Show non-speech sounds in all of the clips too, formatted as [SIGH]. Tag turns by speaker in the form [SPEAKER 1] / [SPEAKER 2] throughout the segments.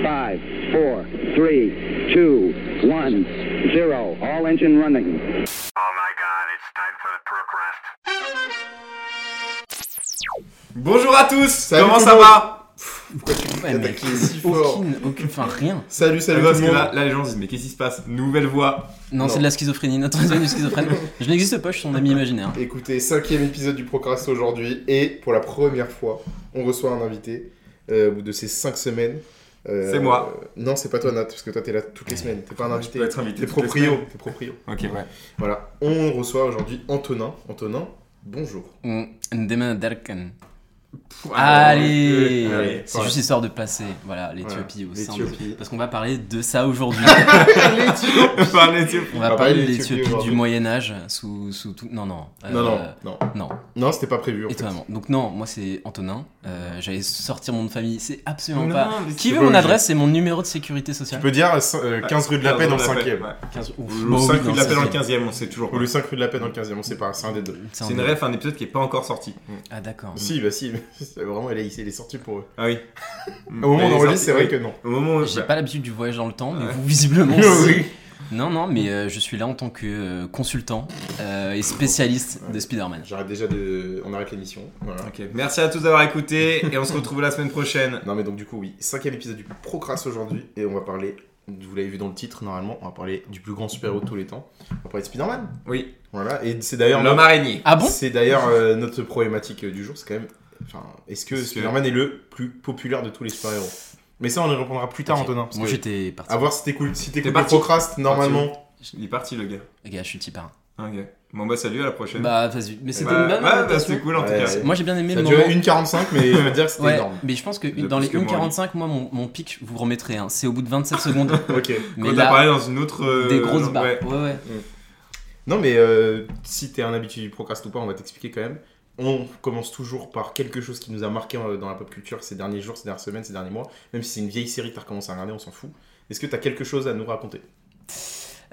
[SPEAKER 1] Five, four, three, two, one, zero. All engine running.
[SPEAKER 2] Oh my god, it's time for the perk rest.
[SPEAKER 3] Bonjour à tous
[SPEAKER 4] Salut
[SPEAKER 3] Comment
[SPEAKER 4] tout
[SPEAKER 3] ça
[SPEAKER 4] le monde
[SPEAKER 3] va
[SPEAKER 4] Ouais, mais
[SPEAKER 3] Attaquer si fort.
[SPEAKER 4] aucune, aucune, enfin rien.
[SPEAKER 3] Salut, salut
[SPEAKER 4] Parce
[SPEAKER 3] tout le
[SPEAKER 4] que
[SPEAKER 3] monde.
[SPEAKER 4] là-
[SPEAKER 3] Là, les gens se disent mais qu'est-ce qui se passe Nouvelle voix.
[SPEAKER 4] Non,
[SPEAKER 3] Non.
[SPEAKER 4] c'est de la schizophrénie, notre zone de schizophrène. Je n'existe pas, je suis son ami imaginaire.
[SPEAKER 5] Écoutez, cinquième épisode du Procrast aujourd'hui et pour la première fois, on reçoit un invité euh, au bout de ces cinq semaines. Euh,
[SPEAKER 3] C'est moi.
[SPEAKER 5] euh, non, c'est pas toi Nat, parce que toi t'es là toutes les semaines, t'es pas un invité.
[SPEAKER 3] peux être invité
[SPEAKER 5] T'es
[SPEAKER 3] toutes les
[SPEAKER 5] proprio,
[SPEAKER 3] semaines.
[SPEAKER 5] t'es proprio.
[SPEAKER 3] Ok ouais.
[SPEAKER 5] Voilà, on reçoit aujourd'hui Antonin. Antonin, bonjour.
[SPEAKER 4] Demon Darken.
[SPEAKER 3] [LAUGHS]
[SPEAKER 4] Ah. Allez,
[SPEAKER 3] euh, allez,
[SPEAKER 4] C'est
[SPEAKER 3] Ah, ouais.
[SPEAKER 4] juste histoire de placer, voilà, l'Éthiopie au sein de... Parce qu'on va parler de ça aujourd'hui.
[SPEAKER 3] Parlez tu.
[SPEAKER 4] On
[SPEAKER 5] On
[SPEAKER 4] va
[SPEAKER 5] va
[SPEAKER 4] parler
[SPEAKER 5] parler
[SPEAKER 4] de
[SPEAKER 5] d'Éthiopie
[SPEAKER 4] l'Éthiopie du
[SPEAKER 5] aujourd'hui.
[SPEAKER 4] Moyen-Âge sous, sous tout... Non, non. euh,
[SPEAKER 5] non, non, non,
[SPEAKER 4] Non,
[SPEAKER 5] non, c'était pas prévu. en fait.
[SPEAKER 4] étonnamment. Donc non, moi c'est Antonin. euh, J'allais sortir mon nom de famille, c'est absolument
[SPEAKER 3] Non,
[SPEAKER 4] pas...
[SPEAKER 3] mais
[SPEAKER 4] Qui
[SPEAKER 3] c'est
[SPEAKER 4] veut
[SPEAKER 5] pas
[SPEAKER 4] mon
[SPEAKER 5] obligé.
[SPEAKER 4] adresse et mon numéro de sécurité
[SPEAKER 5] Tu
[SPEAKER 4] sociale
[SPEAKER 5] peux dire euh,
[SPEAKER 3] Ah,
[SPEAKER 5] 15 rue de la paix dans le
[SPEAKER 3] 5
[SPEAKER 5] cinquième.
[SPEAKER 4] Ouf,
[SPEAKER 3] Ou
[SPEAKER 4] bah oui,
[SPEAKER 3] 5 rue
[SPEAKER 4] non,
[SPEAKER 3] de la paix dans le
[SPEAKER 4] c'est-
[SPEAKER 3] 15ème, on sait toujours
[SPEAKER 5] Ou
[SPEAKER 3] pas.
[SPEAKER 5] le 5 rue de la paix dans le 15e, on sait pas, c'est un des deux.
[SPEAKER 4] c'est un
[SPEAKER 3] C'est une
[SPEAKER 4] dé-
[SPEAKER 3] ref, un épisode qui est pas encore sorti.
[SPEAKER 4] Ah d'accord.
[SPEAKER 5] Si, bah si, [LAUGHS] c'est vraiment, elle est, il est sorti pour eux.
[SPEAKER 3] Ah oui.
[SPEAKER 5] Au moment
[SPEAKER 3] Elle est
[SPEAKER 5] où on
[SPEAKER 3] sortie,
[SPEAKER 5] enregistre, c'est vrai
[SPEAKER 3] oui.
[SPEAKER 5] que non.
[SPEAKER 3] Au moment où.
[SPEAKER 4] J'ai
[SPEAKER 3] bah,
[SPEAKER 4] pas l'habitude du voyage dans le temps, mais
[SPEAKER 3] Ouais.
[SPEAKER 4] vous
[SPEAKER 3] [LAUGHS]
[SPEAKER 4] visiblement. si.
[SPEAKER 5] Oui.
[SPEAKER 4] Non, non, mais euh, je suis là en tant que euh, consultant euh, et spécialiste de Spider-Man.
[SPEAKER 5] J'arrête déjà de. On arrête l'émission. Voilà.
[SPEAKER 3] Ok. Merci à tous d'avoir écouté et on se retrouve la semaine prochaine.
[SPEAKER 5] Non mais donc du coup oui, cinquième épisode du Procrast aujourd'hui et on va parler, vous l'avez vu dans le titre normalement, on va parler du plus grand super-héros de tous les temps. On va parler de Spider-Man.
[SPEAKER 3] Oui.
[SPEAKER 5] Voilà, et c'est d'ailleurs...
[SPEAKER 3] L'homme araignée.
[SPEAKER 4] Ah bon
[SPEAKER 5] c'est d'ailleurs euh, notre problématique euh, du jour, c'est quand même... Enfin, est-ce que
[SPEAKER 3] Est-ce que-
[SPEAKER 5] Spider-Man est le plus populaire de tous les super-héros Mais ça on y répondra plus tard
[SPEAKER 4] Ok.
[SPEAKER 5] Antonin. parce
[SPEAKER 4] Moi
[SPEAKER 5] que-
[SPEAKER 4] j'étais
[SPEAKER 3] Ah
[SPEAKER 4] parti.
[SPEAKER 5] À voir si t'écoutes si t'écoutes
[SPEAKER 3] T'es
[SPEAKER 5] le
[SPEAKER 3] parti.
[SPEAKER 5] Procrast normalement.
[SPEAKER 3] Il est parti le gars.
[SPEAKER 4] Les gars, je suis petit parrain.
[SPEAKER 3] Ok. Bon bah salut à la prochaine.
[SPEAKER 4] Bah vas-y. Mais c'était
[SPEAKER 3] Bah,
[SPEAKER 4] une bonne
[SPEAKER 3] Ouais, bah
[SPEAKER 4] adaptation.
[SPEAKER 3] c'était cool en tout
[SPEAKER 5] Ouais,
[SPEAKER 3] cas.
[SPEAKER 5] ouais.
[SPEAKER 4] Moi j'ai bien aimé
[SPEAKER 5] Ça
[SPEAKER 4] le
[SPEAKER 5] a
[SPEAKER 4] moment.
[SPEAKER 5] duré 1h45 mais je veux dire c'était
[SPEAKER 4] Ouais,
[SPEAKER 5] énorme.
[SPEAKER 4] mais je pense que
[SPEAKER 3] De
[SPEAKER 4] dans les
[SPEAKER 3] plus que moi, hein.
[SPEAKER 4] 1h45, moi, mon, mon pic, je vous remettrez. hein, c'est au bout de
[SPEAKER 3] [LAUGHS]
[SPEAKER 4] 27 secondes.
[SPEAKER 5] Ok.
[SPEAKER 4] mais
[SPEAKER 3] Quand t'as
[SPEAKER 4] là,
[SPEAKER 3] parlé dans une autre. euh,
[SPEAKER 4] des grosses
[SPEAKER 3] genre,
[SPEAKER 4] barres.
[SPEAKER 3] ouais.
[SPEAKER 4] Ouais, ouais.
[SPEAKER 5] Non, mais euh, si t'es un habitué du procrast ou pas, on va t'expliquer quand même. On commence toujours par quelque chose qui nous a marqué euh, dans la pop culture ces derniers jours, ces dernières semaines, ces derniers mois. Même si c'est une vieille série que t'as recommencé à regarder, on s'en fout. Est-ce que t'as quelque chose à nous raconter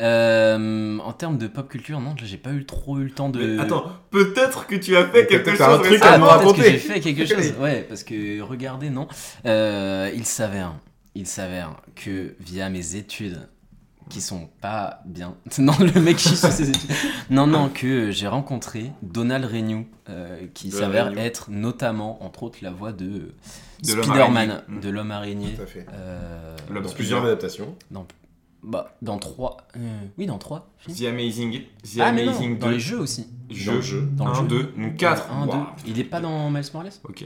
[SPEAKER 4] Euh, en termes de pop culture, non, j'ai pas eu trop eu le temps de.
[SPEAKER 3] Mais Attends, peut-être que tu as fait
[SPEAKER 5] Mais
[SPEAKER 3] quelque
[SPEAKER 5] peut-être
[SPEAKER 3] chose.
[SPEAKER 5] t'as un truc à
[SPEAKER 4] Ah,
[SPEAKER 3] récemment.
[SPEAKER 5] nous
[SPEAKER 4] peut-être que
[SPEAKER 5] raconter.
[SPEAKER 4] j'ai fait quelque chose. Ouais, parce que regardez, non. Euh, il s'avère, il s'avère que via mes études, qui sont pas bien. [LAUGHS] Non, le mec chie sur ses études. Non, non, que j'ai rencontré Donald Renew, euh, qui
[SPEAKER 3] Donald
[SPEAKER 4] s'avère
[SPEAKER 3] Renew.
[SPEAKER 4] être notamment, entre autres, la voix de,
[SPEAKER 3] De l'homme
[SPEAKER 4] Spider-Man,
[SPEAKER 3] araignée.
[SPEAKER 4] de l'homme araignée.
[SPEAKER 5] Tout à fait.
[SPEAKER 4] Euh,
[SPEAKER 3] L'homme
[SPEAKER 5] Dans
[SPEAKER 3] Obscur.
[SPEAKER 5] plusieurs adaptations.
[SPEAKER 4] dans, bah, dans trois. euh, oui, dans trois. films.
[SPEAKER 3] The Amazing. The
[SPEAKER 4] Ah, mais non,
[SPEAKER 3] Amazing 2.
[SPEAKER 4] dans les jeux aussi.
[SPEAKER 5] Dans le jeu.
[SPEAKER 4] Dans le
[SPEAKER 3] 1,
[SPEAKER 4] jeu.
[SPEAKER 3] 2, donc 4.
[SPEAKER 4] Un, deux. Il est pas dans Miles Morales
[SPEAKER 3] Ok.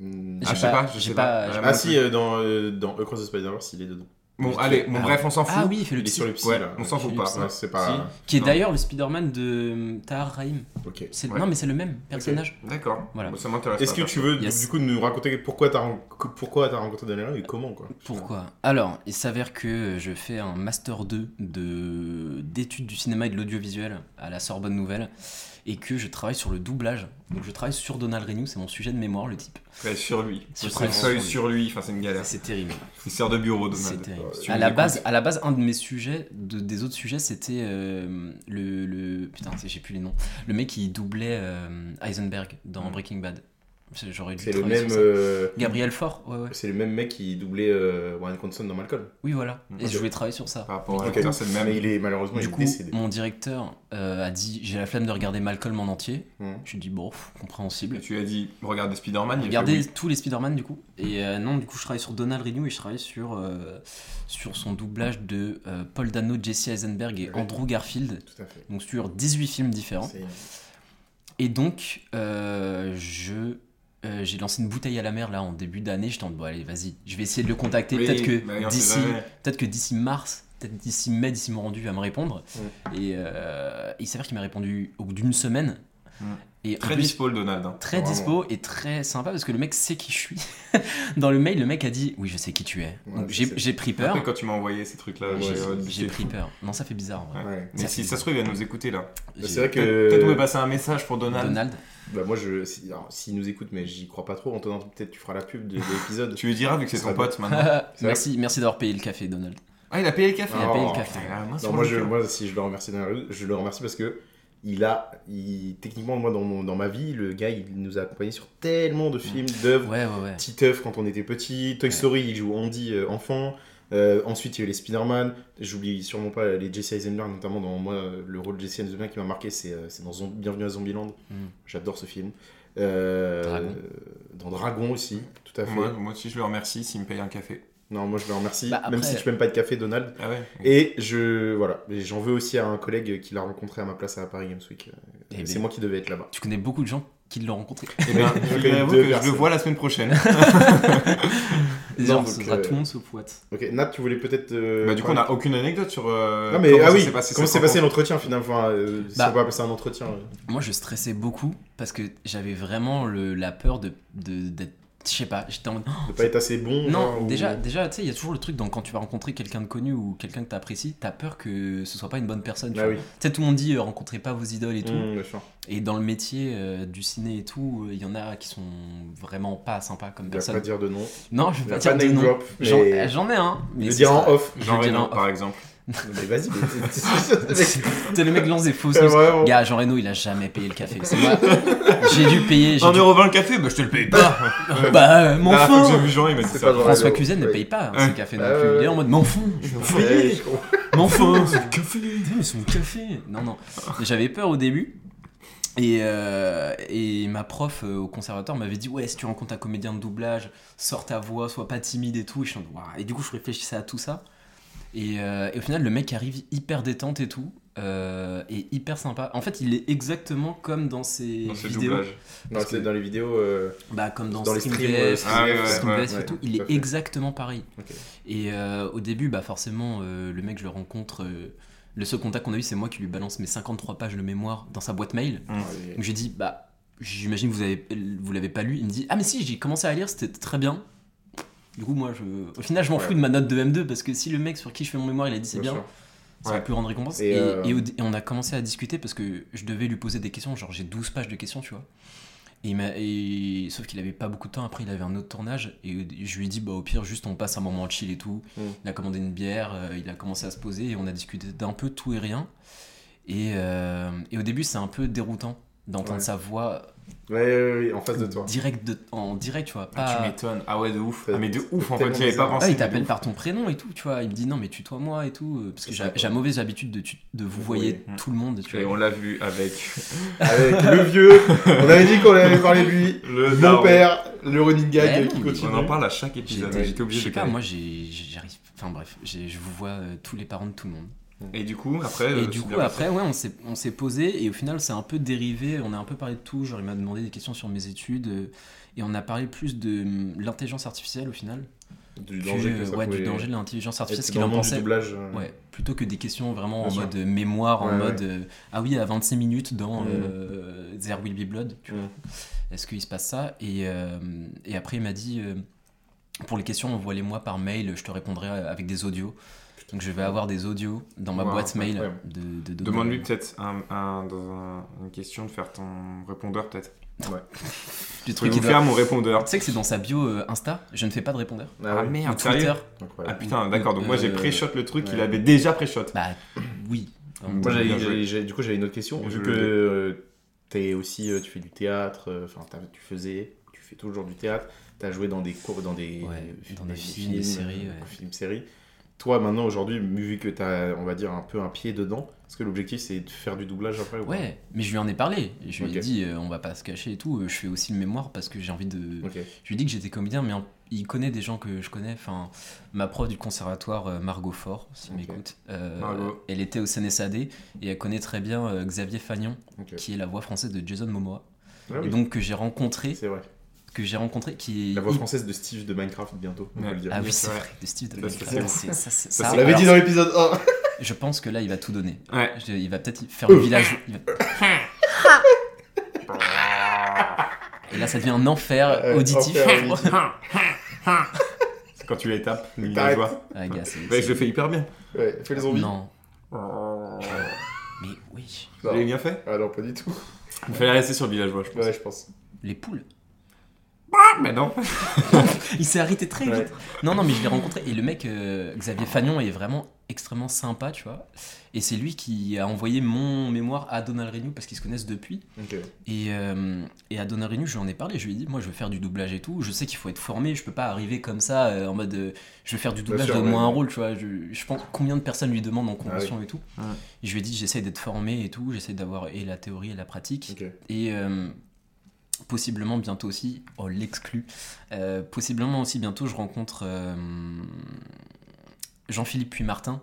[SPEAKER 5] Mm.
[SPEAKER 4] J'ai
[SPEAKER 3] Ah, je sais pas, je
[SPEAKER 4] j'ai
[SPEAKER 3] sais
[SPEAKER 4] pas-
[SPEAKER 3] pas.
[SPEAKER 4] j'ai
[SPEAKER 3] Ouais,
[SPEAKER 5] Ah,
[SPEAKER 3] moi non
[SPEAKER 5] si,
[SPEAKER 3] plus.
[SPEAKER 5] euh, dans, euh, dans Across the Spider-Verse, il est dedans.
[SPEAKER 3] Bon,
[SPEAKER 5] Ok.
[SPEAKER 3] allez, bon,
[SPEAKER 4] Ah.
[SPEAKER 3] bref, on s'en fout.
[SPEAKER 4] Ah oui, il fait le
[SPEAKER 5] Il est
[SPEAKER 4] psy.
[SPEAKER 5] sur le psy,
[SPEAKER 3] Ouais,
[SPEAKER 5] là.
[SPEAKER 3] on s'en fout
[SPEAKER 4] le
[SPEAKER 3] pas.
[SPEAKER 4] psy.
[SPEAKER 5] Ouais, c'est pas...
[SPEAKER 4] Qui est
[SPEAKER 3] Non.
[SPEAKER 4] d'ailleurs le Spider-Man de euh, Tahar Rahim.
[SPEAKER 5] Ok.
[SPEAKER 4] C'est-
[SPEAKER 3] Ouais.
[SPEAKER 4] Non, mais c'est le même personnage.
[SPEAKER 3] D'accord.
[SPEAKER 4] Voilà.
[SPEAKER 3] Bon, ça m'intéresse.
[SPEAKER 5] Est-ce
[SPEAKER 3] pas,
[SPEAKER 5] que
[SPEAKER 3] ça.
[SPEAKER 5] tu veux
[SPEAKER 4] Yes.
[SPEAKER 5] du coup nous raconter pourquoi t'as ren- pourquoi t'as rencontré Daniela et comment quoi
[SPEAKER 4] Pourquoi Alors, il s'avère que je fais un Master 2 de- d'études du cinéma et de l'audiovisuel à la Sorbonne Nouvelle et que je travaille sur le doublage. Donc, je travaille sur Donald Renew, c'est mon sujet de mémoire, le type.
[SPEAKER 3] Ouais, sur lui. Faut
[SPEAKER 4] Je serais
[SPEAKER 3] se feuille
[SPEAKER 4] sur lui.
[SPEAKER 3] sur lui. Enfin, c'est une galère.
[SPEAKER 4] C'est terrible.
[SPEAKER 3] Il sert de bureau,
[SPEAKER 4] C'est
[SPEAKER 3] Donald.
[SPEAKER 4] terrible.
[SPEAKER 3] Si tu
[SPEAKER 4] À la,
[SPEAKER 3] m'écoutes.
[SPEAKER 4] base, à la base, un de mes sujets, de- des autres sujets, c'était euh, le, le- Putain, c'est- j'ai plus les noms. Le mec qui doublait euh, Heisenberg dans
[SPEAKER 3] Mm.
[SPEAKER 4] Breaking Bad. C'est- J'aurais dû
[SPEAKER 5] C'est le
[SPEAKER 4] travailler
[SPEAKER 5] même
[SPEAKER 4] sur ça.
[SPEAKER 5] euh,
[SPEAKER 4] Gabriel Fort, ouais, ouais.
[SPEAKER 5] c'est le même mec qui doublait euh, Warren Conson dans Malcolm.
[SPEAKER 4] Oui, voilà.
[SPEAKER 3] Mm.
[SPEAKER 4] Et
[SPEAKER 5] Ok.
[SPEAKER 4] je voulais travailler sur ça.
[SPEAKER 3] Par rapport à
[SPEAKER 5] Ok.
[SPEAKER 3] l'acteur, c'est le
[SPEAKER 5] Mais
[SPEAKER 3] même.
[SPEAKER 5] il est malheureusement
[SPEAKER 4] Du
[SPEAKER 5] il est
[SPEAKER 4] coup,
[SPEAKER 5] décédé.
[SPEAKER 4] mon directeur euh, a dit J'ai la flemme de regarder Malcolm en entier.
[SPEAKER 5] Mhm.
[SPEAKER 4] Je lui ai dit Bon, pff, compréhensible.
[SPEAKER 3] Et Tu as dit, regardez Spider-Man. il a
[SPEAKER 4] Regardez
[SPEAKER 3] fait
[SPEAKER 4] tous les Spider-Man du coup. Et euh, non, du coup, je travaille sur Donald Renew et je travaille sur, euh, sur son doublage de euh, Paul Dano, Jesse Eisenberg et
[SPEAKER 5] Ouais.
[SPEAKER 4] Andrew Garfield.
[SPEAKER 5] Tout à fait.
[SPEAKER 4] Donc sur 18 films différents.
[SPEAKER 5] C'est-
[SPEAKER 4] Et donc, euh, je. euh, j'ai lancé une bouteille à la mer là en début d'année. Je tente, bon allez, vas-y, je vais essayer de le contacter.
[SPEAKER 3] oui. Oui,
[SPEAKER 4] peut-être que
[SPEAKER 3] bah, on sait
[SPEAKER 4] d'ici
[SPEAKER 3] jamais.
[SPEAKER 4] peut-être que d'ici mars, peut-être d'ici mai, d'ici mon rendu, il va me répondre. Et euh, il s'avère qu'il m'a répondu au bout d'une semaine.
[SPEAKER 3] Mm.
[SPEAKER 4] Et en
[SPEAKER 3] Très
[SPEAKER 4] plus,
[SPEAKER 3] dispo, le Donald. hein.
[SPEAKER 4] très dispo et très sympa parce que le mec sait qui je suis. [LAUGHS] Dans le mail, le mec a dit Oui, je sais qui tu es.
[SPEAKER 5] Ouais,
[SPEAKER 4] Donc
[SPEAKER 5] je
[SPEAKER 4] j'ai
[SPEAKER 5] sais.
[SPEAKER 4] j'ai pris peur.
[SPEAKER 3] Après, quand tu m'as envoyé ces trucs-là,
[SPEAKER 4] J'ai-
[SPEAKER 3] j'ai euh,
[SPEAKER 4] J'ai
[SPEAKER 3] buté.
[SPEAKER 4] pris peur. Non, ça fait bizarre en vrai.
[SPEAKER 3] Ouais.
[SPEAKER 5] Ouais.
[SPEAKER 3] Mais si ça se trouve, il va nous écouter là.
[SPEAKER 5] Bah,
[SPEAKER 4] J'ai-
[SPEAKER 5] C'est vrai que.
[SPEAKER 3] Peut-être on peut passer un message pour Donald.
[SPEAKER 4] Donald, [LAUGHS]
[SPEAKER 5] Bah, moi, je. si- alors, S'il nous écoute, mais j'y crois pas trop. Antonin, peut-être tu feras la pub
[SPEAKER 3] [LAUGHS]
[SPEAKER 5] de de l'épisode.
[SPEAKER 3] Tu lui diras vu que c'est
[SPEAKER 5] Ça
[SPEAKER 3] ton
[SPEAKER 5] va.
[SPEAKER 3] pote maintenant.
[SPEAKER 5] C'est vrai
[SPEAKER 4] merci, merci d'avoir payé le café, Donald.
[SPEAKER 3] Ah, il a payé le café.
[SPEAKER 4] Il a
[SPEAKER 5] Oh,
[SPEAKER 4] payé le café.
[SPEAKER 3] Ah, mince,
[SPEAKER 5] Non,
[SPEAKER 3] on
[SPEAKER 5] moi,
[SPEAKER 3] le
[SPEAKER 5] je,
[SPEAKER 3] fait.
[SPEAKER 5] moi, si je le remercie, Daniel Radcliffe, je le remercie parce que il a, il- techniquement, moi, dans, mon- dans ma vie, le gars, il nous a accompagnés sur tellement de films, d'œuvres.
[SPEAKER 4] Ouais, ouais, ouais.
[SPEAKER 5] Titeuf quand on était petit, Toy Story, il joue Andy euh, enfant. Euh, ensuite, il y a eu les Spider-Man. J'oublie sûrement pas les Jesse Eisenberg, notamment dans moi, euh, le rôle de Jesse Eisenberg qui m'a marqué, c'est euh, c'est dans Zom- Bienvenue à Zombieland.
[SPEAKER 4] Mm.
[SPEAKER 5] J'adore ce film. Euh,
[SPEAKER 4] Dragon.
[SPEAKER 5] euh, Dans Dragon aussi, tout à fait.
[SPEAKER 3] Moi, moi aussi, je le remercie s'il me paye un café.
[SPEAKER 5] Non, moi je le remercie,
[SPEAKER 4] Bah,
[SPEAKER 5] même
[SPEAKER 4] après-
[SPEAKER 5] si tu n'aimes pas de café, Donald.
[SPEAKER 3] Ah ouais
[SPEAKER 5] Et je voilà, Et j'en veux aussi à un collègue qui l'a rencontré à ma place à Paris Games Week. Euh,
[SPEAKER 4] Eh
[SPEAKER 5] C'est
[SPEAKER 4] ben.
[SPEAKER 5] moi qui devais être là-bas.
[SPEAKER 4] Tu connais beaucoup de gens qui l'ont rencontré.
[SPEAKER 3] Eh ben,
[SPEAKER 5] Oui,
[SPEAKER 3] je
[SPEAKER 5] il y a
[SPEAKER 3] l'avoue
[SPEAKER 5] deux
[SPEAKER 3] que je
[SPEAKER 5] personnes.
[SPEAKER 3] le vois la semaine prochaine.
[SPEAKER 4] Les
[SPEAKER 5] Non,
[SPEAKER 4] gens,
[SPEAKER 5] donc,
[SPEAKER 4] ce sera
[SPEAKER 5] euh,
[SPEAKER 4] tout le monde se poite.
[SPEAKER 5] Ok, Nat, tu voulais peut-être. euh,
[SPEAKER 3] bah, du coup, on
[SPEAKER 5] parler-
[SPEAKER 3] n'a aucune anecdote sur. euh,
[SPEAKER 5] Non, mais
[SPEAKER 3] comment
[SPEAKER 5] ah
[SPEAKER 3] ça
[SPEAKER 5] oui,
[SPEAKER 3] s'est passé,
[SPEAKER 5] comment
[SPEAKER 3] cette
[SPEAKER 5] s'est passé
[SPEAKER 3] rencontre.
[SPEAKER 5] l'entretien finalement enfin, euh, si
[SPEAKER 4] Bah.
[SPEAKER 5] on peut appeler ça un entretien. euh.
[SPEAKER 4] Moi, je stressais beaucoup parce que j'avais vraiment le, la peur de de- d'être. Je sais pas, j'étais en mode. [GASPS]
[SPEAKER 5] de pas être assez bon
[SPEAKER 4] Non,
[SPEAKER 5] genre, ou-
[SPEAKER 4] déjà, déjà tu sais, il y a toujours le truc dans, quand tu vas rencontrer quelqu'un de connu ou quelqu'un que tu apprécies, tu as peur que ce soit pas une bonne personne. Tu
[SPEAKER 5] ah
[SPEAKER 4] vois.
[SPEAKER 5] oui
[SPEAKER 4] Tu sais, tout le monde dit euh, rencontrez pas vos idoles et tout.
[SPEAKER 5] Mmh, bien sûr.
[SPEAKER 4] Et dans le métier euh, du ciné et tout, euh, il y en a qui sont vraiment pas sympas comme
[SPEAKER 5] il va Bah, pas
[SPEAKER 4] personne.
[SPEAKER 5] dire de nom
[SPEAKER 4] Non, je
[SPEAKER 5] il
[SPEAKER 4] vais
[SPEAKER 5] va
[SPEAKER 4] pas
[SPEAKER 5] pas
[SPEAKER 4] dire
[SPEAKER 5] name
[SPEAKER 4] de nom.
[SPEAKER 5] drop
[SPEAKER 4] J'en eh,
[SPEAKER 5] mais
[SPEAKER 4] j'en ai un. Mais
[SPEAKER 5] le
[SPEAKER 4] ce
[SPEAKER 5] dire en
[SPEAKER 4] sera- [LAUGHS]
[SPEAKER 5] off
[SPEAKER 4] Je
[SPEAKER 3] Jean
[SPEAKER 4] le dis
[SPEAKER 3] Reno,
[SPEAKER 5] [LAUGHS]
[SPEAKER 4] en
[SPEAKER 3] par exemple.
[SPEAKER 5] mais vas-y mais-
[SPEAKER 4] T'es le mec lance des fausses
[SPEAKER 5] C'est
[SPEAKER 4] news.
[SPEAKER 5] vraiment
[SPEAKER 4] Gars, Jean Reno, il a jamais payé le café. C'est moi. J'ai dû payer. j'ai dû-
[SPEAKER 3] 1,20€ le café Bah, je te le paye pas
[SPEAKER 4] Bah, euh, mon
[SPEAKER 3] La dernière fois que j'ai
[SPEAKER 4] fond
[SPEAKER 3] vu Jean, il m'a dit
[SPEAKER 5] C'est
[SPEAKER 3] ça.
[SPEAKER 5] pas vrai.
[SPEAKER 4] François
[SPEAKER 5] Ouais,
[SPEAKER 4] Cuisine ne
[SPEAKER 5] ouais.
[SPEAKER 4] paye pas hein,
[SPEAKER 3] Ouais.
[SPEAKER 4] ses cafés non
[SPEAKER 5] Ouais,
[SPEAKER 4] plus. Il est
[SPEAKER 5] ouais.
[SPEAKER 4] en mode, mon fond,
[SPEAKER 5] [LAUGHS] Ouais, je comprends.
[SPEAKER 4] mon fond, c'est le café, Putain, mais son café. Non, non. J'avais peur au début. Et, euh, et ma prof euh, au conservatoire m'avait dit Ouais, si tu rencontres un comédien de doublage, sors ta voix, sois pas timide et tout. Et, je suis en mode, Waouh. Et du coup, je réfléchissais à tout ça. Et, euh, et au final, le mec arrive hyper détente et tout. euh, et hyper sympa. En fait, il est exactement comme dans ses
[SPEAKER 3] Dans ses
[SPEAKER 4] vidéos.
[SPEAKER 3] doublages.
[SPEAKER 5] non c'est dans les vidéos euh,
[SPEAKER 4] Bah, comme dans,
[SPEAKER 5] dans les
[SPEAKER 4] Stream
[SPEAKER 5] streams
[SPEAKER 4] VF,
[SPEAKER 5] euh,
[SPEAKER 3] Ah, ouais, ouais,
[SPEAKER 4] Stream
[SPEAKER 3] ouais,
[SPEAKER 4] VF et
[SPEAKER 5] ouais,
[SPEAKER 4] tout, il est
[SPEAKER 5] à fait.
[SPEAKER 4] exactement pareil.
[SPEAKER 5] Ok.
[SPEAKER 4] Et euh, au début, bah forcément, euh, le mec, je le rencontre. euh, le seul contact qu'on a eu, c'est moi qui lui balance mes 53 pages de mémoire dans sa boîte mail.
[SPEAKER 5] Ouais,
[SPEAKER 4] Donc j'ai dit, bah, j'imagine que vous avez, vous l'avez pas lu. Il me dit, ah mais si, j'ai commencé à lire, c'était très bien. Du coup, moi, je... au final, je m'en
[SPEAKER 5] Ouais.
[SPEAKER 4] fous de ma note de M2 parce que si le mec sur qui je fais mon mémoire, il a dit c'est bien,
[SPEAKER 5] sûr.
[SPEAKER 4] ça va
[SPEAKER 3] Ouais.
[SPEAKER 4] plus rendre récompense.
[SPEAKER 5] Et,
[SPEAKER 4] Et,
[SPEAKER 5] euh,
[SPEAKER 4] et au- et on a commencé à discuter parce que je devais lui poser des questions, genre j'ai 12 pages de questions, tu vois. Et, il m'a- et- sauf qu'il avait pas beaucoup de temps, après il avait un autre tournage, et je lui ai dit, bah au pire, juste on passe un moment chill et tout.
[SPEAKER 5] Mm.
[SPEAKER 4] Il a commandé une bière, euh, il a commencé à se poser, et on a discuté d'un peu tout et rien. Et, euh, et au début, c'est un peu déroutant d'entendre
[SPEAKER 5] Ouais.
[SPEAKER 4] sa voix
[SPEAKER 5] Ouais, ouais, ouais, en face de
[SPEAKER 4] [LAUGHS]
[SPEAKER 5] toi
[SPEAKER 4] direct de- en direct, tu vois.
[SPEAKER 3] Ah,
[SPEAKER 4] Pas...
[SPEAKER 3] tu m'étonnes. Ah ouais, de ouf.
[SPEAKER 5] Ça-
[SPEAKER 3] Ah, mais de
[SPEAKER 5] c'est
[SPEAKER 3] ouf, en fait,
[SPEAKER 5] tellement
[SPEAKER 3] j'y avais pas
[SPEAKER 5] bizarre.
[SPEAKER 4] Ah,
[SPEAKER 3] pensé.
[SPEAKER 4] il
[SPEAKER 3] mais de
[SPEAKER 4] t'appelle
[SPEAKER 3] ouf.
[SPEAKER 4] par ton prénom et tout, tu vois. Il me dit non, mais tutoie-moi et tout. euh, Parce que
[SPEAKER 5] C'est
[SPEAKER 4] j'a-
[SPEAKER 5] ça.
[SPEAKER 4] j'ai la mauvaise habitude de, tu- de vous voyer
[SPEAKER 3] voyez.
[SPEAKER 4] tout le monde, tu
[SPEAKER 3] Et
[SPEAKER 4] vois.
[SPEAKER 3] on l'a vu avec
[SPEAKER 5] avec le vieux on avait dit qu'on allait parler de lui
[SPEAKER 3] le
[SPEAKER 5] mon
[SPEAKER 3] daron.
[SPEAKER 5] père le running gag
[SPEAKER 4] Ouais,
[SPEAKER 5] qui
[SPEAKER 4] non, mais
[SPEAKER 5] continue
[SPEAKER 3] On en parle à chaque épisode.
[SPEAKER 4] J'étais-
[SPEAKER 3] J'étais obligé
[SPEAKER 4] je
[SPEAKER 3] de
[SPEAKER 4] sais pas,
[SPEAKER 3] caler.
[SPEAKER 4] moi j'ai- j'ai- j'arrive. Enfin bref, j'ai- je vous vois euh, tous les parents de tout le monde.
[SPEAKER 3] Et du coup, après.
[SPEAKER 4] Et
[SPEAKER 3] euh,
[SPEAKER 4] du
[SPEAKER 3] c'est
[SPEAKER 4] coup,
[SPEAKER 3] bien
[SPEAKER 4] après, ouais, on s'est on s'est posé et au final, c'est un peu dérivé. On a un peu parlé de tout. Genre, il m'a demandé des questions sur mes études euh, et on a parlé plus de hum, l'intelligence artificielle au final.
[SPEAKER 5] du
[SPEAKER 4] que,
[SPEAKER 5] danger que
[SPEAKER 4] euh,
[SPEAKER 5] ça
[SPEAKER 4] ouais, du
[SPEAKER 5] pouvait
[SPEAKER 4] danger de l'intelligence
[SPEAKER 5] être
[SPEAKER 4] artificielle, ce
[SPEAKER 5] dans le
[SPEAKER 4] qu'il en
[SPEAKER 5] monde du
[SPEAKER 4] pensait.
[SPEAKER 5] doublage euh,
[SPEAKER 4] Ouais, plutôt que des questions vraiment en
[SPEAKER 5] Bien sûr.
[SPEAKER 4] mode mémoire, en
[SPEAKER 5] Ouais,
[SPEAKER 4] mode euh, ah oui, à 26 minutes dans
[SPEAKER 5] Mm.
[SPEAKER 4] euh, There Will Be Blood, tu vois.
[SPEAKER 5] Mm.
[SPEAKER 4] Est-ce qu'il se passe ça et, euh, et après, il m'a dit euh, pour les questions, envoie-les-moi par mail, je te répondrai avec des audios. Donc, je vais avoir des audios dans ma
[SPEAKER 3] Wow,
[SPEAKER 4] boîte mail.
[SPEAKER 5] incroyable.
[SPEAKER 4] De, de, de-
[SPEAKER 3] Demande-lui peut-être un, un- dans un- une question de faire ton répondeur, peut-être.
[SPEAKER 4] du
[SPEAKER 3] Tu
[SPEAKER 4] truc
[SPEAKER 3] nous
[SPEAKER 4] qui doit-
[SPEAKER 3] faire mon répondeur.
[SPEAKER 4] Tu sais que c'est dans sa bio euh, Insta, je ne fais pas de répondeur.
[SPEAKER 5] ah ouais
[SPEAKER 4] Ou Twitter.
[SPEAKER 5] incroyable.
[SPEAKER 3] Ah putain, d'accord. Donc moi j'ai
[SPEAKER 4] Euh,
[SPEAKER 3] pré-shot le truc, il
[SPEAKER 5] ouais.
[SPEAKER 3] avait déjà pré-shot.
[SPEAKER 4] Bah oui.
[SPEAKER 5] Moi,
[SPEAKER 3] Bien
[SPEAKER 5] j'avais-
[SPEAKER 3] joué.
[SPEAKER 5] j'avais- j'avais- du coup, j'avais une autre question.
[SPEAKER 3] Bien
[SPEAKER 5] Vu
[SPEAKER 3] joué.
[SPEAKER 5] que euh, t'es aussi, euh, tu fais du théâtre, euh, enfin, t'as- tu faisais, tu fais toujours du théâtre, t'as joué dans des cours, dans des,
[SPEAKER 4] Ouais,
[SPEAKER 5] euh,
[SPEAKER 4] dans des films, des séries, ouais.
[SPEAKER 5] films, séries. Toi, maintenant, aujourd'hui, vu que t'as, on va dire, un peu un pied dedans, est-ce que l'objectif c'est de faire du doublage après ou pas
[SPEAKER 4] Ouais, mais je lui en ai parlé. Je lui ai
[SPEAKER 5] Ok.
[SPEAKER 4] dit, euh, on va pas se cacher et tout. euh, Je fais aussi le mémoire parce que j'ai envie de,
[SPEAKER 5] Ok.
[SPEAKER 4] Je lui ai dit que j'étais comédien, mais en- il connaît des gens que je connais. Enfin, ma prof du conservatoire, euh, Margot Fort, si
[SPEAKER 5] Ok.
[SPEAKER 4] m'écoute. euh,
[SPEAKER 3] Margot.
[SPEAKER 4] Elle était au CNSAD et elle connaît très bien euh, Xavier Fagnon,
[SPEAKER 5] ok.
[SPEAKER 4] qui est la voix française de Jason Momoa.
[SPEAKER 5] Ah oui,
[SPEAKER 4] Et donc que j'ai rencontré,
[SPEAKER 5] c'est vrai.
[SPEAKER 4] que j'ai rencontré, qui est
[SPEAKER 5] La voix
[SPEAKER 4] hy-
[SPEAKER 5] française de Steve de Minecraft bientôt. On
[SPEAKER 3] Ouais.
[SPEAKER 5] peut le dire.
[SPEAKER 4] Ah oui,
[SPEAKER 3] Oui,
[SPEAKER 4] c'est
[SPEAKER 3] c'est
[SPEAKER 4] vrai,
[SPEAKER 3] vrai.
[SPEAKER 4] de Steve de
[SPEAKER 3] Ça,
[SPEAKER 4] Minecraft.
[SPEAKER 3] c'est bon.
[SPEAKER 4] C'est- ça, c'est-
[SPEAKER 3] Ça,
[SPEAKER 4] ça,
[SPEAKER 5] on l'avait
[SPEAKER 4] alors,
[SPEAKER 5] dit dans l'épisode 1.
[SPEAKER 4] Je pense que là, il va tout donner.
[SPEAKER 3] Ouais.
[SPEAKER 4] Je- il va peut-être faire le
[SPEAKER 5] [LAUGHS]
[SPEAKER 4] village. il va- Et là, ça devient un enfer
[SPEAKER 5] Euh,
[SPEAKER 4] auditif.
[SPEAKER 5] enfer auditif.
[SPEAKER 3] C'est quand tu les
[SPEAKER 5] [LAUGHS]
[SPEAKER 3] tapes, il la
[SPEAKER 5] T'arrêtes.
[SPEAKER 3] joie.
[SPEAKER 4] Ah, gars, c'est-
[SPEAKER 3] Ouais,
[SPEAKER 4] c'est-
[SPEAKER 3] je le fais hyper bien.
[SPEAKER 5] [LAUGHS] Ouais, fais les zombies.
[SPEAKER 4] Non, mais oui.
[SPEAKER 5] Oh, Non.
[SPEAKER 3] J'ai bien fait.
[SPEAKER 5] Ah non, pas du tout.
[SPEAKER 3] Il fallait rester sur le villageois, je pense.
[SPEAKER 5] Ouais, je pense.
[SPEAKER 4] Les poules.
[SPEAKER 3] Ah, mais non
[SPEAKER 4] Il s'est arrêté très
[SPEAKER 5] Ouais.
[SPEAKER 4] vite. Non, non, mais je l'ai rencontré. Et le mec, euh, Xavier Fagnon, est vraiment extrêmement sympa, tu vois. Et c'est lui qui a envoyé mon mémoire à Donald Renew parce qu'ils se connaissent depuis.
[SPEAKER 5] Ok.
[SPEAKER 4] Et, euh, et à Donald Renew, je lui en ai parlé. Je lui ai dit, moi, je veux faire du doublage et tout. Je sais qu'il faut être formé. Je peux pas arriver comme ça euh, en mode, euh, je veux faire du doublage,
[SPEAKER 5] sûr,
[SPEAKER 4] donne-moi
[SPEAKER 5] ouais. Ah
[SPEAKER 4] un rôle, tu vois. Je, je pense combien de personnes lui demandent en convention et tout.
[SPEAKER 3] Ouais.
[SPEAKER 4] Et je lui ai dit, j'essaie d'être formé et tout. J'essaie d'avoir et la théorie et la pratique
[SPEAKER 5] Ok.
[SPEAKER 4] et euh, possiblement bientôt aussi, on l'exclut, euh, possiblement aussi bientôt je rencontre euh, Jean-Philippe Puy-Martin,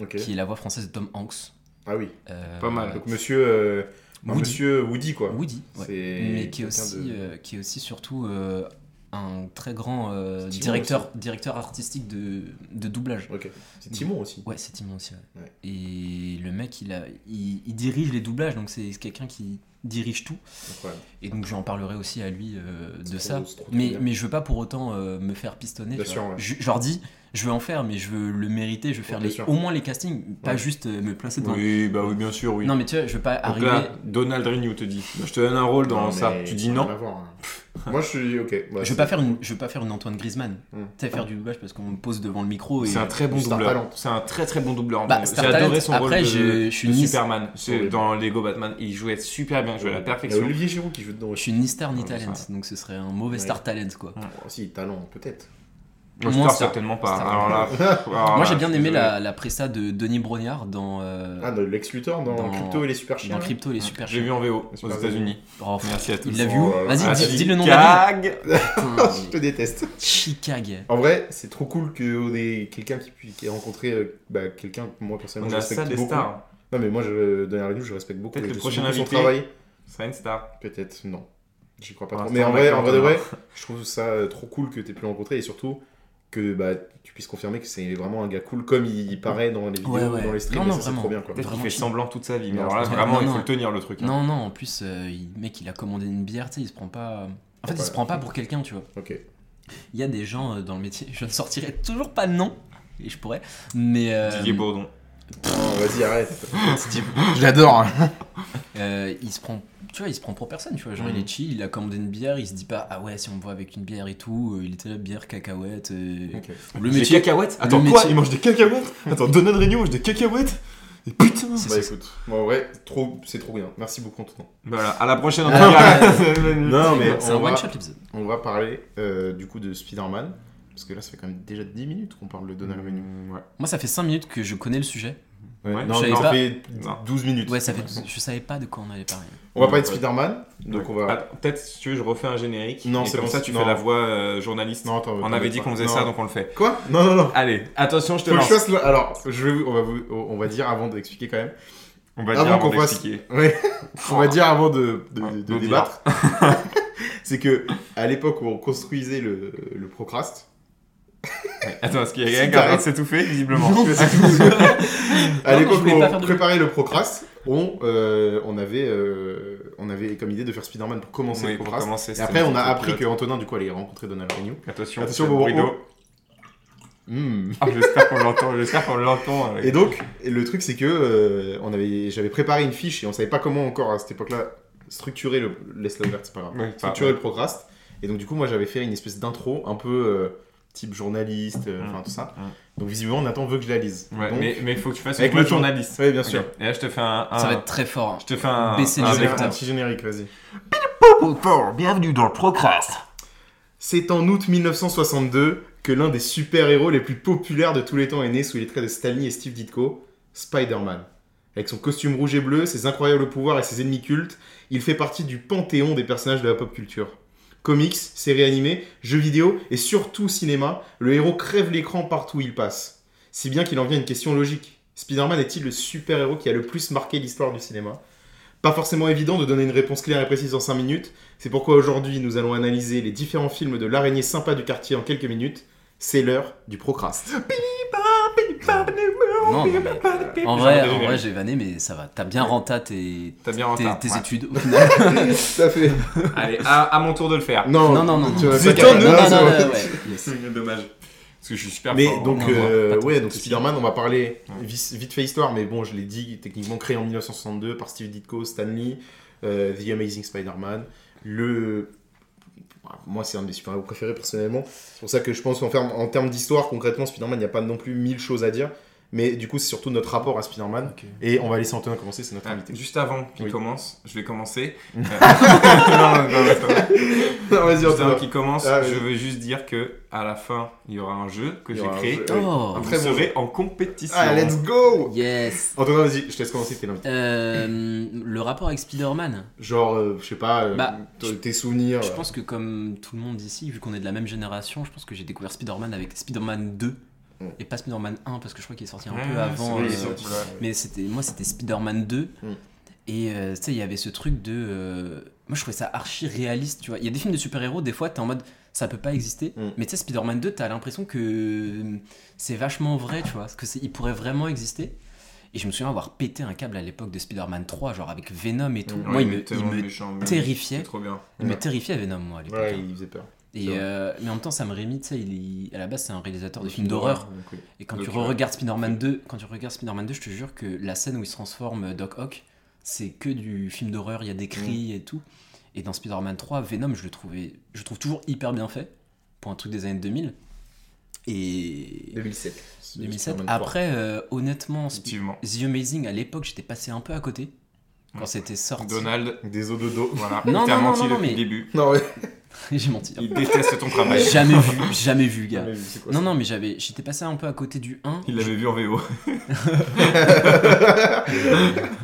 [SPEAKER 5] Ok.
[SPEAKER 4] qui est la voix française de Tom Hanks.
[SPEAKER 5] Ah oui.
[SPEAKER 4] Euh,
[SPEAKER 3] Pas mal.
[SPEAKER 5] Donc monsieur, euh, enfin,
[SPEAKER 4] Woody.
[SPEAKER 5] monsieur Woody quoi.
[SPEAKER 4] Woody, ouais.
[SPEAKER 5] C'est
[SPEAKER 4] mais qui est,
[SPEAKER 5] quelqu'un
[SPEAKER 4] aussi,
[SPEAKER 5] de-
[SPEAKER 4] euh, qui est aussi surtout euh, un très grand euh,
[SPEAKER 5] Timon
[SPEAKER 4] directeur, directeur artistique de, de doublage.
[SPEAKER 5] Ok. C'est Timon aussi.
[SPEAKER 4] Ouais, c'est Timon aussi. ouais.
[SPEAKER 5] Ouais.
[SPEAKER 4] Et le mec, il, a, il, il dirige les doublages, donc c'est quelqu'un qui dirige tout.
[SPEAKER 5] Incroyable.
[SPEAKER 4] Et donc j'en parlerai aussi à lui euh,
[SPEAKER 5] C'est trop-
[SPEAKER 4] de ça.
[SPEAKER 5] c'est trop
[SPEAKER 4] mais,
[SPEAKER 5] bien.
[SPEAKER 4] mais je veux pas pour autant euh, me faire pistonner.
[SPEAKER 5] Bien
[SPEAKER 4] tu
[SPEAKER 5] sûr,
[SPEAKER 4] vois.
[SPEAKER 5] ouais.
[SPEAKER 4] je, je leur dis, je veux en faire, mais je veux le mériter, je veux faire
[SPEAKER 5] bien
[SPEAKER 4] les-
[SPEAKER 5] sûr.
[SPEAKER 4] au moins les castings, pas juste euh, me placer devant.
[SPEAKER 3] Oui, bah oui, bien sûr, oui.
[SPEAKER 4] Non mais tu vois, je veux pas
[SPEAKER 3] Donc
[SPEAKER 4] arriver.
[SPEAKER 3] là, Donald Renew te dit Bah, Je te donne un rôle dans
[SPEAKER 5] Non,
[SPEAKER 3] ça.
[SPEAKER 5] mais
[SPEAKER 3] Tu dis
[SPEAKER 5] faut
[SPEAKER 3] non
[SPEAKER 5] rien avoir, hein. Moi je suis ok. bah, ouais,
[SPEAKER 4] je veux pas faire une, je veux pas faire une Antoine Griezmann.
[SPEAKER 5] Hmm.
[SPEAKER 4] Tu sais faire du doublage parce qu'on me pose devant le micro et.
[SPEAKER 3] C'est un très bon
[SPEAKER 5] du Star Talent.
[SPEAKER 3] doubleur. C'est un très très bon doubleur.
[SPEAKER 4] Bah,
[SPEAKER 3] J'ai
[SPEAKER 4] Star
[SPEAKER 3] adoré
[SPEAKER 4] Talent,
[SPEAKER 3] son
[SPEAKER 4] après,
[SPEAKER 3] rôle de,
[SPEAKER 4] je- je suis
[SPEAKER 3] de
[SPEAKER 4] ni-
[SPEAKER 3] Superman. C'est
[SPEAKER 5] Oui.
[SPEAKER 3] dans Lego Batman. Il jouait super bien, il jouait à la
[SPEAKER 5] Il y a
[SPEAKER 3] perfection.
[SPEAKER 5] Olivier Giroud qui joue dedans
[SPEAKER 4] Je
[SPEAKER 5] aussi.
[SPEAKER 4] suis ni star ni
[SPEAKER 3] Ouais,
[SPEAKER 4] talent,
[SPEAKER 3] ça.
[SPEAKER 4] donc ce serait un mauvais
[SPEAKER 5] Ouais.
[SPEAKER 4] star talent quoi.
[SPEAKER 5] Oh, si talent peut-être.
[SPEAKER 3] Moi,
[SPEAKER 4] Moins
[SPEAKER 3] Star,
[SPEAKER 4] Star.
[SPEAKER 3] certainement pas.
[SPEAKER 4] Star.
[SPEAKER 3] Alors là, alors
[SPEAKER 4] Moi
[SPEAKER 3] là,
[SPEAKER 4] j'ai bien
[SPEAKER 3] je suis
[SPEAKER 4] aimé
[SPEAKER 3] Ah, désolé.
[SPEAKER 4] la, la presta de Denis Brognard dans, euh,
[SPEAKER 5] Ah, dans Lex Luthor dans,
[SPEAKER 4] Dans-
[SPEAKER 5] Crypto et les Super Chiens.
[SPEAKER 4] dans Crypto et les super
[SPEAKER 3] J'ai vu en VO aux
[SPEAKER 5] Super
[SPEAKER 3] États-Unis.
[SPEAKER 4] Oh,
[SPEAKER 3] Merci à tous.
[SPEAKER 4] Il l'a vu où
[SPEAKER 5] Oh,
[SPEAKER 4] Vas-y,
[SPEAKER 5] ah,
[SPEAKER 4] dis,
[SPEAKER 5] j'ai-
[SPEAKER 4] dis le nom de la
[SPEAKER 3] Gag
[SPEAKER 4] ville.
[SPEAKER 5] hein. [LAUGHS]
[SPEAKER 4] Putain,
[SPEAKER 5] [LAUGHS] je te déteste.
[SPEAKER 4] Chicago.
[SPEAKER 5] En vrai, c'est trop cool que on ait quelqu'un qui puisse qui ait rencontré euh, bah, quelqu'un que moi personnellement
[SPEAKER 3] On
[SPEAKER 5] je
[SPEAKER 3] a
[SPEAKER 5] respecte
[SPEAKER 3] ça des
[SPEAKER 5] beaucoup.
[SPEAKER 3] stars.
[SPEAKER 5] Non mais moi je Daniel Radcliffe, je respecte beaucoup
[SPEAKER 3] Peut-être
[SPEAKER 5] et
[SPEAKER 3] le
[SPEAKER 5] je
[SPEAKER 3] prochain
[SPEAKER 5] suis beaucoup
[SPEAKER 3] invité.
[SPEAKER 5] son travail.
[SPEAKER 3] C'est une star.
[SPEAKER 5] Peut-être, non. J'y crois pas
[SPEAKER 3] Pour
[SPEAKER 5] trop.
[SPEAKER 3] l'instant,
[SPEAKER 5] Mais en
[SPEAKER 3] on
[SPEAKER 5] vrai,
[SPEAKER 3] a
[SPEAKER 5] en vrai de
[SPEAKER 3] Clinton.
[SPEAKER 4] [LAUGHS]
[SPEAKER 5] vrai, je trouve ça euh, trop cool que t'aies pu le rencontrer et surtout que bah, tu puisses confirmer que c'est vraiment un gars cool comme il, il paraît dans les vidéos,
[SPEAKER 4] Ouais, ouais.
[SPEAKER 5] dans les streams,
[SPEAKER 4] Non,
[SPEAKER 5] et
[SPEAKER 4] non,
[SPEAKER 5] ça c'est
[SPEAKER 4] vraiment.
[SPEAKER 5] trop bien quoi.
[SPEAKER 3] Peut-être
[SPEAKER 4] Peut-être
[SPEAKER 3] qu'il
[SPEAKER 4] Vraiment
[SPEAKER 3] fait
[SPEAKER 4] chic.
[SPEAKER 3] semblant toute sa vie. Mais
[SPEAKER 5] Non,
[SPEAKER 3] alors là,
[SPEAKER 5] non,
[SPEAKER 3] vraiment, il
[SPEAKER 4] non.
[SPEAKER 3] faut le tenir le truc. hein.
[SPEAKER 4] Non, non, en plus, euh, il- le mec, il a commandé une bière, tu sais, il se prend pas. En fait, il se
[SPEAKER 5] Ouais.
[SPEAKER 4] prend pas pour quelqu'un, tu vois.
[SPEAKER 5] Ok.
[SPEAKER 4] Il y a des gens euh, dans le métier, [LAUGHS] je ne sortirai toujours pas de nom, et je pourrais, mais. euh,
[SPEAKER 3] Didier Bourdon.
[SPEAKER 5] Non, vas-y,
[SPEAKER 4] [LAUGHS]
[SPEAKER 5] arrête.
[SPEAKER 4] Steve,
[SPEAKER 5] Je l'adore.
[SPEAKER 4] euh, il se prend. Tu vois, il se prend pour personne, tu vois. Genre, il
[SPEAKER 3] Mhm.
[SPEAKER 5] Mm.
[SPEAKER 4] est chill, il a commandé une bière, il se dit pas, ah ouais, si on me voit avec une bière et tout, euh, il était là, bière, cacahuète. euh,
[SPEAKER 5] Mm.
[SPEAKER 4] Le
[SPEAKER 3] Des
[SPEAKER 4] métier.
[SPEAKER 3] cacahuètes
[SPEAKER 4] Le
[SPEAKER 3] Attends, quoi
[SPEAKER 4] métier-
[SPEAKER 3] Il mange des cacahuètes Attends, Donald Renew mange des cacahuètes Et putain
[SPEAKER 4] C'est
[SPEAKER 5] Bah
[SPEAKER 4] ça.
[SPEAKER 5] écoute, bon, en vrai, trop, c'est trop bien. Merci beaucoup, Antonin.
[SPEAKER 3] Voilà, à la prochaine
[SPEAKER 4] [LAUGHS]
[SPEAKER 3] en
[SPEAKER 4] Ah,
[SPEAKER 3] [LAUGHS]
[SPEAKER 5] Non, mais
[SPEAKER 4] C'est un
[SPEAKER 5] on va,
[SPEAKER 4] one-shot l'épisode.
[SPEAKER 5] on va parler euh, du coup de Spider-Man. Parce que là, ça fait quand même déjà 10 minutes qu'on parle de Donald Renew.
[SPEAKER 3] Ouais.
[SPEAKER 4] Moi, ça fait 5 minutes que je connais le sujet.
[SPEAKER 3] Ouais.
[SPEAKER 5] Non,
[SPEAKER 4] Je savais
[SPEAKER 5] ça
[SPEAKER 4] pas.
[SPEAKER 5] fait
[SPEAKER 3] Non.
[SPEAKER 5] 12 minutes.
[SPEAKER 4] Ouais, ça fait. Je savais pas de quoi on allait parler.
[SPEAKER 5] On va parler de
[SPEAKER 3] Ouais.
[SPEAKER 5] Spider-Man. Donc on va.
[SPEAKER 3] Attends, Peut-être si tu veux, je refais un générique.
[SPEAKER 5] Non,
[SPEAKER 3] et
[SPEAKER 5] c'est
[SPEAKER 3] comme
[SPEAKER 5] bon,
[SPEAKER 3] ça, tu
[SPEAKER 5] non.
[SPEAKER 3] fais la voix euh, journaliste.
[SPEAKER 5] Non, attends,
[SPEAKER 3] on
[SPEAKER 5] attends,
[SPEAKER 3] avait dit qu'on faisait
[SPEAKER 5] non.
[SPEAKER 3] ça, donc Ah, on le fait.
[SPEAKER 5] Quoi Non, non, non.
[SPEAKER 3] Allez, attention, je te
[SPEAKER 5] Faut que je
[SPEAKER 3] lance.
[SPEAKER 5] fasse le- Alors, je vais vous- on, va vous- on va dire avant d'expliquer quand même.
[SPEAKER 3] On va
[SPEAKER 5] Avant
[SPEAKER 3] dire avant
[SPEAKER 5] qu'on fasse-
[SPEAKER 3] d'expliquer.
[SPEAKER 5] Ouais.
[SPEAKER 3] [LAUGHS]
[SPEAKER 5] on va dire avant de, de-
[SPEAKER 3] Ouais,
[SPEAKER 5] de- de
[SPEAKER 3] on dira. [LAUGHS]
[SPEAKER 5] débattre. C'est que à l'époque où on construisait le, le
[SPEAKER 4] [LAUGHS]
[SPEAKER 5] Procrast,
[SPEAKER 3] Attends, est-ce qu'il y a
[SPEAKER 5] [LAUGHS]
[SPEAKER 3] quelqu'un
[SPEAKER 5] Si
[SPEAKER 3] qui est en train
[SPEAKER 5] t'arrêtes-
[SPEAKER 3] de s'étouffer,
[SPEAKER 5] [LAUGHS]
[SPEAKER 3] visiblement
[SPEAKER 5] Je sais tout. à
[SPEAKER 4] Non, non, je
[SPEAKER 5] l'époque
[SPEAKER 4] voulais
[SPEAKER 5] où
[SPEAKER 4] pas
[SPEAKER 5] on
[SPEAKER 4] faire de-
[SPEAKER 5] préparait le Procrast, on, euh, on, avait, euh, on avait comme idée de faire Spider-Man pour commencer
[SPEAKER 3] Oui,
[SPEAKER 5] le
[SPEAKER 3] pour
[SPEAKER 5] Procrast.
[SPEAKER 3] commencer,
[SPEAKER 5] Et
[SPEAKER 3] c'était
[SPEAKER 5] après,
[SPEAKER 3] une
[SPEAKER 5] on a
[SPEAKER 3] petite
[SPEAKER 5] appris
[SPEAKER 3] pilote.
[SPEAKER 5] que Antonin, du coup, allait rencontrer Donald Renew.
[SPEAKER 3] Attention,
[SPEAKER 5] Attention,
[SPEAKER 3] attention
[SPEAKER 5] bon,
[SPEAKER 3] Bruno.
[SPEAKER 5] Hmm.
[SPEAKER 3] Ah, j'espère qu'on l'entend, j'espère qu'on l'entend.
[SPEAKER 5] Et donc, le truc, c'est que euh, on avait, j'avais préparé une fiche et on savait pas comment encore à cette époque-là structurer le laisse-la ouverte, c'est pas grave.
[SPEAKER 3] Ouais,
[SPEAKER 5] structurer le procrast. Et donc, du coup, moi, j'avais fait une espèce d'intro un peu euh, type journaliste, euh, enfin
[SPEAKER 3] Mm.
[SPEAKER 5] tout ça.
[SPEAKER 3] Mm.
[SPEAKER 5] Donc, visiblement, Nathan veut que je la lise.
[SPEAKER 3] Ouais,
[SPEAKER 5] donc,
[SPEAKER 3] mais mais il faut que tu fasses
[SPEAKER 5] avec
[SPEAKER 3] une
[SPEAKER 5] le
[SPEAKER 3] voix
[SPEAKER 5] ton.
[SPEAKER 3] journaliste.
[SPEAKER 5] Ouais, bien
[SPEAKER 3] Ok.
[SPEAKER 5] sûr.
[SPEAKER 3] Et là, je te fais un.
[SPEAKER 5] Ah.
[SPEAKER 3] un-
[SPEAKER 4] Ça va être très fort. hein.
[SPEAKER 3] Je te fais un.
[SPEAKER 4] Baisser
[SPEAKER 3] un
[SPEAKER 4] les
[SPEAKER 5] Un,
[SPEAKER 4] générique,
[SPEAKER 5] générique,
[SPEAKER 3] vecteur.
[SPEAKER 5] Ah, un petit générique, vas-y.
[SPEAKER 2] Bienvenue dans le Procrast.
[SPEAKER 5] C'est en août 1962 que l'un des super-héros les plus populaires de tous les temps est né sous les traits de Stanley et Steve Ditko, Spider-Man. Avec son costume rouge et bleu, ses incroyables pouvoirs et ses ennemis cultes, il fait partie du panthéon des personnages de la pop culture. Comics, séries animées, jeux vidéo et surtout cinéma, le héros crève l'écran partout où il passe. Si bien qu'il en vient une question logique. Spider-Man est-il le super-héros qui a le plus marqué l'histoire du cinéma Pas forcément évident de donner une réponse claire et précise en 5 minutes, c'est pourquoi aujourd'hui nous allons analyser les différents films de l'araignée sympa du quartier en quelques minutes. C'est l'heure du procrast.
[SPEAKER 4] Non, non, mais- En
[SPEAKER 3] Genre
[SPEAKER 4] vrai,
[SPEAKER 3] de
[SPEAKER 4] en
[SPEAKER 3] générique.
[SPEAKER 4] vrai, j'ai vanné, mais ça va. T'as bien renta tes,
[SPEAKER 3] T'as bien
[SPEAKER 4] tes,
[SPEAKER 3] retard.
[SPEAKER 4] tes
[SPEAKER 3] ouais.
[SPEAKER 4] études au final.
[SPEAKER 5] Ça fait.
[SPEAKER 3] Allez, à à mon tour de le faire.
[SPEAKER 5] Non,
[SPEAKER 4] non, non, non.
[SPEAKER 5] tu vas
[SPEAKER 3] C'est
[SPEAKER 5] pas-
[SPEAKER 3] toi,
[SPEAKER 5] non,
[SPEAKER 3] nous,
[SPEAKER 5] non,
[SPEAKER 3] non,
[SPEAKER 5] ça
[SPEAKER 3] non,
[SPEAKER 5] va.
[SPEAKER 4] non, ouais.
[SPEAKER 3] [LAUGHS]
[SPEAKER 4] Yes.
[SPEAKER 3] C'est dommage. Parce que je suis super
[SPEAKER 5] Mais
[SPEAKER 3] fort.
[SPEAKER 5] donc,
[SPEAKER 4] non, non,
[SPEAKER 5] euh,
[SPEAKER 4] pas toi.
[SPEAKER 5] ouais, donc Spider-Man, on va parler
[SPEAKER 3] Ouais.
[SPEAKER 5] vis- vite fait histoire, mais bon, je l'ai dit, techniquement créé en 1962 par Steve Ditko, Stan Lee, euh, The Amazing Spider-Man, le Moi, c'est un de mes super-héros préférés personnellement. C'est pour ça que je pense qu'en termes, en termes d'histoire, concrètement, Spider-Man, il n'y a pas non plus mille choses à dire. Mais du coup, c'est surtout notre rapport à Spider-Man.
[SPEAKER 3] Ok.
[SPEAKER 5] Et on va laisser Antonin commencer, c'est notre
[SPEAKER 3] Ah, [LAUGHS]
[SPEAKER 5] invité.
[SPEAKER 3] Juste avant qu'il
[SPEAKER 5] Oui.
[SPEAKER 3] commence, je vais
[SPEAKER 5] [LAUGHS]
[SPEAKER 3] commencer. Euh, [LAUGHS] non, non, non, non, non.
[SPEAKER 5] non, vas-y,
[SPEAKER 3] Juste avant
[SPEAKER 5] Antonin.
[SPEAKER 3] qu'il commence,
[SPEAKER 5] Ah,
[SPEAKER 3] je
[SPEAKER 5] oui.
[SPEAKER 3] veux juste dire que à la fin, il y aura un jeu que
[SPEAKER 5] Il y
[SPEAKER 3] j'ai
[SPEAKER 5] aura un
[SPEAKER 3] créé.
[SPEAKER 5] jeu.
[SPEAKER 4] Oh,
[SPEAKER 5] Un
[SPEAKER 3] Vous
[SPEAKER 5] très bon
[SPEAKER 3] serez en compétition.
[SPEAKER 5] Ah, let's go
[SPEAKER 4] yes.
[SPEAKER 5] Antonin, vas-y, je te laisse commencer, t'es l'invité.
[SPEAKER 4] Euh, le rapport avec Spider-Man.
[SPEAKER 5] Genre, euh, je sais pas, euh,
[SPEAKER 4] Bah,
[SPEAKER 5] t- tes souvenirs.
[SPEAKER 4] Je
[SPEAKER 5] euh,
[SPEAKER 4] pense que comme tout le monde ici, vu qu'on est de la même génération, je pense que j'ai découvert Spider-Man avec Spider-Man 2
[SPEAKER 5] Mm.
[SPEAKER 4] et pas Spider-Man 1 parce que je crois qu'il est sorti un
[SPEAKER 3] Ouais,
[SPEAKER 4] peu
[SPEAKER 3] ouais,
[SPEAKER 4] avant.
[SPEAKER 3] c'est vrai,
[SPEAKER 4] euh,
[SPEAKER 3] il est sorti.
[SPEAKER 4] mais c'était moi c'était Spider-Man 2
[SPEAKER 5] Mm.
[SPEAKER 4] et euh, tu sais il y avait ce truc de euh, moi je trouvais ça archi réaliste, tu vois. Il y a des films de super-héros des fois t'es en mode ça peut pas exister,
[SPEAKER 5] Mm.
[SPEAKER 4] mais tu sais Spider-Man 2 t'as l'impression que euh, c'est vachement vrai, tu vois, que c'est il pourrait vraiment exister. Et je me souviens avoir pété un câble à l'époque de Spider-Man 3 genre avec Venom et tout.
[SPEAKER 5] Mm.
[SPEAKER 3] Ouais,
[SPEAKER 4] Moi il
[SPEAKER 3] est
[SPEAKER 4] me, il
[SPEAKER 3] tellement
[SPEAKER 4] me,
[SPEAKER 3] méchant, mais
[SPEAKER 4] terrifiait.
[SPEAKER 3] C'est trop bien.
[SPEAKER 4] il me
[SPEAKER 5] Ouais.
[SPEAKER 4] terrifiait Venom moi à l'époque. hein.
[SPEAKER 5] Ouais, il faisait peur.
[SPEAKER 4] Et,
[SPEAKER 5] C'est vrai.
[SPEAKER 4] euh, mais en même temps, Sam Raimi, tu sais, il est- à la base, c'est un réalisateur de films d'horreur.
[SPEAKER 5] donc oui.
[SPEAKER 4] Et quand
[SPEAKER 3] Donc,
[SPEAKER 4] tu
[SPEAKER 3] euh,
[SPEAKER 4] regardes Spider-Man 2, quand tu regardes Spider-Man 2, je te jure que la scène où il se transforme euh, Doc Ock, c'est que du film d'horreur, il y a des cris et tout. Et dans Spider-Man 3, Venom, je le trouvais, je le trouve toujours hyper bien fait pour un truc des années 2000. Et
[SPEAKER 5] 2007.
[SPEAKER 4] 2007.
[SPEAKER 5] Spider-Man 3.
[SPEAKER 4] Après, euh, honnêtement, Spi-
[SPEAKER 3] Effectivement.
[SPEAKER 4] The Amazing, à l'époque, j'étais passé un peu à côté quand
[SPEAKER 3] Mm.
[SPEAKER 4] c'était sorti.
[SPEAKER 3] Donald,
[SPEAKER 5] Des os de dos.
[SPEAKER 3] voilà,
[SPEAKER 4] Non,
[SPEAKER 3] il t'a
[SPEAKER 4] non, non,
[SPEAKER 3] menti
[SPEAKER 4] non, non,
[SPEAKER 3] depuis
[SPEAKER 4] mais-
[SPEAKER 3] le début.
[SPEAKER 5] Non, ouais.
[SPEAKER 4] [LAUGHS] J'ai menti.
[SPEAKER 3] Il déteste ton travail.
[SPEAKER 4] Jamais vu, jamais vu, gars.
[SPEAKER 5] Mais c'est quoi
[SPEAKER 4] Non,
[SPEAKER 5] ça
[SPEAKER 4] non, mais j'avais, j'étais passé un peu à côté du 1.
[SPEAKER 3] Il l'avait vu en
[SPEAKER 4] [LAUGHS]
[SPEAKER 3] VO.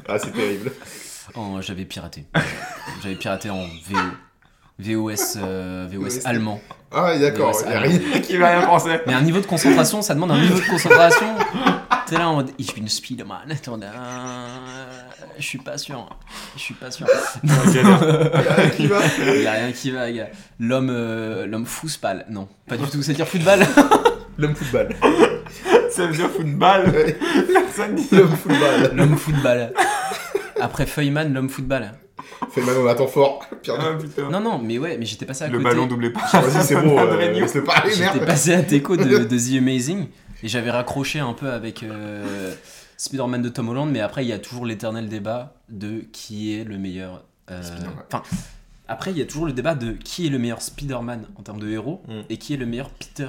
[SPEAKER 5] Ah, c'est terrible.
[SPEAKER 4] En- j'avais piraté. j'avais piraté en VO. VOS, euh, VOS
[SPEAKER 5] VOS.
[SPEAKER 4] allemand.
[SPEAKER 5] Ah, d'accord,
[SPEAKER 4] VOS
[SPEAKER 5] il y a
[SPEAKER 4] allemand.
[SPEAKER 5] rien.
[SPEAKER 3] Qui va rien penser.
[SPEAKER 4] Mais un niveau de concentration, ça demande un niveau de concentration. T'es là en mode, je suis une Spider-Man. T'es en mode, Ah, je suis pas sûr. Je suis pas sûr.
[SPEAKER 5] Qui va
[SPEAKER 4] Il y a rien qui va, gars. L'homme, euh, l'homme football. Non, pas du tout. C'est
[SPEAKER 3] [LAUGHS]
[SPEAKER 4] dire football.
[SPEAKER 5] L'homme football.
[SPEAKER 3] Ça veut dire football.
[SPEAKER 5] Ouais.
[SPEAKER 3] Personne dit.
[SPEAKER 5] L'homme football.
[SPEAKER 4] L'homme football. Après Feuilleman, l'homme football.
[SPEAKER 5] Feynman, on attend fort. Pierre
[SPEAKER 3] Ah, putain.
[SPEAKER 4] Non, non, mais ouais, mais j'étais passé à
[SPEAKER 3] Le
[SPEAKER 4] côté.
[SPEAKER 3] ballon doublé pas.
[SPEAKER 5] Vas-y, c'est bon,
[SPEAKER 3] Pas de
[SPEAKER 5] euh,
[SPEAKER 3] réunion.
[SPEAKER 5] laisse-le parler,
[SPEAKER 4] Ah, J'étais
[SPEAKER 5] merde.
[SPEAKER 4] passé à Deco
[SPEAKER 5] [LAUGHS]
[SPEAKER 4] de, de The Amazing et j'avais raccroché un peu avec euh, Spider-Man de Tom Holland, mais après il y a toujours l'éternel débat de qui est le meilleur. euh,
[SPEAKER 5] Spider-Man.
[SPEAKER 4] Enfin, après il y a toujours le débat de qui est le meilleur Spider-Man en termes de héros
[SPEAKER 5] Mm.
[SPEAKER 4] et qui est le meilleur Peter.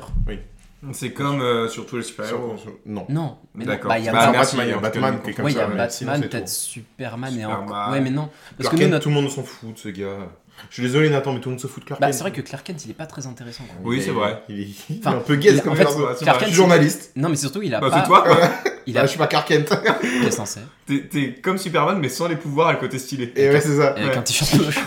[SPEAKER 3] C'est comme euh, sur tous les super-héros.
[SPEAKER 5] Non.
[SPEAKER 4] Non, mais non,
[SPEAKER 3] D'accord.
[SPEAKER 4] bah, il y a
[SPEAKER 3] Bah,
[SPEAKER 4] Batman,
[SPEAKER 3] merci,
[SPEAKER 5] Batman,
[SPEAKER 3] en
[SPEAKER 5] Batman,
[SPEAKER 3] tout cas,
[SPEAKER 5] t'es
[SPEAKER 3] nous
[SPEAKER 5] comme
[SPEAKER 4] ouais, il y
[SPEAKER 5] ça.
[SPEAKER 4] a
[SPEAKER 5] ouais, sinon,
[SPEAKER 4] Batman,
[SPEAKER 5] c'est
[SPEAKER 4] peut-être
[SPEAKER 5] trop.
[SPEAKER 4] Superman, et encore.
[SPEAKER 3] Superman.
[SPEAKER 4] Ouais, mais non. Parce
[SPEAKER 5] Clark
[SPEAKER 4] que nous,
[SPEAKER 5] Kent,
[SPEAKER 4] notre.
[SPEAKER 5] tout le monde s'en fout de ce gars. Je suis désolé, Nathan, mais tout le monde se fout de Clark
[SPEAKER 4] Bah,
[SPEAKER 5] Kent.
[SPEAKER 4] c'est vrai que Clark Kent il est pas très intéressant. quoi.
[SPEAKER 3] Oui, c'est vrai.
[SPEAKER 5] Il est, il est
[SPEAKER 4] Enfin,
[SPEAKER 5] un peu
[SPEAKER 4] il
[SPEAKER 5] guest
[SPEAKER 4] a-
[SPEAKER 5] comme
[SPEAKER 4] en fait,
[SPEAKER 5] perso.
[SPEAKER 3] c'est
[SPEAKER 5] Je
[SPEAKER 4] Clark Kent,
[SPEAKER 5] suis
[SPEAKER 4] il-
[SPEAKER 5] journaliste.
[SPEAKER 4] Non, mais surtout il a
[SPEAKER 3] Bah,
[SPEAKER 4] pas.
[SPEAKER 3] c'est toi,
[SPEAKER 5] [LAUGHS]
[SPEAKER 3] quoi.
[SPEAKER 4] Il
[SPEAKER 5] Bah,
[SPEAKER 4] a.
[SPEAKER 5] je suis pas Clark Kent.
[SPEAKER 4] Qu'est-ce que c'est
[SPEAKER 3] T'es- T'es comme Superman, mais sans les pouvoirs et le côté stylé. [LAUGHS]
[SPEAKER 5] Et ouais, c'est ça.
[SPEAKER 4] Avec
[SPEAKER 3] Ouais.
[SPEAKER 4] un t-shirt moche.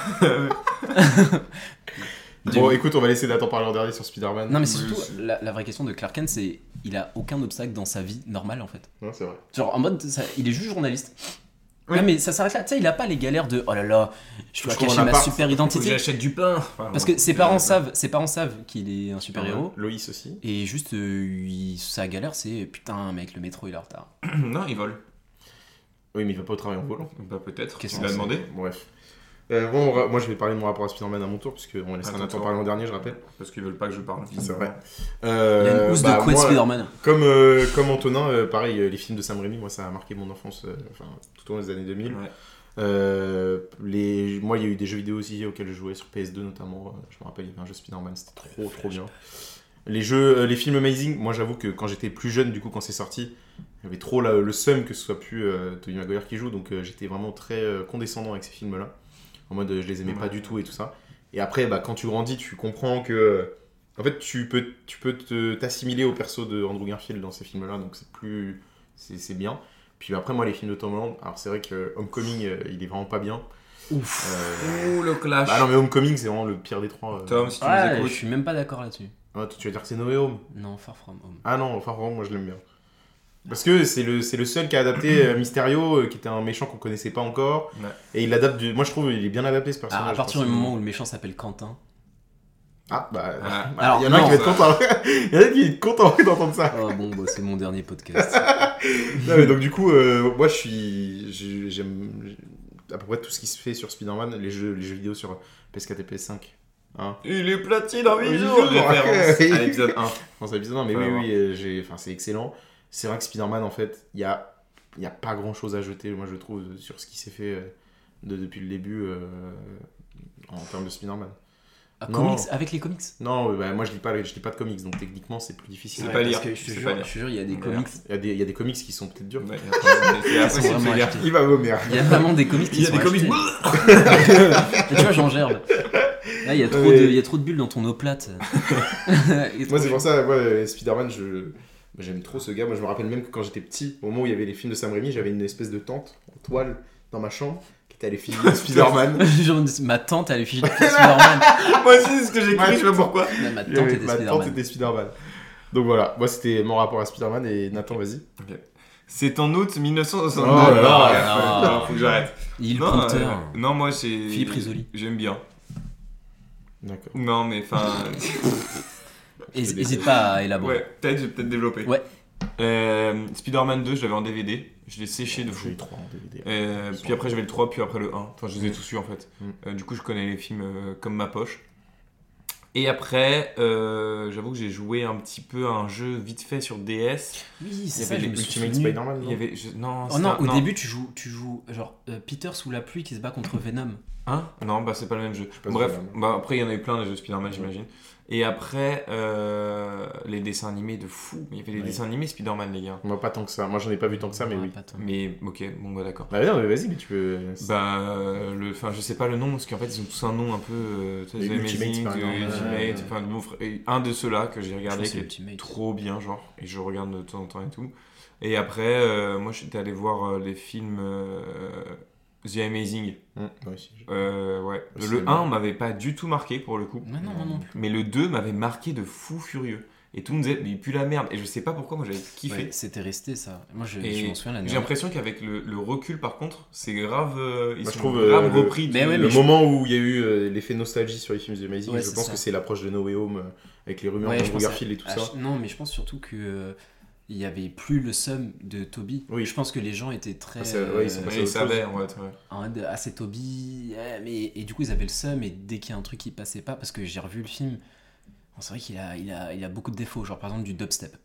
[SPEAKER 5] Bon, écoute, on va laisser Nathan parler en dernier sur Spider-Man.
[SPEAKER 4] Non mais
[SPEAKER 5] Oui,
[SPEAKER 4] surtout,
[SPEAKER 5] c'est-
[SPEAKER 4] la, la vraie question de Clark Kent, c'est il a aucun obstacle dans sa vie normale en fait.
[SPEAKER 5] Non, c'est vrai.
[SPEAKER 4] Genre en mode, ça- il est juste journaliste.
[SPEAKER 3] Oui.
[SPEAKER 4] Ouais, mais ça s'arrête là. Tu sais, il a pas les galères de oh là là, je dois
[SPEAKER 5] Je trouve
[SPEAKER 4] cacher
[SPEAKER 5] un
[SPEAKER 4] ma
[SPEAKER 5] appart,
[SPEAKER 4] super
[SPEAKER 3] Faut que
[SPEAKER 4] identité.
[SPEAKER 3] j'achète du pain. Enfin,
[SPEAKER 4] Parce
[SPEAKER 3] bon.
[SPEAKER 4] que ses parents savent, ses parents savent qu'il est un super héros.
[SPEAKER 5] Loïs aussi.
[SPEAKER 4] Et juste, euh, il- sa galère, c'est putain, mec, le métro il est en retard.
[SPEAKER 3] [CLEARS THROAT] Non, ils volent.
[SPEAKER 5] Oui, mais il va pas au travail en
[SPEAKER 4] Mmh.
[SPEAKER 5] volant.
[SPEAKER 3] Bah, peut-être.
[SPEAKER 4] Qu'est-ce
[SPEAKER 3] Tu
[SPEAKER 4] que
[SPEAKER 3] l'as
[SPEAKER 4] c'est
[SPEAKER 3] demandé
[SPEAKER 5] Bref. Euh, bon, on va- moi je vais parler de mon rapport à Spider-Man à mon tour, parce qu'on laissera
[SPEAKER 3] Attends,
[SPEAKER 5] Nathan
[SPEAKER 3] toi.
[SPEAKER 5] parler en dernier, je rappelle.
[SPEAKER 3] Parce qu'ils veulent pas que je parle.
[SPEAKER 5] C'est vrai.
[SPEAKER 4] Il y a
[SPEAKER 5] Euh,
[SPEAKER 4] une housse
[SPEAKER 5] bah,
[SPEAKER 4] de couette
[SPEAKER 5] moi,
[SPEAKER 4] Spider-Man.
[SPEAKER 5] Comme, euh, comme Antonin, euh, pareil, euh, les films de Sam Raimi, moi ça a marqué mon enfance, euh, enfin tout au long des années 2000.
[SPEAKER 3] Ouais.
[SPEAKER 5] Euh, les, moi il y a eu des jeux vidéo aussi auxquels je jouais sur PS2 notamment. Euh, Je me rappelle, il y avait un jeu Spider-Man, c'était trop trop bien. Les jeux, euh, les films Amazing, moi j'avoue que quand j'étais plus jeune, du coup quand c'est sorti, j'avais trop la- le seum que ce soit plus euh, Tobey Maguire qui joue, donc euh, j'étais vraiment très euh, condescendant avec ces films-là. En mode euh, je les aimais pas
[SPEAKER 3] Ouais.
[SPEAKER 5] du tout et tout ça. Et après, bah, quand tu grandis, tu comprends que. euh, en fait, tu peux, tu peux te- t'assimiler au perso de Andrew Garfield dans ces films-là, donc c'est plus. C'est c'est bien. Puis après, moi, les films de Tom Holland, alors c'est vrai que Homecoming, euh, il est vraiment pas bien.
[SPEAKER 4] Ouf.
[SPEAKER 5] Euh,
[SPEAKER 3] Ouh, le clash.
[SPEAKER 5] Bah non, mais Homecoming, c'est vraiment le pire des trois. euh.
[SPEAKER 3] Tom, si tu nous
[SPEAKER 4] Ouais, je
[SPEAKER 3] écoutes.
[SPEAKER 4] suis même pas d'accord là-dessus.
[SPEAKER 5] Ah, toi, tu vas dire que c'est Noé Home.
[SPEAKER 4] Non, Far From Home.
[SPEAKER 5] Ah non, enfin, vraiment, moi, je l'aime bien. Parce que c'est le, c'est le seul qui a adapté euh, Mysterio, euh, qui était un méchant qu'on connaissait pas encore.
[SPEAKER 3] Ouais.
[SPEAKER 5] Et il l'adapte du. Moi, je trouve il est bien adapté ce personnage.
[SPEAKER 4] Ah, à partir du
[SPEAKER 5] personnellement.
[SPEAKER 4] moment où le méchant s'appelle Quentin.
[SPEAKER 5] Ah, bah.
[SPEAKER 3] Ah,
[SPEAKER 5] bah,
[SPEAKER 4] alors,
[SPEAKER 5] il y en a un
[SPEAKER 4] non,
[SPEAKER 5] qui va être
[SPEAKER 3] ça-
[SPEAKER 5] content. [LAUGHS] Il y en a un qui est content [LAUGHS] d'entendre ça.
[SPEAKER 4] Oh bon, bah, c'est mon
[SPEAKER 5] [LAUGHS]
[SPEAKER 4] dernier podcast.
[SPEAKER 5] Non, mais donc du coup, euh, moi je suis, je- j'aime à peu près tout ce qui se fait sur Spider-Man, les jeux, les jeux vidéo sur PS4 et PS5. Hein
[SPEAKER 3] Il est platine en 8
[SPEAKER 5] Huit
[SPEAKER 3] jours.
[SPEAKER 5] jours. [LAUGHS]
[SPEAKER 3] Référence
[SPEAKER 5] Ouais.
[SPEAKER 3] à l'épisode 1.
[SPEAKER 5] Enfin, c'est bizarre, mais
[SPEAKER 3] Faut
[SPEAKER 5] oui,
[SPEAKER 3] avoir.
[SPEAKER 5] oui, euh, j'ai, enfin c'est excellent. C'est vrai que Spider-Man en fait, il y a, il y a pas grand chose à jeter, moi je trouve, euh, sur ce qui s'est fait euh, de- depuis le début euh, en termes de Spider-Man.
[SPEAKER 4] Ah,
[SPEAKER 5] Non.
[SPEAKER 4] comics Avec les comics
[SPEAKER 5] Non, bah, moi je lis, pas, je lis pas de comics, donc techniquement c'est plus difficile.
[SPEAKER 3] C'est
[SPEAKER 4] Ouais,
[SPEAKER 3] pas
[SPEAKER 4] parce
[SPEAKER 3] lire,
[SPEAKER 4] que je te
[SPEAKER 3] c'est
[SPEAKER 4] jure,
[SPEAKER 3] pas lire.
[SPEAKER 4] je te jure, il y a des
[SPEAKER 5] Ouais.
[SPEAKER 4] comics.
[SPEAKER 5] Il y, a des, il y a des comics qui sont peut-être durs.
[SPEAKER 3] Ouais, attends, Ah, c'est-
[SPEAKER 4] sont
[SPEAKER 3] après, c'est
[SPEAKER 4] vraiment
[SPEAKER 3] fait lire.
[SPEAKER 4] achetés.
[SPEAKER 5] Il va vomir.
[SPEAKER 4] Il y a vraiment des comics qui
[SPEAKER 3] Il y a
[SPEAKER 4] sont
[SPEAKER 3] des comics.
[SPEAKER 4] achetés. Et tu vois, j'en gerbe. Là, il y, a trop
[SPEAKER 5] Ouais.
[SPEAKER 4] de- il y a trop de bulles dans ton
[SPEAKER 3] [LAUGHS]
[SPEAKER 4] eau plate. Il y a trop
[SPEAKER 5] Moi, c'est
[SPEAKER 4] de-
[SPEAKER 5] pour ça, moi, euh, Spider-Man, je... bah, j'aime trop ce gars. Moi, je me rappelle même que quand j'étais petit, au moment où il y avait les films de Sam Raimi, j'avais une espèce de tente en toile dans ma chambre qui était à l'effigie de Spider-Man.
[SPEAKER 4] [LAUGHS] Genre, ma tante, elle
[SPEAKER 3] [LAUGHS]
[SPEAKER 4] est figée de Spider-Man.
[SPEAKER 3] Moi
[SPEAKER 5] [LAUGHS]
[SPEAKER 3] aussi, c'est ce que j'ai cru, je sais pas pourquoi.
[SPEAKER 4] Non, ma tante
[SPEAKER 5] J'avais-
[SPEAKER 4] était
[SPEAKER 5] ma tante
[SPEAKER 4] Spider-Man.
[SPEAKER 5] était Spider-Man. Donc voilà, moi, c'était mon rapport à Spider-Man et Nathan, vas-y.
[SPEAKER 3] C'est en août 1969.
[SPEAKER 5] Oh là là,
[SPEAKER 3] Ouais,
[SPEAKER 4] non.
[SPEAKER 3] non, faut que j'arrête.
[SPEAKER 4] Il
[SPEAKER 3] non,
[SPEAKER 4] Pointer.
[SPEAKER 3] euh, non, moi j'ai.
[SPEAKER 4] Philippe Risoli.
[SPEAKER 3] J'aime bien.
[SPEAKER 5] D'accord.
[SPEAKER 3] Non, mais enfin. euh,
[SPEAKER 5] je
[SPEAKER 4] Hés-
[SPEAKER 5] vais
[SPEAKER 4] Hésite pas à élaborer.
[SPEAKER 3] ouais, peut-être, j'ai peut-être développé.
[SPEAKER 4] Ouais.
[SPEAKER 3] Euh, Spider-Man 2, je l'avais en DVD. Je l'ai séché de fou.
[SPEAKER 5] J'ai eu 3 en DVD.
[SPEAKER 3] Euh, puis après j'avais le 3, puis après le 1. Enfin, je les ai tous eus en fait.
[SPEAKER 5] Mm.
[SPEAKER 3] Euh, du coup, je connais les films euh, comme ma poche. Et après, euh, j'avoue que j'ai joué un petit peu à un jeu vite fait sur DS.
[SPEAKER 4] Oui,
[SPEAKER 3] Il y
[SPEAKER 4] c'est ça,
[SPEAKER 3] avait
[SPEAKER 4] Euh, je
[SPEAKER 3] les
[SPEAKER 4] me suis
[SPEAKER 5] Ultimate
[SPEAKER 4] souvenu.
[SPEAKER 5] Spider-Man,
[SPEAKER 3] Il y avait. je- Non,
[SPEAKER 4] Oh
[SPEAKER 3] c'était
[SPEAKER 4] non,
[SPEAKER 3] un-
[SPEAKER 4] au début, tu joues, tu joues genre euh, Peter sous la pluie qui se bat contre Venom.
[SPEAKER 3] Hein Non, bah c'est pas le même jeu.
[SPEAKER 5] pas si
[SPEAKER 3] Bref,
[SPEAKER 5] c'est le même.
[SPEAKER 3] bah, après il y en a eu plein les jeux Spider-Man, j'imagine. Et après, euh, les dessins animés de fou. Il y avait les
[SPEAKER 5] Oui.
[SPEAKER 3] dessins animés Spider-Man, les gars.
[SPEAKER 5] Moi, pas tant que ça. Moi, j'en ai pas vu tant que ça, mais
[SPEAKER 4] Ouais,
[SPEAKER 5] oui.
[SPEAKER 4] Ah, pas tant.
[SPEAKER 3] Mais ok, bon, bah d'accord.
[SPEAKER 5] Bah, non, mais vas-y, mais tu peux.
[SPEAKER 3] Bah, euh, le, enfin, je sais pas le nom parce qu'en fait ils ont tous un nom un peu. euh, tu sais,
[SPEAKER 5] Les
[SPEAKER 3] The
[SPEAKER 5] Ultimate,
[SPEAKER 3] Amazing,
[SPEAKER 5] par
[SPEAKER 3] The
[SPEAKER 5] exemple. Ouais, ouais.
[SPEAKER 3] Ultimate, enfin, bon, fr- et un de ceux-là que j'ai
[SPEAKER 4] Je crois
[SPEAKER 3] regardé
[SPEAKER 4] que
[SPEAKER 3] qui
[SPEAKER 4] c'est
[SPEAKER 3] est
[SPEAKER 4] Ultimate.
[SPEAKER 3] trop bien, genre, et je regarde de temps en temps et tout. Et après, euh, moi j'étais allé voir euh, les films euh, The Amazing.
[SPEAKER 5] Hum, moi aussi, je-
[SPEAKER 3] Euh, ouais.
[SPEAKER 5] Au
[SPEAKER 3] Le
[SPEAKER 5] cinéma.
[SPEAKER 3] 1 m'avait pas du tout marqué pour le coup,
[SPEAKER 4] Non, non, moi non plus.
[SPEAKER 3] mais le 2 m'avait marqué de fou furieux. Et tout me disait, mais il pue la merde. Et je sais pas pourquoi, moi j'avais kiffé.
[SPEAKER 4] Ouais, C'était resté ça. Moi, je,
[SPEAKER 3] Et
[SPEAKER 4] je m'en souviens l'année
[SPEAKER 3] J'ai l'impression qu'avec le, le recul, par contre, c'est grave. euh, ils
[SPEAKER 5] Moi, je
[SPEAKER 3] sont
[SPEAKER 5] trouve,
[SPEAKER 3] grave
[SPEAKER 5] euh, le-
[SPEAKER 3] repris.
[SPEAKER 4] Mais
[SPEAKER 3] du-
[SPEAKER 4] ouais,
[SPEAKER 5] Le
[SPEAKER 4] je-
[SPEAKER 5] moment où il y a eu euh, l'effet nostalgie sur les films The Amazing,
[SPEAKER 4] Ouais,
[SPEAKER 5] je
[SPEAKER 4] c'est
[SPEAKER 5] pense
[SPEAKER 4] ça.
[SPEAKER 5] que c'est l'approche de No Way Home euh, avec les rumeurs
[SPEAKER 4] Ouais, je
[SPEAKER 5] de
[SPEAKER 4] pense
[SPEAKER 5] Garfield et tout
[SPEAKER 4] Ah,
[SPEAKER 5] ça.
[SPEAKER 4] je- Non, mais je pense surtout que euh, il y avait plus le seum de Toby.
[SPEAKER 5] Oui.
[SPEAKER 4] Je pense que les gens étaient très.
[SPEAKER 5] Ah, ça- ouais, ils sont
[SPEAKER 4] euh,
[SPEAKER 5] passés
[SPEAKER 3] Ouais,
[SPEAKER 5] autre
[SPEAKER 3] ça
[SPEAKER 5] chose.
[SPEAKER 3] avait, en fait, ouais.
[SPEAKER 4] en mode, ah, c'est Toby. ouais, mais et du coup ils avaient le seum et dès qu'il y a un truc qui passait pas, parce que j'ai revu le film, bon, c'est vrai qu'il a, il a, il a beaucoup de défauts. Genre par exemple du dubstep.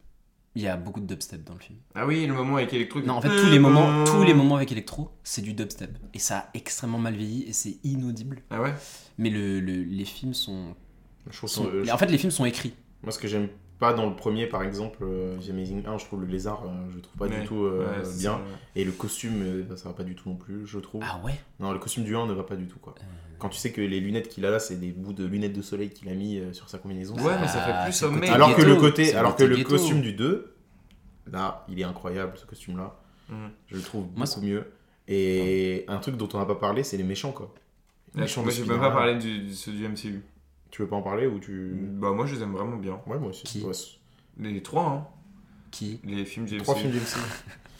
[SPEAKER 4] Il y a beaucoup de dubstep dans le film.
[SPEAKER 3] Ah oui, le moment avec Electro.
[SPEAKER 4] Non, en fait tous les moments, tous les moments avec Electro, c'est du dubstep et ça a extrêmement mal vieilli et c'est inaudible.
[SPEAKER 3] Ah ouais
[SPEAKER 4] Mais le, le- les films sont,
[SPEAKER 5] Je trouve
[SPEAKER 4] sont-
[SPEAKER 5] que, euh, je-
[SPEAKER 4] en fait les films sont écrits.
[SPEAKER 5] Moi, ce que j'aime pas dans le premier, par exemple, euh, The Amazing 1, je trouve le lézard, euh, je le trouve pas
[SPEAKER 3] Ouais.
[SPEAKER 5] du tout euh,
[SPEAKER 3] Ouais, c'est
[SPEAKER 5] bien.
[SPEAKER 3] ça, ouais.
[SPEAKER 5] Et le costume, euh, bah, ça va pas du tout non plus, je trouve.
[SPEAKER 4] Ah Euh. ouais.
[SPEAKER 5] Non, le costume du 1 ne va pas du tout, quoi. Quand tu sais que les lunettes qu'il a là, c'est des bouts de lunettes de soleil qu'il a mis euh, sur sa combinaison.
[SPEAKER 3] Ouais, mais ça fait
[SPEAKER 4] Ah,
[SPEAKER 3] plus
[SPEAKER 4] c'est le
[SPEAKER 3] sommeil.
[SPEAKER 4] côté
[SPEAKER 5] alors que
[SPEAKER 4] ghetto,
[SPEAKER 5] le côté,
[SPEAKER 4] c'est
[SPEAKER 5] alors que le
[SPEAKER 4] ghetto.
[SPEAKER 5] costume du 2, là, il est incroyable, ce costume-là.
[SPEAKER 3] Mm.
[SPEAKER 5] Je le trouve
[SPEAKER 4] Moi,
[SPEAKER 5] beaucoup mieux. Et un truc dont on n'a pas parlé, c'est les méchants, quoi. Les
[SPEAKER 3] Là, je
[SPEAKER 5] de
[SPEAKER 3] moi, je peux même pas
[SPEAKER 5] Spider-Man.
[SPEAKER 3] parler du, du- ceux du MCU.
[SPEAKER 5] Tu veux pas en parler ou
[SPEAKER 4] Mmh.
[SPEAKER 5] tu.
[SPEAKER 3] Bah, moi, je les aime vraiment bien.
[SPEAKER 5] Ouais, moi aussi.
[SPEAKER 4] Mm. Qui
[SPEAKER 5] Ouais, c'est-
[SPEAKER 3] Les trois, hein.
[SPEAKER 4] Qui
[SPEAKER 3] Les films du
[SPEAKER 5] Trois films
[SPEAKER 3] MCU.
[SPEAKER 5] du MCU.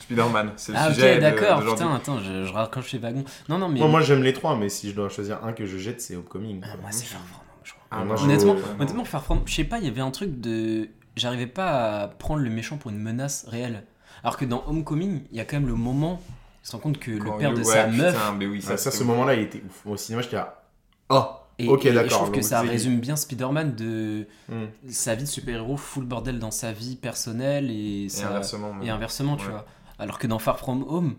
[SPEAKER 3] Spider-Man, c'est le
[SPEAKER 4] Ah ok
[SPEAKER 3] sujet. de-
[SPEAKER 4] d'accord,
[SPEAKER 3] d'aujourd'hui.
[SPEAKER 4] putain attends, je, je raccroche les wagons. Non non mais
[SPEAKER 5] Moi, moi, j'aime les trois, mais si je dois choisir un que je jette, c'est Homecoming.
[SPEAKER 4] Ah,
[SPEAKER 5] quoi.
[SPEAKER 4] moi c'est Far From Home, je crois.
[SPEAKER 3] Ah,
[SPEAKER 5] moi, je-
[SPEAKER 4] honnêtement,
[SPEAKER 5] ouais,
[SPEAKER 4] Honnêtement Far From, je sais pas, il y avait un truc de j'arrivais pas à prendre le méchant pour une menace réelle. Alors que dans Homecoming, il y a quand même le moment tu te rends compte que le
[SPEAKER 3] Quand
[SPEAKER 4] père de
[SPEAKER 3] ouais,
[SPEAKER 4] sa
[SPEAKER 3] putain,
[SPEAKER 4] meuf
[SPEAKER 3] mais oui, ça,
[SPEAKER 5] Ah, ça, ce
[SPEAKER 3] c'est-
[SPEAKER 5] moment-là, il était ouf. Moi, au cinéma, j'étais là. Ah
[SPEAKER 4] et,
[SPEAKER 5] Ok,
[SPEAKER 4] et- et
[SPEAKER 5] d'accord,
[SPEAKER 4] je trouve que
[SPEAKER 5] donc
[SPEAKER 4] ça
[SPEAKER 5] c'est-
[SPEAKER 4] résume bien Spider-Man de
[SPEAKER 5] Hmm.
[SPEAKER 4] sa vie de super-héros full bordel dans sa vie personnelle et,
[SPEAKER 3] Et
[SPEAKER 4] ça-
[SPEAKER 3] inversement. mais-
[SPEAKER 4] et inversement, tu
[SPEAKER 3] Ouais.
[SPEAKER 4] vois. Alors que dans Far From Home,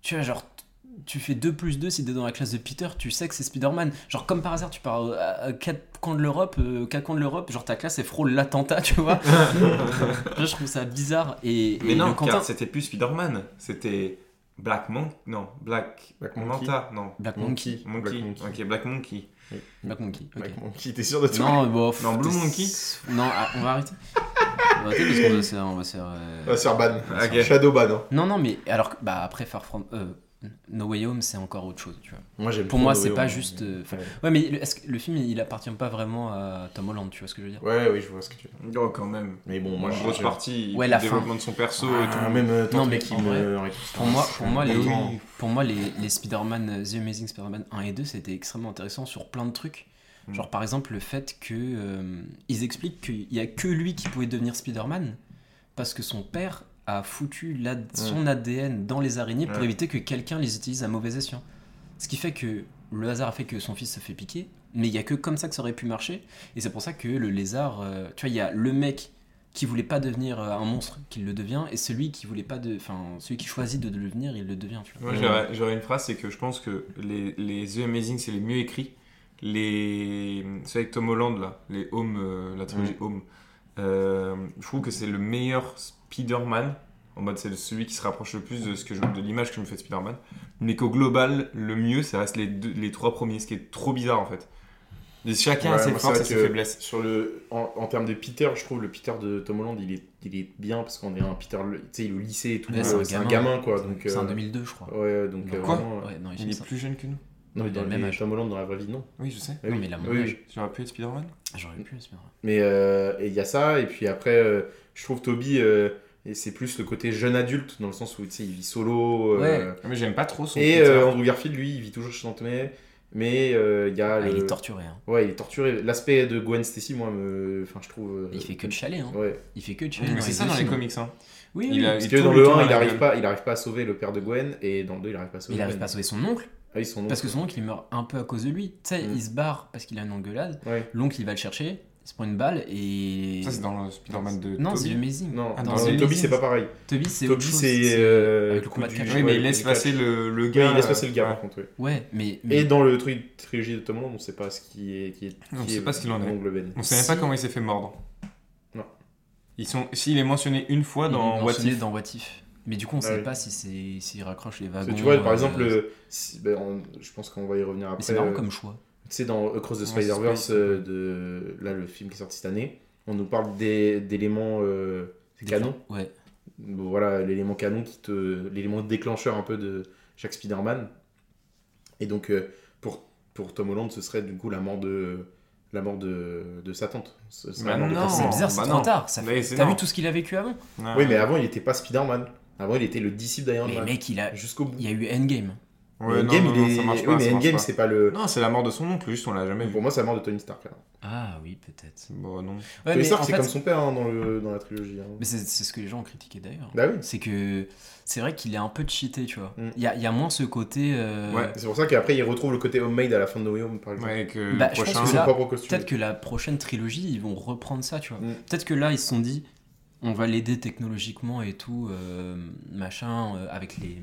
[SPEAKER 4] tu vois, genre, t- tu fais 2 plus 2 si t'es dans la classe de Peter, tu sais que c'est Spider-Man. Genre, comme par hasard, tu pars euh, à à quatre coins de l'Europe, euh, quatre coins de l'Europe, genre ta classe, elle frôle l'attentat, tu vois. Là, je trouve ça bizarre. Et, et
[SPEAKER 3] Mais non,
[SPEAKER 4] le Quentin-
[SPEAKER 3] car c'était plus Spider-Man, c'était Black Mon... Non, Black,
[SPEAKER 5] Black Monkey.
[SPEAKER 3] Manta, non.
[SPEAKER 4] Black Monkey.
[SPEAKER 3] Monkey.
[SPEAKER 5] Monkey. Black Monkey.
[SPEAKER 3] Ok, Black Monkey.
[SPEAKER 4] Black Monkey, ok.
[SPEAKER 5] Black Monkey, t'es sûr de toi
[SPEAKER 4] Non, euh, bof.
[SPEAKER 3] Non, Blue
[SPEAKER 4] t'es-
[SPEAKER 3] Monkey.
[SPEAKER 4] Non, ah, on va arrêter. On va arrêter parce qu'on va se faire. On va se faire, euh,
[SPEAKER 5] On va se faire Ah, ban.
[SPEAKER 3] Ok.
[SPEAKER 5] Shadow ban. hein.
[SPEAKER 4] Non, non, mais alors que, bah, après Far From. euh, no Way Home, c'est encore autre chose, tu vois.
[SPEAKER 5] Moi, j'aime
[SPEAKER 4] Pour
[SPEAKER 5] trop
[SPEAKER 4] moi,
[SPEAKER 5] No
[SPEAKER 4] c'est
[SPEAKER 5] Way
[SPEAKER 4] pas
[SPEAKER 5] Home.
[SPEAKER 4] juste, euh,
[SPEAKER 5] Ouais.
[SPEAKER 4] Ouais, mais le, est-ce que le film, il appartient pas vraiment à Tom Holland, tu vois ce que je veux dire
[SPEAKER 5] Ouais, oui, je vois ce que tu veux dire.
[SPEAKER 3] Oh, quand même.
[SPEAKER 5] Mais bon, moi,
[SPEAKER 3] Moi,
[SPEAKER 5] je
[SPEAKER 3] grosse
[SPEAKER 5] je-
[SPEAKER 3] partie
[SPEAKER 4] Ouais,
[SPEAKER 3] du
[SPEAKER 4] la fin.
[SPEAKER 3] développement de son perso et
[SPEAKER 5] Ah,
[SPEAKER 3] tout.
[SPEAKER 5] même euh, tant
[SPEAKER 4] Non,
[SPEAKER 5] de
[SPEAKER 4] mais
[SPEAKER 5] mecs qui
[SPEAKER 4] en
[SPEAKER 5] me.
[SPEAKER 4] Pour moi, pour moi, les,
[SPEAKER 5] Autant.
[SPEAKER 4] pour moi, les, les Spider-Man, euh, The Amazing Spider-Man 1 et 2, c'était extrêmement intéressant sur plein de trucs. Genre, par exemple, le fait que euh, ils expliquent qu'il y a que lui qui pouvait devenir Spider-Man parce que son père a foutu l'A- son ADN dans les araignées pour
[SPEAKER 3] Ouais.
[SPEAKER 4] éviter que quelqu'un les utilise à mauvais escient. Ce qui fait que le hasard a fait que son fils se fait piquer, mais il y a que comme ça que ça aurait pu marcher. Et c'est pour ça que le lézard, euh, tu vois, il y a le mec qui voulait pas devenir euh, un monstre, qu'il le devient, et celui qui voulait pas de, enfin, celui qui choisit de le devenir, il le devient. Tu vois.
[SPEAKER 3] Moi, j'aurais- j'aurais une phrase, c'est que je pense que les, les The Amazing, c'est les mieux écrits les. C'est avec Tom Holland, là, les Home, euh, la trilogie Home. Euh, je trouve que c'est le meilleur Spider-Man. En mode, c'est celui qui se rapproche le plus de, ce que je- de l'image que je me fais de Spider-Man. Mais qu'au global, le mieux, ça reste les, deux- les trois premiers, ce qui est trop bizarre en fait. Et chacun a
[SPEAKER 5] Ouais,
[SPEAKER 3] ses
[SPEAKER 5] moi, c'est
[SPEAKER 3] forces
[SPEAKER 5] vrai
[SPEAKER 3] et ses
[SPEAKER 5] que
[SPEAKER 3] faiblesses.
[SPEAKER 5] Sur le, en, en termes de Peter, je trouve le Peter de Tom Holland, il est, il est bien parce qu'on est un Peter, le- tu sais, il est au lycée et tout.
[SPEAKER 4] Ouais,
[SPEAKER 5] euh, c'est un, gamin, quoi. Donc,
[SPEAKER 4] C'est en
[SPEAKER 5] euh,
[SPEAKER 4] 2002, je crois.
[SPEAKER 5] Ouais, donc.
[SPEAKER 4] Non,
[SPEAKER 5] euh,
[SPEAKER 3] quoi
[SPEAKER 5] vraiment, euh,
[SPEAKER 4] Ouais, non, il,
[SPEAKER 3] Il
[SPEAKER 4] fait
[SPEAKER 3] est
[SPEAKER 4] ça.
[SPEAKER 3] plus jeune que nous.
[SPEAKER 5] Non, mais
[SPEAKER 4] Il a
[SPEAKER 5] dans
[SPEAKER 4] le même
[SPEAKER 5] les
[SPEAKER 4] âge.
[SPEAKER 5] Tom Holland dans la vraie vie, non.
[SPEAKER 3] Oui, je sais.
[SPEAKER 5] Ah
[SPEAKER 4] Non,
[SPEAKER 5] oui.
[SPEAKER 4] mais il a mon
[SPEAKER 5] Oui,
[SPEAKER 4] âge.
[SPEAKER 5] oui.
[SPEAKER 3] J'aurais pu être Spider-Man.
[SPEAKER 4] J'aurais pu, c'est vrai.
[SPEAKER 5] Mais euh, et il y a ça, et puis après, euh, je trouve Toby, euh, et c'est plus le côté jeune adulte, dans le sens où tu sais, il vit solo. euh,
[SPEAKER 3] Ah, Mais j'aime pas trop son.
[SPEAKER 5] et
[SPEAKER 3] Peter.
[SPEAKER 5] euh, Andrew Garfield, lui, il vit toujours chez Santomé, mais euh, il y a.
[SPEAKER 4] Ah, il
[SPEAKER 5] le-
[SPEAKER 4] est torturé, hein.
[SPEAKER 5] Ouais, il est torturé. L'aspect de Gwen Stacy, moi, me... enfin, je trouve. euh,
[SPEAKER 4] Il fait que de chalet, hein.
[SPEAKER 5] Ouais.
[SPEAKER 4] Il fait que de chalet.
[SPEAKER 3] Mais c'est ça dans
[SPEAKER 4] deux
[SPEAKER 3] les
[SPEAKER 4] films.
[SPEAKER 3] comics. Hein.
[SPEAKER 4] Oui,
[SPEAKER 3] Il
[SPEAKER 4] oui.
[SPEAKER 3] a-
[SPEAKER 5] Parce
[SPEAKER 3] il
[SPEAKER 5] que
[SPEAKER 3] tourne
[SPEAKER 5] dans
[SPEAKER 3] le
[SPEAKER 5] le
[SPEAKER 3] tour dans
[SPEAKER 5] 1, il
[SPEAKER 3] la
[SPEAKER 5] n'arrive
[SPEAKER 3] gueule.
[SPEAKER 5] pas, il arrive pas à sauver le père de Gwen, et dans le 2, il n'arrive pas à
[SPEAKER 4] Mais
[SPEAKER 5] sauver.
[SPEAKER 4] il arrive
[SPEAKER 5] Gwen.
[SPEAKER 4] pas à sauver son oncle
[SPEAKER 5] Ah, ils sont nombreux.
[SPEAKER 4] parce que son oncle il meurt un peu à cause de lui. Tu sais,
[SPEAKER 5] Mm.
[SPEAKER 4] il se barre parce qu'il a une engueulade.
[SPEAKER 5] Ouais.
[SPEAKER 4] L'oncle il va le chercher, il se prend une balle et.
[SPEAKER 3] Ça, c'est dans le Spider-Man de.
[SPEAKER 4] non,
[SPEAKER 3] Tobey.
[SPEAKER 4] c'est Amazing.
[SPEAKER 5] Non,
[SPEAKER 3] Ah,
[SPEAKER 5] dans
[SPEAKER 3] dans les
[SPEAKER 5] le Toby,
[SPEAKER 3] Lemmings.
[SPEAKER 5] c'est pas pareil.
[SPEAKER 4] Toby c'est
[SPEAKER 5] Toby,
[SPEAKER 4] autre chose,
[SPEAKER 5] c'est. euh,
[SPEAKER 4] avec le combat de catch.
[SPEAKER 3] Oui, mais il laisse passer le, le gars.
[SPEAKER 5] il laisse
[SPEAKER 3] euh,
[SPEAKER 5] passer le gars,
[SPEAKER 3] ouais.
[SPEAKER 5] par contre, oui.
[SPEAKER 4] Ouais, mais. mais-
[SPEAKER 5] Et dans le truc trilogie de Tom Holland, on sait pas ce qui est. Qui est
[SPEAKER 3] On
[SPEAKER 5] qui
[SPEAKER 3] sait
[SPEAKER 5] est
[SPEAKER 3] pas ce qu'il en est.
[SPEAKER 5] l'ongle Ben.
[SPEAKER 3] On sait même
[SPEAKER 4] Si.
[SPEAKER 3] pas comment il s'est fait mordre.
[SPEAKER 5] Non.
[SPEAKER 3] Ils sont... S'il est mentionné une fois
[SPEAKER 4] il
[SPEAKER 3] dans
[SPEAKER 4] est
[SPEAKER 3] What
[SPEAKER 4] mentionné
[SPEAKER 3] If.
[SPEAKER 4] dans What If. Mais du coup, on
[SPEAKER 5] Ah
[SPEAKER 4] sait
[SPEAKER 5] oui.
[SPEAKER 4] pas si c'est s'il raccroche les
[SPEAKER 5] Parce
[SPEAKER 4] wagons.
[SPEAKER 5] que tu vois,
[SPEAKER 4] euh,
[SPEAKER 5] par exemple, le- si- ben, on- je pense qu'on va y revenir
[SPEAKER 4] Mais
[SPEAKER 5] après.
[SPEAKER 4] c'est marrant
[SPEAKER 5] euh,
[SPEAKER 4] comme choix.
[SPEAKER 5] Tu sais, dans Across the
[SPEAKER 3] Ouais, c'est
[SPEAKER 5] Spider-Verse,
[SPEAKER 3] Space.
[SPEAKER 5] euh, de, là, le film qui est sorti cette année, on nous parle des- d'éléments euh, canons.
[SPEAKER 4] Ouais.
[SPEAKER 5] Bon, voilà, l'élément canon qui te. l'élément déclencheur un peu de chaque Spider-Man. Et donc, euh, pour, pour Tom Holland, ce serait du coup la mort de. la mort de, de sa tante. Ce serait la
[SPEAKER 3] Bah
[SPEAKER 5] mort de
[SPEAKER 3] non.
[SPEAKER 5] Tom
[SPEAKER 4] C'est
[SPEAKER 5] Holland.
[SPEAKER 4] bizarre, c'est
[SPEAKER 3] bah
[SPEAKER 4] trop
[SPEAKER 3] non.
[SPEAKER 4] tard. ça fait-
[SPEAKER 3] Mais c'est
[SPEAKER 4] T'as
[SPEAKER 3] non.
[SPEAKER 4] vu tout ce qu'il a vécu avant
[SPEAKER 3] Ouais.
[SPEAKER 5] Oui, mais avant, il n'était pas Spider-Man. Avant, il était le disciple d'Iron
[SPEAKER 4] Mais
[SPEAKER 5] Man.
[SPEAKER 4] mec, il a.
[SPEAKER 5] Jusqu'au bout.
[SPEAKER 4] Il y a eu Endgame.
[SPEAKER 3] Ouais, non,
[SPEAKER 5] Endgame,
[SPEAKER 3] non,
[SPEAKER 5] il
[SPEAKER 3] non,
[SPEAKER 5] est-
[SPEAKER 3] ça marche
[SPEAKER 5] oui,
[SPEAKER 3] pas,
[SPEAKER 5] mais
[SPEAKER 3] ça marche
[SPEAKER 5] Endgame,
[SPEAKER 3] pas.
[SPEAKER 5] c'est pas le.
[SPEAKER 3] Non, c'est la mort de son oncle, juste on l'a jamais vu.
[SPEAKER 5] Pour moi, c'est la mort de Tony Stark. là.
[SPEAKER 4] Ah oui, peut-être.
[SPEAKER 3] Bon, non.
[SPEAKER 4] Ouais,
[SPEAKER 5] Tony
[SPEAKER 4] mais
[SPEAKER 5] Stark,
[SPEAKER 4] en
[SPEAKER 5] c'est
[SPEAKER 4] fait-
[SPEAKER 5] comme son père hein, dans, le, dans la trilogie. hein.
[SPEAKER 4] mais c'est c'est ce que les gens ont critiqué d'ailleurs.
[SPEAKER 5] Bah oui.
[SPEAKER 4] C'est que c'est vrai qu'il est un peu cheaté, tu vois.
[SPEAKER 5] Mm.
[SPEAKER 4] Il y, a, il y a moins ce côté. euh,
[SPEAKER 3] Ouais.
[SPEAKER 5] C'est pour ça qu'après, il retrouve le côté homemade à la fin de No Way Home, par exemple.
[SPEAKER 3] Ouais, Ah, et que
[SPEAKER 4] Bah,
[SPEAKER 3] le
[SPEAKER 4] je pense
[SPEAKER 3] prochain.
[SPEAKER 4] que
[SPEAKER 5] Son
[SPEAKER 4] là,
[SPEAKER 5] propre costume.
[SPEAKER 4] Peut-être que la prochaine trilogie, ils vont reprendre ça, tu vois.
[SPEAKER 5] Mm.
[SPEAKER 4] Peut-être que là, ils se sont dit, on va l'aider technologiquement et tout, euh, machin, euh, avec les.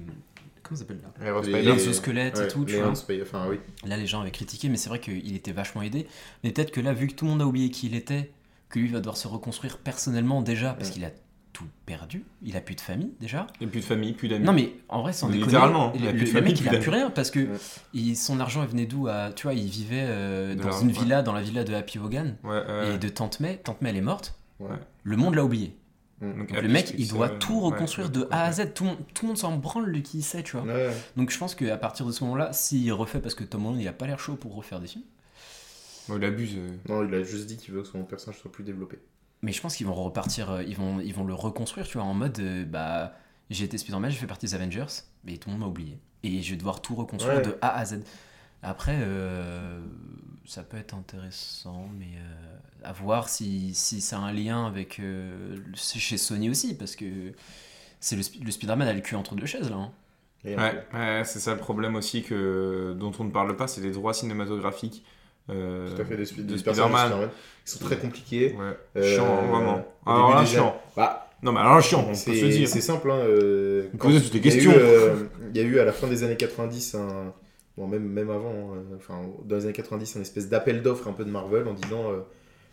[SPEAKER 4] Comment ça s'appelle là
[SPEAKER 5] Les
[SPEAKER 3] Les
[SPEAKER 5] Spider-
[SPEAKER 4] exosquelettes et tout, tu
[SPEAKER 5] les
[SPEAKER 4] vois.
[SPEAKER 5] Hans Spider- Enfin, oui.
[SPEAKER 4] Là, les gens avaient critiqué, mais c'est vrai qu'il était vachement aidé. Mais peut-être que là, vu que tout le monde a oublié qui il était, que lui va devoir se reconstruire personnellement déjà,
[SPEAKER 3] Mm.
[SPEAKER 4] parce
[SPEAKER 5] Ouais.
[SPEAKER 4] qu'il a tout perdu, il a plus de famille déjà.
[SPEAKER 3] Et plus de famille, plus d'amis.
[SPEAKER 4] Non mais en vrai sans
[SPEAKER 3] Mais
[SPEAKER 4] déconner,
[SPEAKER 3] littéralement,
[SPEAKER 4] le,
[SPEAKER 3] il a
[SPEAKER 4] le
[SPEAKER 3] plus de famille,
[SPEAKER 4] mec il
[SPEAKER 3] plus
[SPEAKER 4] a plus rien parce
[SPEAKER 3] [LAUGHS]
[SPEAKER 4] que
[SPEAKER 5] Ouais.
[SPEAKER 4] il- son argent il venait d'où à, tu vois il vivait euh,
[SPEAKER 3] De
[SPEAKER 4] dans
[SPEAKER 3] la-
[SPEAKER 4] une
[SPEAKER 3] ouais.
[SPEAKER 4] villa dans la villa de Happy Hogan
[SPEAKER 3] Ouais, ouais.
[SPEAKER 4] et de Tante May Tante May elle est morte
[SPEAKER 5] Ouais.
[SPEAKER 4] le monde l'a oublié
[SPEAKER 3] Donc,
[SPEAKER 4] Donc, le
[SPEAKER 3] Happy
[SPEAKER 4] mec
[SPEAKER 3] Six,
[SPEAKER 4] il doit
[SPEAKER 3] euh,
[SPEAKER 4] tout
[SPEAKER 3] ouais,
[SPEAKER 4] reconstruire
[SPEAKER 3] ouais,
[SPEAKER 4] de A à
[SPEAKER 3] ouais.
[SPEAKER 4] Z tout, le monde- tout le monde s'en branle de qui il sait tu vois
[SPEAKER 5] Ouais.
[SPEAKER 4] donc je pense qu'à partir de ce moment là s'il refait parce que Tom Holland il a pas l'air chaud pour refaire des films
[SPEAKER 3] Bon, il abuse. euh.
[SPEAKER 5] Non, il a juste dit qu'il veut que son personnage soit plus développé.
[SPEAKER 4] mais je pense qu'ils vont repartir euh, ils vont ils vont le reconstruire tu vois en mode euh, bah j'ai été Spider-Man j'ai fait partie des Avengers mais tout le monde m'a oublié et je vais devoir tout reconstruire
[SPEAKER 5] Ouais.
[SPEAKER 4] de A à Z après euh, ça peut être intéressant mais euh, à voir si, si ça a un lien avec euh, le- chez Sony aussi parce que c'est le, Sp- le Spider-Man a le cul entre deux chaises là hein.
[SPEAKER 5] Et euh, un
[SPEAKER 3] Ouais, ouais, c'est ça le problème aussi que dont on ne parle pas, c'est les droits cinématographimatographiques.
[SPEAKER 5] peu,
[SPEAKER 3] euh,
[SPEAKER 5] Tout à fait, des, spi-
[SPEAKER 3] de
[SPEAKER 5] des personnages de
[SPEAKER 3] Spider-Man.
[SPEAKER 5] Spider-Man. Ils sont très compliqués.
[SPEAKER 3] Ouais.
[SPEAKER 5] Euh,
[SPEAKER 3] chiant, hein, vraiment.
[SPEAKER 5] au
[SPEAKER 3] Alors
[SPEAKER 5] début
[SPEAKER 3] là,
[SPEAKER 5] déjà-
[SPEAKER 3] chiant.
[SPEAKER 5] Bah,
[SPEAKER 3] Non, mais alors là, chiant, on peut se
[SPEAKER 5] c'est-
[SPEAKER 3] dire.
[SPEAKER 5] C'est simple. Hein, euh,
[SPEAKER 3] On
[SPEAKER 5] quand-
[SPEAKER 3] pose des
[SPEAKER 5] il y a eu,
[SPEAKER 3] questions.
[SPEAKER 5] euh, Il y, a eu à la fin des années 90 un. Bon, même, même avant, hein, enfin, dans les années 90, un espèce d'appel d'offres un peu de Marvel en disant euh,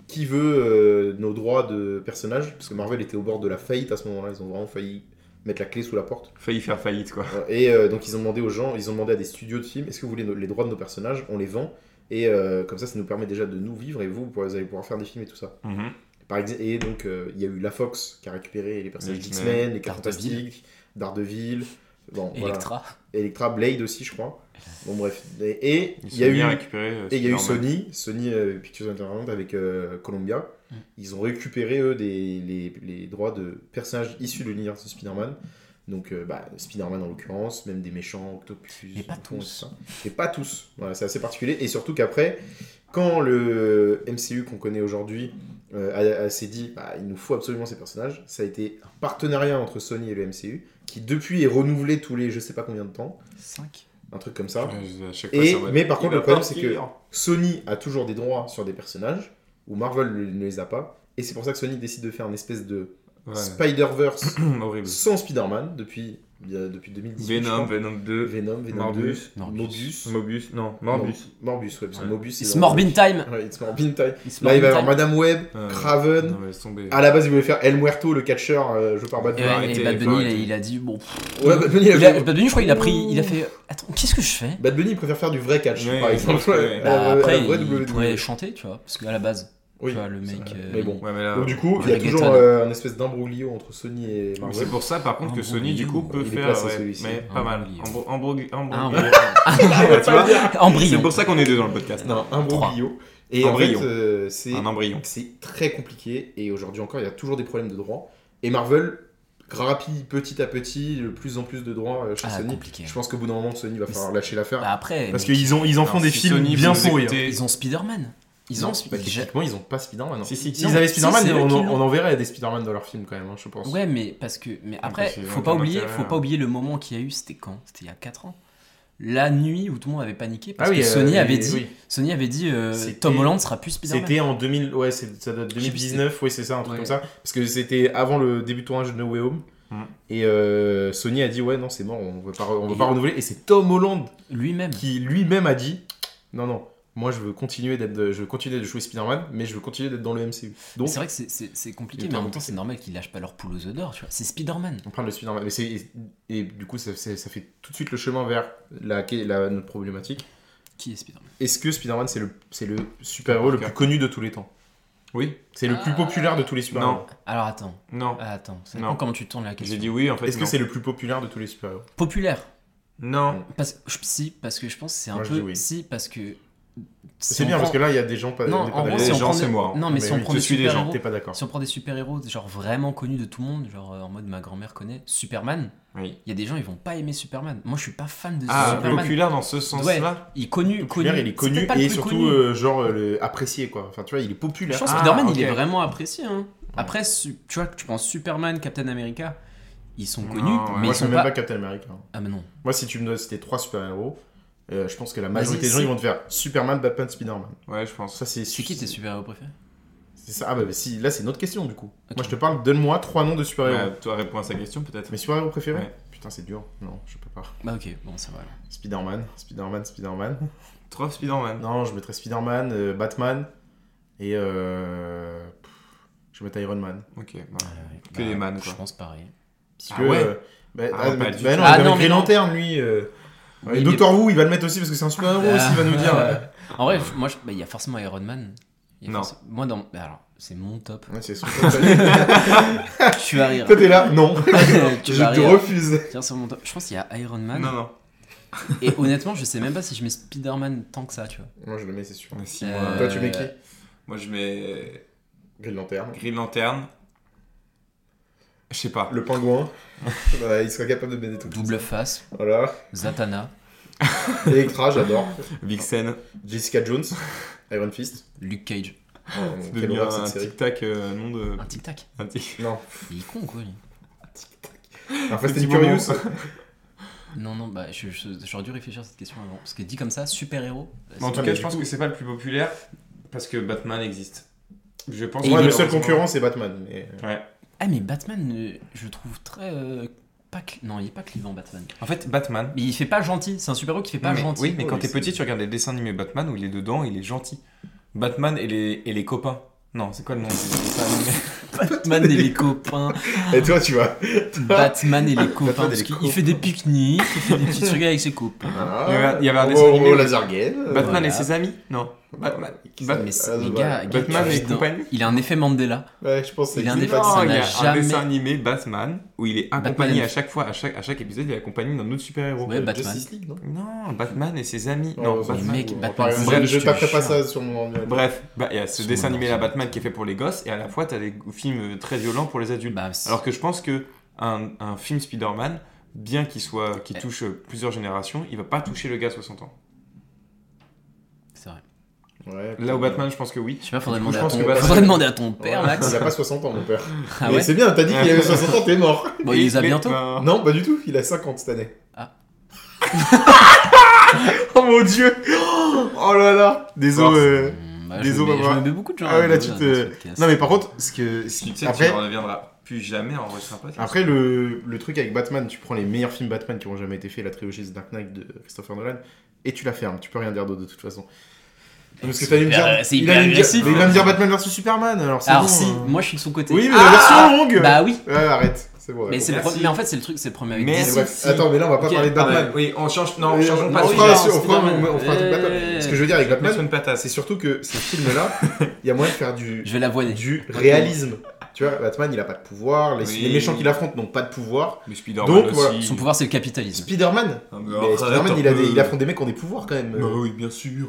[SPEAKER 5] qui veut euh, nos droits de personnages Parce que Marvel était au bord de la faillite à ce moment-là, ils ont vraiment failli mettre la clé sous la porte.
[SPEAKER 3] Failli faire faillite, quoi.
[SPEAKER 5] Euh, Et euh, donc ils ont demandé aux gens, ils ont demandé à des studios de films, est-ce que vous voulez nos- les droits de nos personnages On les vend. Et euh, comme ça, ça nous permet déjà de nous vivre et vous, vous pourrez- vous allez pouvoir faire des films et tout ça.
[SPEAKER 3] Mhm.
[SPEAKER 5] Par exemple, et donc euh, il y a eu La Fox qui a récupéré les personnages
[SPEAKER 3] Les
[SPEAKER 5] d'X-Men, les Quatre
[SPEAKER 4] Daredevil.
[SPEAKER 5] Fantastiques, Daredevil, bon, voilà.
[SPEAKER 4] Electra
[SPEAKER 5] Electra, Blade aussi, je crois. Bon, bref. Et, et
[SPEAKER 3] Ils
[SPEAKER 5] il
[SPEAKER 3] se
[SPEAKER 5] y a
[SPEAKER 3] sont bien
[SPEAKER 5] eu,
[SPEAKER 3] récupérés, euh,
[SPEAKER 5] et il y a eu
[SPEAKER 3] Spider-Man.
[SPEAKER 5] Sony, Sony euh, Pictures Entertainment avec euh, Columbia.
[SPEAKER 4] Mm.
[SPEAKER 5] Ils ont récupéré eux des, les, les droits de personnages issus de l'univers de Spider-Man. Donc euh, bah, Spider-Man en l'occurrence, même des méchants, Octopus,
[SPEAKER 4] Mais pas
[SPEAKER 5] Python,
[SPEAKER 4] tous.
[SPEAKER 5] tout ça. Mais pas tous. Voilà, c'est assez particulier. Et surtout qu'après, quand le MCU qu'on connaît aujourd'hui euh, a- a- s'est dit bah, il nous faut absolument ces personnages, ça a été un partenariat entre Sony et le MCU qui depuis est renouvelé tous les je sais pas combien de temps,
[SPEAKER 4] 5
[SPEAKER 5] un truc comme ça.
[SPEAKER 3] Ouais, à chaque fois,
[SPEAKER 5] Et,
[SPEAKER 3] ça va-
[SPEAKER 5] mais par
[SPEAKER 3] Il
[SPEAKER 5] contre,
[SPEAKER 3] va
[SPEAKER 5] le problème, c'est
[SPEAKER 3] partir.
[SPEAKER 5] que Sony a toujours des droits sur des personnages, où Marvel ne ne les a pas. Et c'est pour ça que Sony décide de faire une espèce de
[SPEAKER 3] Ouais.
[SPEAKER 5] Spider-Verse
[SPEAKER 3] [CLEARS THROAT] Horrible.
[SPEAKER 5] sans Spider-Man depuis il y a- depuis 2018. je
[SPEAKER 3] Venom,
[SPEAKER 5] crois.
[SPEAKER 3] Venom 2,
[SPEAKER 5] Venom, Venom
[SPEAKER 3] Morbus.
[SPEAKER 5] 2,
[SPEAKER 4] Morbus.
[SPEAKER 5] Mobius.
[SPEAKER 3] Mobius, non, Morbus.
[SPEAKER 5] Non, Morbus, ouais, parce que
[SPEAKER 3] Ouais.
[SPEAKER 5] Mobius. ils
[SPEAKER 4] It's
[SPEAKER 5] ont-
[SPEAKER 4] Morbin Time
[SPEAKER 5] Ouais, It's Morbin Time.
[SPEAKER 4] It's
[SPEAKER 5] Là, il va y
[SPEAKER 4] Morbin
[SPEAKER 5] avoir
[SPEAKER 4] Time.
[SPEAKER 5] Madame Web,
[SPEAKER 3] Euh,
[SPEAKER 5] Craven.
[SPEAKER 3] Non, mais laisse tomber.
[SPEAKER 5] À la base, il voulait faire El Muerto, le catcheur, euh, joué par
[SPEAKER 4] Et
[SPEAKER 5] Batman.
[SPEAKER 4] ouais,
[SPEAKER 3] arrêter,
[SPEAKER 4] et
[SPEAKER 3] faut
[SPEAKER 4] Bad Bunny, il a,
[SPEAKER 3] arrêter.
[SPEAKER 4] il a dit bon. pff,
[SPEAKER 5] Ouais, Bad Bunny, il a
[SPEAKER 4] il a-
[SPEAKER 5] voulu-
[SPEAKER 4] Bad Bunny, je crois, il a pris, il a fait. Attends, qu'est-ce que je fais
[SPEAKER 5] Bad Bunny, il préfère faire du vrai catch,
[SPEAKER 3] Ouais,
[SPEAKER 5] par
[SPEAKER 3] je
[SPEAKER 5] exemple.
[SPEAKER 3] pense que, ouais.
[SPEAKER 5] À la-
[SPEAKER 4] Bah,
[SPEAKER 5] à la
[SPEAKER 4] après,
[SPEAKER 5] vraie
[SPEAKER 4] il
[SPEAKER 5] WWE.
[SPEAKER 4] pourrait chanter, tu vois, parce qu'à la base,
[SPEAKER 5] Oui.
[SPEAKER 4] tu vois, le mec.
[SPEAKER 5] vrai.
[SPEAKER 4] euh,
[SPEAKER 5] Mais
[SPEAKER 4] [LAUGHS]
[SPEAKER 5] bon.
[SPEAKER 3] Ouais, mais là,
[SPEAKER 5] Donc, du coup, il y a
[SPEAKER 4] Reggaeton.
[SPEAKER 5] toujours euh, un espèce d'imbroglio entre Sony et
[SPEAKER 4] Ah,
[SPEAKER 3] Donc,
[SPEAKER 5] Marvel.
[SPEAKER 3] C'est pour ça, par contre, que
[SPEAKER 4] Ambroglio.
[SPEAKER 3] Sony, du coup, peut
[SPEAKER 5] Il est
[SPEAKER 3] faire.
[SPEAKER 5] placé,
[SPEAKER 3] ouais,
[SPEAKER 5] celui-ci.
[SPEAKER 3] mais pas mal.
[SPEAKER 4] Ambroglio.
[SPEAKER 3] Ambroglio.
[SPEAKER 4] Ah, Ambroglio.
[SPEAKER 3] Ambroglio.
[SPEAKER 5] [LAUGHS]
[SPEAKER 3] Tu vois C'est
[SPEAKER 4] Embryon.
[SPEAKER 3] pour ça qu'on est deux dans le podcast.
[SPEAKER 5] Non, imbroglio. Et en fait,
[SPEAKER 3] Embryon.
[SPEAKER 5] euh, c'est
[SPEAKER 3] Un embryon.
[SPEAKER 5] C'est très compliqué et aujourd'hui encore, il y a toujours des problèmes de droit. Et Marvel grappille petit à petit de plus en plus de droits euh, chez
[SPEAKER 4] Ah,
[SPEAKER 5] Sony.
[SPEAKER 4] compliqué.
[SPEAKER 5] Je pense qu'au bout d'un moment, Sony va
[SPEAKER 4] Mais
[SPEAKER 5] falloir lâcher l'affaire.
[SPEAKER 4] Bah après,
[SPEAKER 5] parce
[SPEAKER 4] mais
[SPEAKER 5] qu'ils ont- ils en
[SPEAKER 3] Alors,
[SPEAKER 5] font des
[SPEAKER 3] si
[SPEAKER 5] films
[SPEAKER 3] Sony,
[SPEAKER 5] bien
[SPEAKER 3] vous
[SPEAKER 5] pourris. hein.
[SPEAKER 3] écoutez-
[SPEAKER 4] ils ont Spider-Man. Ils ont
[SPEAKER 5] Non, bah,
[SPEAKER 4] Spider-Man.
[SPEAKER 5] techniquement, ils ont pas Spider-Man. non.
[SPEAKER 3] Si, si,
[SPEAKER 5] S'ils avaient
[SPEAKER 4] si,
[SPEAKER 5] Spider-Man,
[SPEAKER 4] c'est eux
[SPEAKER 5] on,
[SPEAKER 4] qui
[SPEAKER 5] en-
[SPEAKER 4] l'ont.
[SPEAKER 5] on en verrait des Spider-Man dans leurs films quand même, hein, je pense.
[SPEAKER 4] Ouais, mais parce que. Mais
[SPEAKER 5] Ah,
[SPEAKER 4] après,
[SPEAKER 3] parce qu'ils
[SPEAKER 4] faut
[SPEAKER 3] ont
[SPEAKER 4] pas
[SPEAKER 3] un
[SPEAKER 4] oublier,
[SPEAKER 3] intérêt,
[SPEAKER 4] faut
[SPEAKER 5] euh,
[SPEAKER 4] pas
[SPEAKER 3] hein.
[SPEAKER 4] oublier le moment qu'il y a eu. C'était quand C'était il y a 4 ans. La nuit où tout le monde avait paniqué parce
[SPEAKER 5] Ah oui,
[SPEAKER 4] que Sony,
[SPEAKER 5] euh,
[SPEAKER 4] avait
[SPEAKER 5] et-
[SPEAKER 4] dit,
[SPEAKER 5] oui.
[SPEAKER 4] Sony avait dit. euh,
[SPEAKER 5] C'était-
[SPEAKER 4] Tom Holland sera plus Spider-Man.
[SPEAKER 5] C'était en 2000, ouais, c'est- ça doit être
[SPEAKER 4] Je sais plus
[SPEAKER 5] 2019, ouais, c'est ça, un truc
[SPEAKER 4] Ouais.
[SPEAKER 5] comme ça. Parce que c'était avant le début de tournage de No Way Home.
[SPEAKER 3] Mm.
[SPEAKER 5] Et euh, Sony a dit, ouais, non, c'est mort, on veut pas, on veut
[SPEAKER 4] Et-
[SPEAKER 5] pas renouveler. Et c'est Tom Holland
[SPEAKER 4] Mm. Lui-même.
[SPEAKER 5] qui lui-même a dit, non, non, moi je veux continuer d'être, je veux continuer de jouer Spider-Man, mais je veux continuer d'être dans le MCU.
[SPEAKER 4] Mais
[SPEAKER 5] Donc,
[SPEAKER 4] C'est vrai que c'est- c'est c'est compliqué,
[SPEAKER 5] Et
[SPEAKER 4] mais en
[SPEAKER 5] t'as
[SPEAKER 4] même temps, c'est normal qu'ils lâchent pas leur poule aux œufs d'or, tu vois. C'est Spider-Man.
[SPEAKER 5] on parle de Spider-Man. Mais c'est- et, et du coup, ça, c'est- ça fait tout de suite le chemin vers la, la- notre problématique.
[SPEAKER 4] Qui est Spider-Man
[SPEAKER 5] Est-ce que Spider-Man, c'est le, c'est le super-héros le plus connu de tous les temps
[SPEAKER 3] Oui.
[SPEAKER 5] C'est le
[SPEAKER 4] Euh,
[SPEAKER 5] plus populaire de tous les super-héros
[SPEAKER 4] Alors attends,
[SPEAKER 3] Non.
[SPEAKER 4] Ah, attends, ça
[SPEAKER 3] Non.
[SPEAKER 4] dépend comment tu tournes la
[SPEAKER 3] J'ai
[SPEAKER 4] question.
[SPEAKER 3] dit oui, en fait.
[SPEAKER 5] Est-ce que
[SPEAKER 3] non.
[SPEAKER 5] c'est le plus populaire de tous les super-héros
[SPEAKER 4] Populaire.
[SPEAKER 3] Non.
[SPEAKER 4] Parce, je- si, parce que je pense que c'est un
[SPEAKER 5] Moi, je
[SPEAKER 4] peu.
[SPEAKER 5] dis oui.
[SPEAKER 4] Si, parce que. si
[SPEAKER 5] C'est
[SPEAKER 4] on
[SPEAKER 5] bien parce que
[SPEAKER 4] prend-
[SPEAKER 5] là, il y a des gens pas.
[SPEAKER 4] Non,
[SPEAKER 5] des-
[SPEAKER 4] en
[SPEAKER 5] pas
[SPEAKER 4] gros,
[SPEAKER 5] d'accord.
[SPEAKER 4] si on
[SPEAKER 3] les gens,
[SPEAKER 4] prend
[SPEAKER 3] c'est
[SPEAKER 4] des-
[SPEAKER 3] moi, hein.
[SPEAKER 4] Non, mais,
[SPEAKER 5] Mais
[SPEAKER 4] si on
[SPEAKER 5] oui,
[SPEAKER 4] prend
[SPEAKER 5] je
[SPEAKER 4] des
[SPEAKER 3] suis des gens,
[SPEAKER 4] super-héros.
[SPEAKER 5] T'es pas d'accord.
[SPEAKER 4] Si on prend des super-héros, genre vraiment connus de tout le monde, genre euh, en mode ma grand-mère connaît Superman,
[SPEAKER 3] Oui.
[SPEAKER 4] il y a des gens, ils vont pas aimer Superman. Moi, je suis pas fan de
[SPEAKER 3] Ah,
[SPEAKER 4] Superman.
[SPEAKER 3] populaire dans ce sens-là
[SPEAKER 4] Il est connu, connu.
[SPEAKER 5] Populaire, il est
[SPEAKER 4] C'est peut-être
[SPEAKER 5] connu
[SPEAKER 4] pas le
[SPEAKER 5] et
[SPEAKER 4] plus
[SPEAKER 5] surtout
[SPEAKER 4] connu.
[SPEAKER 5] euh, genre euh, le- apprécié quoi. Enfin, tu vois, il est populaire.
[SPEAKER 4] Je pense que
[SPEAKER 3] Ah,
[SPEAKER 4] Spider-Man, il
[SPEAKER 3] ok.
[SPEAKER 4] est vraiment apprécié. hein. Après, su- tu vois, tu penses Superman, Captain America, ils sont connus,
[SPEAKER 3] Non, ouais.
[SPEAKER 5] Moi,
[SPEAKER 4] mais ils
[SPEAKER 5] je suis
[SPEAKER 4] sont
[SPEAKER 5] même pas...
[SPEAKER 4] pas.
[SPEAKER 5] Captain America. hein.
[SPEAKER 4] Ah, mais non.
[SPEAKER 5] Moi, si tu me donnes c'était trois super-héros, euh, je pense que la
[SPEAKER 4] Vas-y,
[SPEAKER 5] majorité des gens
[SPEAKER 4] si.
[SPEAKER 5] ils vont te faire Superman, Batman, Spider-Man.
[SPEAKER 3] Ouais, je pense.
[SPEAKER 5] Ça c'est
[SPEAKER 4] C'est qui tes super-héros préférés
[SPEAKER 5] C'est ça. Ah bah bah, si, là c'est notre question du coup.
[SPEAKER 4] Ok.
[SPEAKER 5] Moi, je te parle, donne-moi trois noms de
[SPEAKER 3] Bah,
[SPEAKER 5] super-héros.
[SPEAKER 3] Toi, réponds à sa question, peut-être.
[SPEAKER 5] Mes super-héros préférés
[SPEAKER 3] Ouais.
[SPEAKER 5] Putain, c'est dur. Non, je peux pas.
[SPEAKER 4] Bah, ok, bon, ça va. alors.
[SPEAKER 5] Spider-Man, Spider-Man, Spider-Man.
[SPEAKER 3] Trois Spider-Man.
[SPEAKER 5] Non, je mettrais Spider-Man, euh, Batman et euh, pff, je mettrais Iron Man.
[SPEAKER 3] Ok. bah.
[SPEAKER 4] Ouais,
[SPEAKER 3] Que les man,
[SPEAKER 4] Je
[SPEAKER 3] quoi.
[SPEAKER 4] pense pareil.
[SPEAKER 5] Parce
[SPEAKER 3] Ah
[SPEAKER 5] que,
[SPEAKER 3] ouais
[SPEAKER 5] euh, bah,
[SPEAKER 3] Ah,
[SPEAKER 5] ah,
[SPEAKER 3] pas
[SPEAKER 5] mais-
[SPEAKER 3] du
[SPEAKER 5] bah
[SPEAKER 3] tout.
[SPEAKER 5] non,
[SPEAKER 4] Ah
[SPEAKER 5] il
[SPEAKER 4] non,
[SPEAKER 5] va
[SPEAKER 4] mais
[SPEAKER 5] mettre
[SPEAKER 4] non.
[SPEAKER 5] lanterne lui. euh.
[SPEAKER 4] Oui, Ah.
[SPEAKER 5] Et
[SPEAKER 4] il est-
[SPEAKER 5] Doctor Who, il va le mettre aussi parce que c'est un super héros aussi, il va nous dire. euh.
[SPEAKER 4] [LAUGHS] En vrai, f- moi, je- bah, il y a forcément Iron Man. Il y a
[SPEAKER 3] Non.
[SPEAKER 4] forcément- Moi, dans. bah, alors, c'est
[SPEAKER 3] [LAUGHS]
[SPEAKER 4] mon top.
[SPEAKER 5] Ouais, c'est son [LAUGHS] Toi
[SPEAKER 4] tu vas rire.
[SPEAKER 5] t'es là, non. [LAUGHS]
[SPEAKER 4] tu
[SPEAKER 5] je
[SPEAKER 4] vas
[SPEAKER 5] te
[SPEAKER 4] rire.
[SPEAKER 5] refuse.
[SPEAKER 4] Tiens, sur mon top. Je pense qu'il y a Iron Man.
[SPEAKER 3] Non, non.
[SPEAKER 4] Et honnêtement, je sais même pas si je mets Spider-Man tant que ça, tu vois.
[SPEAKER 5] Moi je le mets, c'est sûr.
[SPEAKER 3] Mais si,
[SPEAKER 4] Euh,
[SPEAKER 5] Toi
[SPEAKER 3] moi,
[SPEAKER 5] tu mets qui
[SPEAKER 3] moi, je mets
[SPEAKER 5] Green Lanterne.
[SPEAKER 3] Green Lantern. Je sais pas.
[SPEAKER 5] Le pingouin. Bah, il serait capable de m'aider tout.
[SPEAKER 4] Double face,
[SPEAKER 5] Voilà.
[SPEAKER 4] Zatanna,
[SPEAKER 5] Electra, j'adore.
[SPEAKER 3] Vixen.
[SPEAKER 5] Jessica Jones. Iron
[SPEAKER 4] [LAUGHS]
[SPEAKER 5] Fist.
[SPEAKER 4] Luke Cage.
[SPEAKER 5] Oh, mon-
[SPEAKER 3] C'est
[SPEAKER 5] quelle
[SPEAKER 3] devenu
[SPEAKER 5] horreur, cette
[SPEAKER 3] un
[SPEAKER 5] série.
[SPEAKER 3] tic-tac euh, nom de.
[SPEAKER 4] Un tic-tac.
[SPEAKER 3] Un tic.
[SPEAKER 5] Non.
[SPEAKER 4] Il est con, quoi, lui.
[SPEAKER 5] Un Fast
[SPEAKER 3] Petit
[SPEAKER 5] and Curious.
[SPEAKER 3] moment.
[SPEAKER 4] Non, non, bah, je- je- j'aurais dû réfléchir à cette question avant. Parce que dit comme ça, super-héros. bah,
[SPEAKER 3] Mais en
[SPEAKER 4] c'est-
[SPEAKER 3] tout
[SPEAKER 5] mais
[SPEAKER 3] cas,
[SPEAKER 5] du
[SPEAKER 3] je pense que c'est pas le plus populaire parce que Batman existe. Je pense.
[SPEAKER 4] Et
[SPEAKER 5] Moi,
[SPEAKER 4] il
[SPEAKER 5] le
[SPEAKER 4] est-
[SPEAKER 5] seul concurrent, c'est Batman. mais-
[SPEAKER 3] Ouais.
[SPEAKER 4] Ah, mais Batman, euh, je le trouve très. euh, pas cl- Non, il est pas clivant, Batman.
[SPEAKER 3] En fait, Batman.
[SPEAKER 4] Mais il fait pas gentil. C'est un super-héros qui fait pas
[SPEAKER 3] Non, mais-
[SPEAKER 4] gentil. Oh,
[SPEAKER 3] Oui, Oh, mais
[SPEAKER 5] Oui,
[SPEAKER 3] quand
[SPEAKER 5] oui,
[SPEAKER 3] t'es
[SPEAKER 5] c'est-
[SPEAKER 3] petit, tu regardes les dessins animés Batman où il est dedans, il est gentil. Batman et les, et les copains. Non, c'est quoi le nom des dessins animés
[SPEAKER 4] Batman et les copains.
[SPEAKER 5] euh, Et [LAUGHS] toi, tu vois.
[SPEAKER 4] Batman et les copains.
[SPEAKER 5] Batman et
[SPEAKER 4] parce
[SPEAKER 5] les
[SPEAKER 4] qu'il
[SPEAKER 5] copains.
[SPEAKER 4] fait des pique-niques, il fait des petits trucs avec ses copains.
[SPEAKER 3] Il y avait- il y avait un
[SPEAKER 5] Au-
[SPEAKER 3] dessin animé
[SPEAKER 5] Au
[SPEAKER 3] où-
[SPEAKER 5] Oh, laser game.
[SPEAKER 3] Batman
[SPEAKER 4] Voilà.
[SPEAKER 3] et ses amis Non. Euh, Batman. Bat-
[SPEAKER 4] Mais c'est-
[SPEAKER 5] Ah,
[SPEAKER 4] mais
[SPEAKER 5] ouais.
[SPEAKER 4] gars, gars,
[SPEAKER 3] Batman
[SPEAKER 4] tu
[SPEAKER 3] et
[SPEAKER 4] vis dans-
[SPEAKER 3] compagnie.
[SPEAKER 4] Il a un effet Mandela.
[SPEAKER 5] Ouais, je pense que
[SPEAKER 4] Il a un
[SPEAKER 5] c'est
[SPEAKER 4] effet-
[SPEAKER 5] Batman.
[SPEAKER 3] Non, il y a
[SPEAKER 4] ça n'a
[SPEAKER 3] un dessin
[SPEAKER 4] jamais-
[SPEAKER 3] animé Batman où il est accompagné
[SPEAKER 4] Batman.
[SPEAKER 3] à chaque fois, à chaque, à chaque épisode, il est accompagné d'un autre super-héros.
[SPEAKER 4] Ouais, Batman.
[SPEAKER 5] Justice League, non
[SPEAKER 3] Non, Batman et ses amis. Non,
[SPEAKER 5] Oh, ça,
[SPEAKER 3] Batman.
[SPEAKER 4] mec,
[SPEAKER 5] c'est-
[SPEAKER 4] Batman,
[SPEAKER 5] Bref,
[SPEAKER 4] c'est-
[SPEAKER 5] je
[SPEAKER 4] je te
[SPEAKER 5] taperai
[SPEAKER 4] jure.
[SPEAKER 5] pas ça sur mon ordinateur.
[SPEAKER 3] Bref, bah, il y a ce
[SPEAKER 4] Sous
[SPEAKER 3] dessin
[SPEAKER 4] mon
[SPEAKER 3] animé là
[SPEAKER 4] ordi.
[SPEAKER 3] Batman qui est fait pour les gosses et à la fois t'as des films euh, très violents pour les adultes.
[SPEAKER 4] Bah, c'est-
[SPEAKER 3] Alors que je pense que un, un film Spider-Man, bien qu'il soit qui touche euh, plusieurs générations, il va pas toucher le gars à 60 ans.
[SPEAKER 4] c'est vrai.
[SPEAKER 5] Ouais,
[SPEAKER 3] Là où Batman, je pense que oui.
[SPEAKER 4] Euh, Je sais pas, faudrait,
[SPEAKER 5] Du coup, je
[SPEAKER 4] demander, à
[SPEAKER 5] pense
[SPEAKER 4] ton...
[SPEAKER 5] que Batman-
[SPEAKER 4] faudrait demander à ton père,
[SPEAKER 5] Ouais. [LAUGHS]
[SPEAKER 4] Max.
[SPEAKER 5] Il a pas 60 ans, mon père.
[SPEAKER 4] Ah
[SPEAKER 5] Mais
[SPEAKER 4] ouais
[SPEAKER 5] c'est bien, t'as dit qu'il
[SPEAKER 3] Ah.
[SPEAKER 5] avait 60 ans, t'es mort.
[SPEAKER 4] Bon, il les a
[SPEAKER 3] Mais-
[SPEAKER 4] bientôt.
[SPEAKER 3] euh,
[SPEAKER 5] Non, pas du tout, il a 50 cette année.
[SPEAKER 4] Ah.
[SPEAKER 5] [LAUGHS] oh mon dieu Oh là là
[SPEAKER 3] Force.
[SPEAKER 5] Désolé. euh,
[SPEAKER 4] Mmh, bah,
[SPEAKER 5] Désolé,
[SPEAKER 4] je me mets-
[SPEAKER 5] papa.
[SPEAKER 4] je me mets beaucoup de gens.
[SPEAKER 5] Ah ouais, là
[SPEAKER 4] dans
[SPEAKER 5] tu
[SPEAKER 4] ce
[SPEAKER 5] te.
[SPEAKER 4] podcast.
[SPEAKER 5] Non, mais par contre, ce que. ce qui-
[SPEAKER 3] Tu sais, tu
[SPEAKER 5] Après,
[SPEAKER 3] en reviendras. plus jamais enregistrer un podcast.
[SPEAKER 5] Après, le, le truc avec Batman, tu prends les meilleurs films Batman qui ont jamais été faits, la trilogie The Dark Knight de Christopher Nolan, et tu la fermes. Tu peux rien dire d'autre de toute façon. Parce que
[SPEAKER 4] C'est
[SPEAKER 5] t'allais me
[SPEAKER 4] hyper-
[SPEAKER 5] dire.
[SPEAKER 4] c'est
[SPEAKER 5] il
[SPEAKER 4] hyper
[SPEAKER 5] allait me dire-
[SPEAKER 4] agressif,
[SPEAKER 5] mais il
[SPEAKER 4] hein.
[SPEAKER 5] va me dire Batman vs Superman, alors c'est
[SPEAKER 4] Alors
[SPEAKER 5] bon,
[SPEAKER 4] si,
[SPEAKER 5] euh.
[SPEAKER 4] moi je suis de son côté.
[SPEAKER 5] Oui, mais la version longue
[SPEAKER 4] Bah oui.
[SPEAKER 5] Ouais, arrête, c'est bon.
[SPEAKER 4] Mais, c'est le
[SPEAKER 3] merci.
[SPEAKER 4] premier- mais en fait, c'est le truc, c'est le premier avec
[SPEAKER 3] Mais
[SPEAKER 5] Mais
[SPEAKER 4] DC.
[SPEAKER 5] bref,
[SPEAKER 3] si.
[SPEAKER 5] Attends, mais là, on va pas
[SPEAKER 4] Ok. bah,
[SPEAKER 5] parler de
[SPEAKER 3] Ah
[SPEAKER 5] Batman.
[SPEAKER 3] ouais, oui, on change, non,
[SPEAKER 5] Euh,
[SPEAKER 3] changeons
[SPEAKER 5] on
[SPEAKER 3] pas
[SPEAKER 5] fera-
[SPEAKER 3] de sujet.
[SPEAKER 5] on fera-
[SPEAKER 4] sujet,
[SPEAKER 5] on fera-
[SPEAKER 4] Spider-Man.
[SPEAKER 5] on fera un truc Batman.
[SPEAKER 4] Euh.
[SPEAKER 5] Ce que je veux dire avec
[SPEAKER 3] Mais sur
[SPEAKER 5] Batman,
[SPEAKER 3] une patate.
[SPEAKER 5] c'est surtout que ces
[SPEAKER 4] [LAUGHS]
[SPEAKER 5] films-là, il y a moyen de faire du,
[SPEAKER 4] Je vais la voiler.
[SPEAKER 5] du réalisme. Tu vois, Batman, il a pas de pouvoir, les,
[SPEAKER 3] Oui.
[SPEAKER 5] les méchants qu'il affronte n'ont pas de pouvoir.
[SPEAKER 3] Mais Spider-Man
[SPEAKER 5] Donc, voilà.
[SPEAKER 3] aussi.
[SPEAKER 4] Son pouvoir, c'est le capitalisme.
[SPEAKER 5] Spider-Man
[SPEAKER 3] Ah,
[SPEAKER 5] mais
[SPEAKER 3] mais arrête,
[SPEAKER 5] Spider-Man,
[SPEAKER 3] un
[SPEAKER 5] il, a
[SPEAKER 3] peu.
[SPEAKER 5] des- il affronte des mecs qui ont des pouvoirs quand même.
[SPEAKER 3] Bah oui, bien sûr.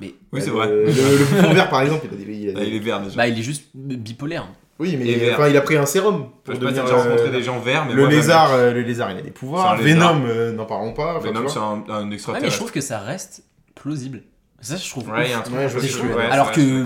[SPEAKER 4] Mais-
[SPEAKER 3] Oui, c'est
[SPEAKER 5] Euh,
[SPEAKER 3] vrai.
[SPEAKER 5] Le, le bouffon vert, par exemple, il a des. il a des-
[SPEAKER 3] Bah, il est vert déjà.
[SPEAKER 4] Bah, il est juste bipolaire.
[SPEAKER 5] Oui,
[SPEAKER 3] Et
[SPEAKER 5] mais
[SPEAKER 3] vert.
[SPEAKER 5] enfin, il a pris un sérum
[SPEAKER 3] Pour
[SPEAKER 5] pour
[SPEAKER 3] je sais pas si
[SPEAKER 5] devenir.
[SPEAKER 3] j'ai
[SPEAKER 5] euh,
[SPEAKER 3] rencontré des gens verts, mais
[SPEAKER 5] Le
[SPEAKER 3] moi,
[SPEAKER 5] lézard, euh, le lézard, il a des pouvoirs.
[SPEAKER 3] C'est un lézard.
[SPEAKER 5] Venom, euh, n'en parlons
[SPEAKER 3] jamais.
[SPEAKER 5] pas. enfin, tu
[SPEAKER 3] Venom,
[SPEAKER 5] vois.
[SPEAKER 3] c'est un, un
[SPEAKER 4] Ouais, mais je
[SPEAKER 3] extraterrestre.
[SPEAKER 4] trouve que ça reste plausible. Ça, je trouve.
[SPEAKER 3] Ouais, il y
[SPEAKER 4] ouf.
[SPEAKER 3] a un truc.
[SPEAKER 5] Ouais, je vois ce que tu veux dire.
[SPEAKER 3] Ouais,
[SPEAKER 4] Alors
[SPEAKER 3] c'est
[SPEAKER 4] que
[SPEAKER 3] vrai, je suis